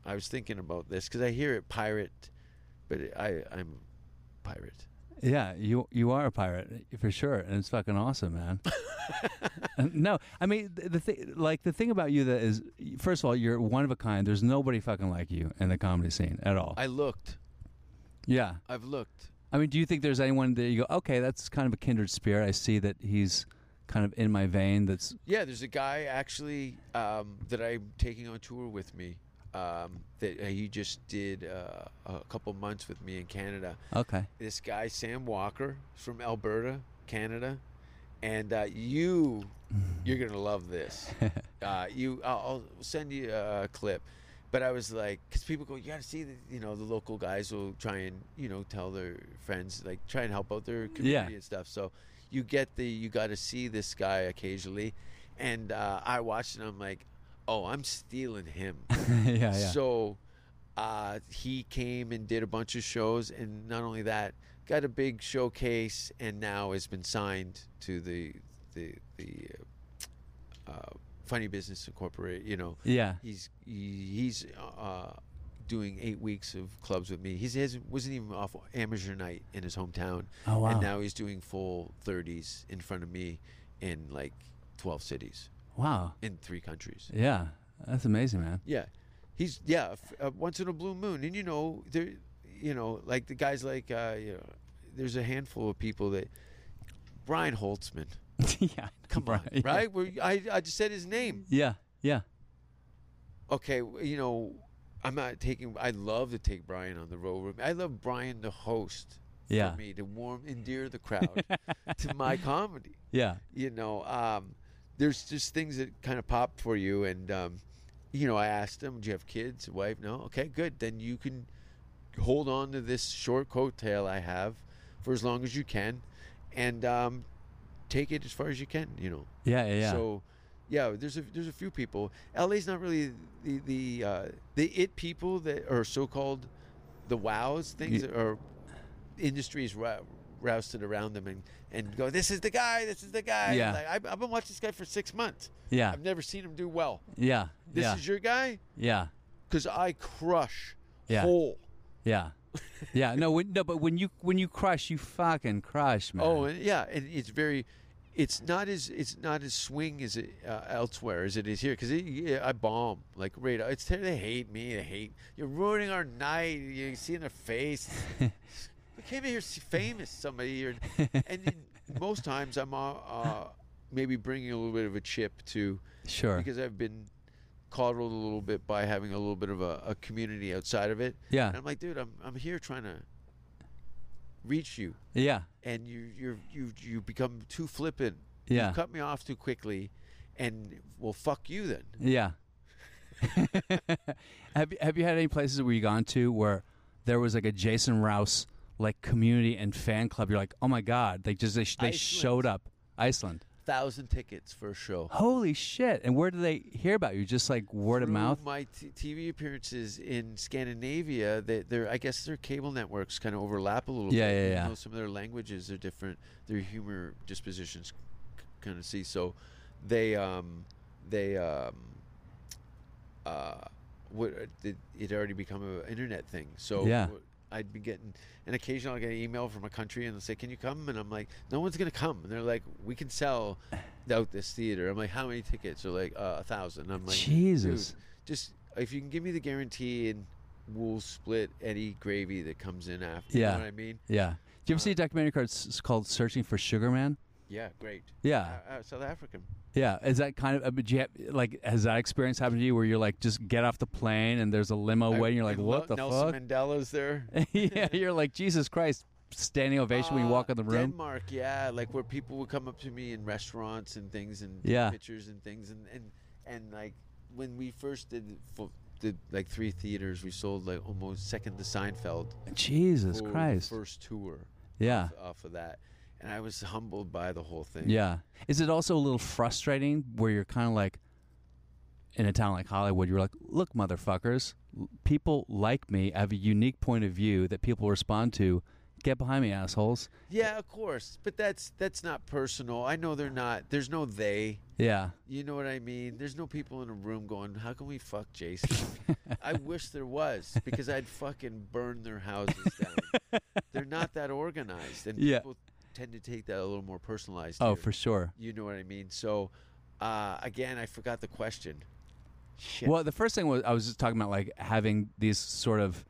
E: I was thinking about this because I hear it pirate, but it, I I'm pirate.
B: Yeah, you you are a pirate for sure, and it's fucking awesome, man. no, I mean th- the thing, like the thing about you that is, first of all, you're one of a kind. There's nobody fucking like you in the comedy scene at all.
E: I looked.
B: yeah,
E: I've looked.
B: I mean, do you think there's anyone that you go, okay, that's kind of a kindred spirit? I see that he's kind of in my vein. That's
E: Yeah, there's a guy actually um, that I'm taking on tour with me. Um, that uh, he just did uh, a couple months with me in Canada.
B: okay.
E: this guy Sam Walker from Alberta, Canada, and uh, you you're gonna love this. uh, you, I'll, I'll send you a clip. But I was like, because people go, you gotta see the, you know, the local guys will try and you know tell their friends like try and help out their community
B: Yeah.
E: and stuff. So you get the you got to see this guy occasionally, and uh, I watched and I'm like, oh, I'm stealing him.
B: yeah, yeah.
E: So uh, he came and did a bunch of shows, and not only that, got a big showcase, and now has been signed to the the the uh, uh, Funny Business Incorporated. You know,
B: yeah.
E: he's he, he's uh, doing eight weeks of clubs with me. He's he hasn't- wasn't even off amateur night in his hometown,
B: Oh, wow.
E: and now he's doing full thirties in front of me in like twelve cities
B: Wow.
E: in three countries.
B: Yeah, that's amazing, man.
E: Yeah, he's yeah. f- Uh, once in a blue moon, and you know there, you know like the guys like uh, you know, there's a handful of people that Brian Holtzman.
B: yeah.
E: Come on,
B: Yeah.
E: right? Where I I just said his name.
B: Yeah. Yeah.
E: Okay, w- you know I'm not taking. I love to take Brian on the road. with me. I love Brian the host.
B: Yeah.
E: For me to warm endear the crowd to my comedy
B: Yeah.
E: you know, um, there's just things that kind of pop for you. And, um, you know, I asked him, do you have kids, a wife? No? Okay, good. Then you can hold on to this short coattail I have for as long as you can and um, take it as far as you can, you know.
B: Yeah. Yeah. Yeah.
E: So, yeah, there's a there's a few people. LA's not really the the uh, the it people that are so-called the wows things
B: Ye-
E: that are industries rou- rousted around them and and go this is the guy this is the guy
B: Yeah.
E: like, I've, I've been watching this guy for six months
B: yeah.
E: I've never seen him do well
B: Yeah.
E: this
B: yeah.
E: is your guy
B: yeah.
E: because I crush
B: Yeah.
E: whole
B: Yeah. Yeah. No, when, no, but when you when you crush, you fucking crush, man.
E: Oh, and, yeah, and it's very. It's not as it's not as swing as it uh, elsewhere as it is here because yeah, I bomb like right. It's they hate me. They hate you're ruining our night. You see in their face. we came here to see famous somebody, or, and then most times I'm uh, uh, maybe bringing a little bit of a chip to
B: sure.
E: because I've been coddled a little bit by having a little bit of a, a community outside of it.
B: Yeah.
E: and I'm like, dude, I'm I'm here trying to reach you
B: yeah.
E: and you you you you become too flippant.
B: Yeah.
E: You cut me off too quickly, and well, fuck you then.
B: Yeah. have you- Have you had any places where you gone to where there was like a Jason Rouse like community and fan club. You're like, oh my god, like just they, sh- they
E: Iceland.
B: showed up, Iceland.
E: thousand tickets for a show.
B: Holy shit! And where do they hear about you? Just like word of
E: Through
B: mouth.
E: My t- TV appearances in Scandinavia, they, they're I guess their cable networks kind of overlap a little
B: Yeah,
E: bit.
B: yeah,
E: even
B: yeah.
E: though some of their languages are different, their humor dispositions kind of see. So they um, they um, uh, what it, it already become an internet thing. So
B: Yeah.
E: w- I'd be getting, and occasionally I'll get an email from a country and they'll say, Can you come? And I'm like, No one's going to come. And they're like, We can sell out this theater. I'm like, How many tickets? They're like, uh, A thousand. I'm like, "Dude,
B: Jesus.
E: Just if you can give me the guarantee and we'll split any gravy that comes in after.
B: Yeah.
E: You know what I mean?
B: Yeah. Do you ever see a documentary called it's called "Searching for Sugar Man"?
E: Yeah, great.
B: Yeah,
E: Uh, uh, South African.
B: yeah. Is that kind of I mean, do you have, like has that experience happened to you where you're like just get off the plane and there's a limo waiting? You're like,
E: I
B: what
E: love
B: the
E: Nelson
B: fuck?
E: Mandela's there.
B: yeah, you're like Jesus Christ, standing ovation when you
E: Uh,
B: walk in the room.
E: Denmark, yeah, like where people would come up to me in restaurants and things and take
B: Yeah.
E: pictures and things and and and like when we first did fu- did like three theaters, we sold like almost second to Seinfeld.
B: Jesus
E: for the
B: Christ. Uh.
E: First tour
B: Yeah.
E: off of that, and I was humbled by the whole thing.
B: Yeah. Is it also a little frustrating where you're kind of like in a town like Hollywood, you're like, look, motherfuckers, l- people like me have a unique point of view that people respond to. Get behind me, assholes.
E: yeah, of course, but that's that's not personal. I know they're not. There's no they.
B: Yeah.
E: You know what I mean? There's no people in a room going, "How can we fuck Jason?" I wish there was because I'd fucking burn their houses down. They're not that organized, and
B: Yeah.
E: people tend to take that a little more personalized.
B: Oh,
E: too.
B: for sure.
E: You know what I mean? So, uh, again, I forgot the question. Shit.
B: Well, the first thing was I was just talking about like having these sort of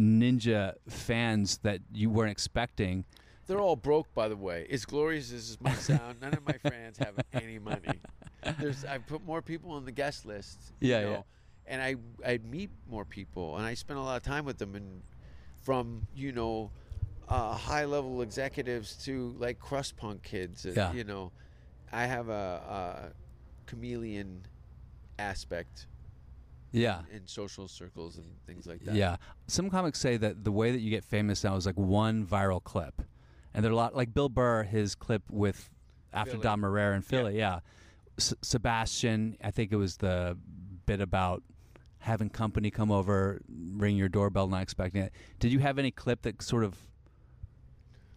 B: ninja fans that you weren't expecting.
E: They're all broke, by the way. As glorious as this might sound, none of my friends have any money. There's, I put more people on the guest list. you
B: Yeah,
E: know,
B: yeah.
E: And I, I meet more people, and I spend a lot of time with them, and from you know, uh, high level executives to like crust punk kids. and,
B: Yeah.
E: You know, I have a, a chameleon aspect
B: Yeah.
E: in social circles and things like that.
B: Yeah. Some comics say that the way that you get famous now is like one viral clip. And they're a lot like Bill Burr, his clip with after
E: Philly.
B: Don Marrera in Philly. Yeah. S- Sebastian, I think it was the bit about having company come over, ring your doorbell, not expecting it. Did you have any clip that sort of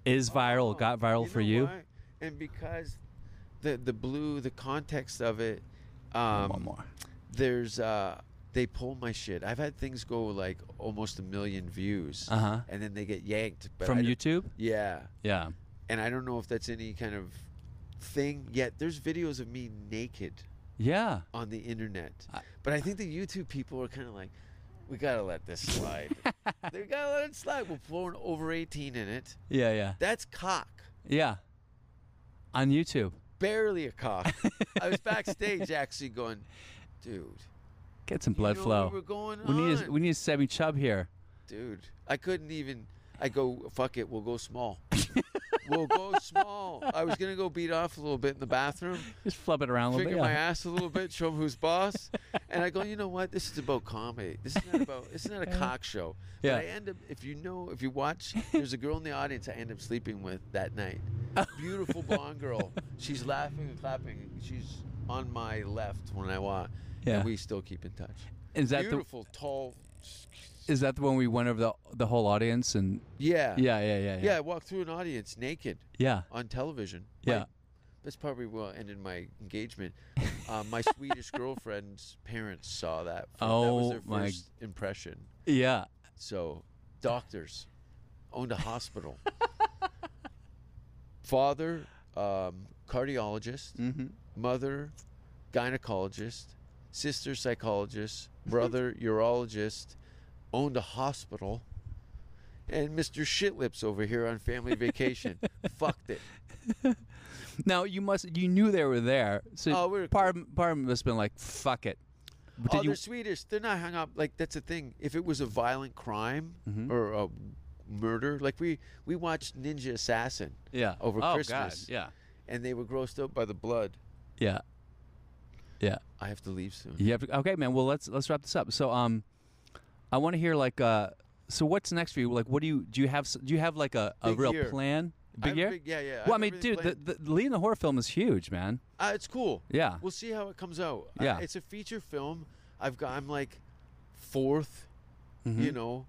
B: is viral,
E: Oh,
B: got viral for
E: know
B: you?
E: why? And because the the blue, the context of it, um,
B: One more.
E: there's uh, they pull my shit. I've had things go like almost a million views,
B: Uh-huh.
E: and then they get yanked but
B: From
E: I don't-
B: YouTube?
E: Yeah,
B: Yeah.
E: and I don't know if that's any kind of thing yet. There's videos of me naked
B: Yeah.
E: on the internet,
B: I-
E: but I think the YouTube people are kind of like. We gotta let this slide. they gotta let it slide. We'll throw an over eighteen in it.
B: Yeah. Yeah.
E: That's cock.
B: Yeah. On YouTube.
E: barely a cock. I was backstage actually going, dude,
B: Get some blood
E: you know
B: flow.
E: what we're going
B: We need
E: on,
B: a, we need a Sammy Chubb here.
E: dude. I couldn't even. I go, fuck it, we'll go small. we'll go small. I was gonna go beat off a little bit in the bathroom,
B: Just flub it around a little
E: figure
B: bit.
E: my
B: yeah.
E: ass a little bit, show them who's boss. And I go, you know what? This is about comedy. This is not about. It's not a cock show.
B: Yeah.
E: But I end up, if you know, if you watch, there's a girl in the audience I end up sleeping with that night. Beautiful blonde girl. She's laughing and clapping. She's on my left when I walk.
B: Yeah.
E: And we still keep in touch.
B: Is that
E: Beautiful, tall.
B: the is that the one we went over the the whole audience and
E: Yeah.
B: yeah yeah yeah
E: Yeah. I
B: yeah
E: walked through an audience naked
B: yeah
E: on television.
B: yeah
E: My- That's probably what ended my engagement. Uh, my Swedish girlfriend's parents saw that. fir- that was
B: Oh,
E: their
B: my-
E: first impression.
B: yeah.
E: So, doctors owned a hospital. Father, um, cardiologist.
B: Mm-hmm.
E: Mother, gynecologist. Sister, psychologist. Brother, urologist. Owned a hospital. And Mr. Shitlips over here on family vacation fucked it.
B: Now you must you knew they were there, so
E: Oh, we were
B: part of, part of me must have been like fuck it. But
E: oh,
B: did you
E: they're Swedish. They're not hung up. Like that's the thing. If it was a violent crime
B: Mm-hmm.
E: or a murder, like we we watched Ninja Assassin.
B: yeah
E: over
B: oh,
E: Christmas.
B: God. yeah
E: And they were grossed out by the blood.
B: yeah yeah
E: I have to leave soon.
B: you have to, okay man well let's let's wrap this up. So um, I want to hear like uh so what's next for you? Like, what do you do? You have s- do you have like a, a
E: Big
B: real
E: year.
B: plan? Big
E: I have a
B: year?
E: big- yeah, yeah,
B: Well,
E: I
B: I
E: have a
B: mean,
E: big
B: dude,
E: plan.
B: the, the Lee and the Horror film is huge, man.
E: Uh, it's cool.
B: Yeah.
E: We'll see how it comes out. I-
B: Yeah.
E: it's a feature film. I've got. I'm like 4th
B: Mm-hmm.
E: You know,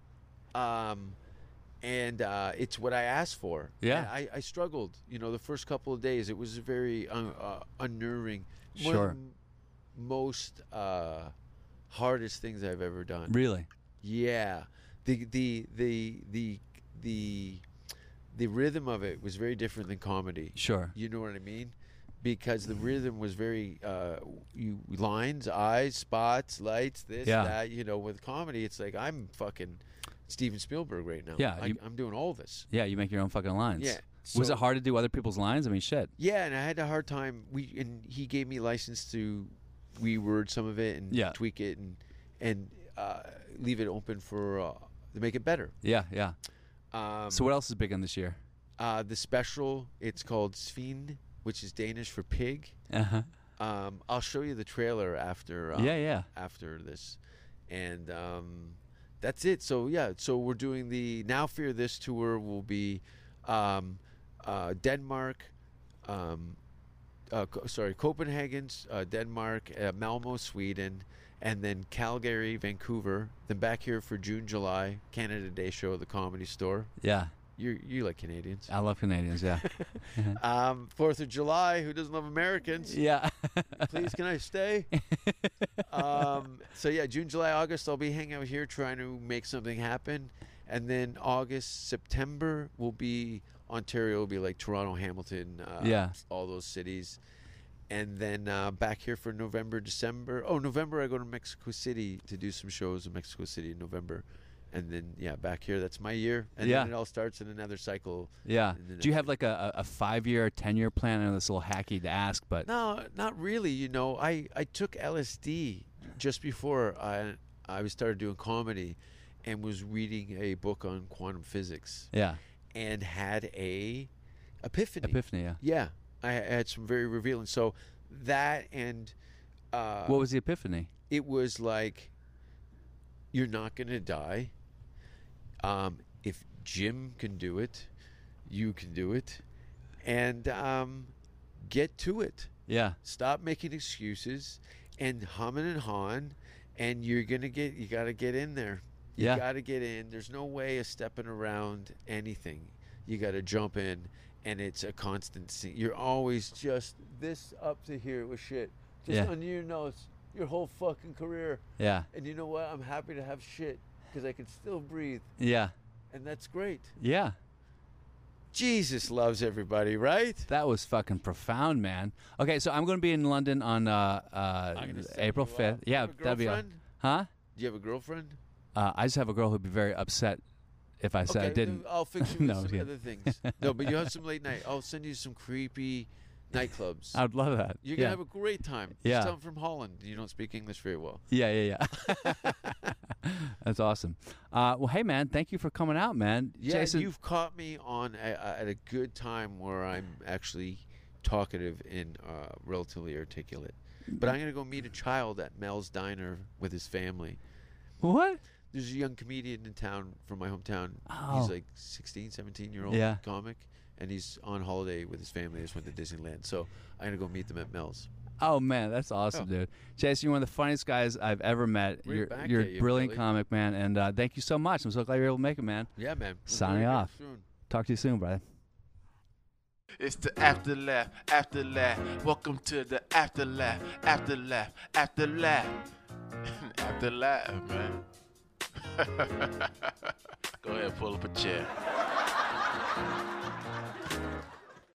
E: um, and uh, it's what I asked for.
B: Yeah.
E: And I, I struggled. You know, the first couple of days, it was very un, uh, unnerving. One
B: Sure.
E: of the m- most uh, hardest things I've ever done.
B: Really?
E: Yeah, the the the the the the rhythm of it was very different than comedy.
B: Sure.
E: you know what I mean, because the rhythm was very uh, you lines, eyes, spots, lights, this,
B: Yeah.
E: that. You know, with comedy, it's like I'm fucking Steven Spielberg right now.
B: Yeah,
E: I,
B: you-
E: I'm doing all this.
B: Yeah, you make your own fucking lines.
E: Yeah,
B: was
E: so-
B: it hard to do other people's lines? I mean, shit.
E: Yeah, and I had a hard time. We and he gave me license to reword some of it and
B: Yeah.
E: tweak it and and uh, leave it open for uh, to make it better.
B: Yeah, yeah.
E: Um,
B: So what else is big on this year?
E: uh, the special, it's called Svind, which is Danish for pig.
B: Uh huh.
E: Um, I'll show you the trailer after. Um,
B: Yeah, yeah.
E: After this, and um, that's it. So yeah, so we're doing the Now Fear This tour. Will be um, uh, Denmark. Um, uh, Co- sorry, Copenhagen, uh, Denmark, uh, Malmo, Sweden, and then Calgary, Vancouver. Then back here for June, July, Canada Day show at the Comedy Store.
B: Yeah,
E: You you like Canadians?
B: I love Canadians. Yeah,
E: Um, Fourth of July. Who doesn't love Americans?
B: yeah.
E: Please, can I stay? um, so yeah, June, July, August. I'll be hanging out here trying to make something happen, and then August, September will be Ontario. Will be like Toronto, Hamilton. Uh,
B: Yeah.
E: all those cities. And then uh, back here for November, December. Oh, November I go to Mexico City to do some shows in Mexico City in November, and then yeah, back here. That's my year, and
B: Yeah.
E: then it all starts in another cycle.
B: yeah.
E: in the
B: Do you
E: next
B: have like a, a a five-year, ten-year plan? I know this is a little hacky to ask, but
E: No, not really. You know, I, I took LSD just before I I started doing comedy, and was reading a book on quantum physics,
B: yeah,
E: and had a epiphany.
B: epiphany. Yeah.
E: Yeah, I I had some very revealing. So that and uh,
B: What was the epiphany?
E: it was like you're not gonna die. Um, if Jim can do it, you can do it, and um, get to it
B: Yeah,
E: stop making excuses and humming and hawing and you're gonna get you gotta get in there you
B: Yeah.
E: gotta get in there's no way of stepping around anything you gotta jump in and it's a constancy you're always just this up to here with shit just
B: Yeah.
E: on your nose your whole fucking career
B: yeah,
E: and you know what i'm happy to have shit because i can still breathe
B: yeah,
E: and that's great
B: yeah.
E: jesus loves everybody right
B: That was fucking profound, man. Okay, so I'm going to be in London on uh,
E: I'm
B: uh,
E: gonna set
B: April
E: you
B: 5th.
E: up.
B: Yeah,
E: You have a
B: that'd be aw-
E: girlfriend?
B: Huh?
E: do you have a girlfriend
B: Uh, I just have a girl who'd be very upset if I said I
E: Okay, then
B: didn't.
E: I'll fix you with
B: No,
E: some
B: yeah.
E: other things. No, but you have some late night. I'll send you some creepy nightclubs.
B: I'd love that.
E: uh, You're
B: yeah.
E: gonna have a great time. Just
B: Yeah.
E: tell 'em from Holland. You don't speak English very well.
B: yeah, yeah, yeah. That's awesome. Uh, well, hey, man, thank you for coming out, man.
E: Yeah,
B: Jason,
E: you've caught me on a, a- at a good time where I'm actually talkative and uh, relatively articulate. But I'm gonna go meet a child at Mel's Diner with his family.
B: what?
E: There's a young comedian in town from my hometown.
B: Oh.
E: He's like 16, 17 year old
B: Yeah.
E: comic, and he's on holiday with his family. They just went to Disneyland, so I'm gonna go meet them at Mel's.
B: Oh man, that's awesome, dude. Jason, you're one of the funniest guys I've ever met.
E: We're
B: you're
E: back
B: you're
E: at
B: a
E: you,
B: brilliant
E: Billy.
B: comic, man, and uh, thank you so much. I'm so glad you're able to make it, man.
E: Yeah, man. We'll
B: Signing
E: do it again
B: off.
E: soon.
B: Talk to you soon, brother.
D: It's the afterlife, afterlife. Welcome to the afterlife, afterlife, afterlife. afterlife, man. Go ahead, pull up a chair.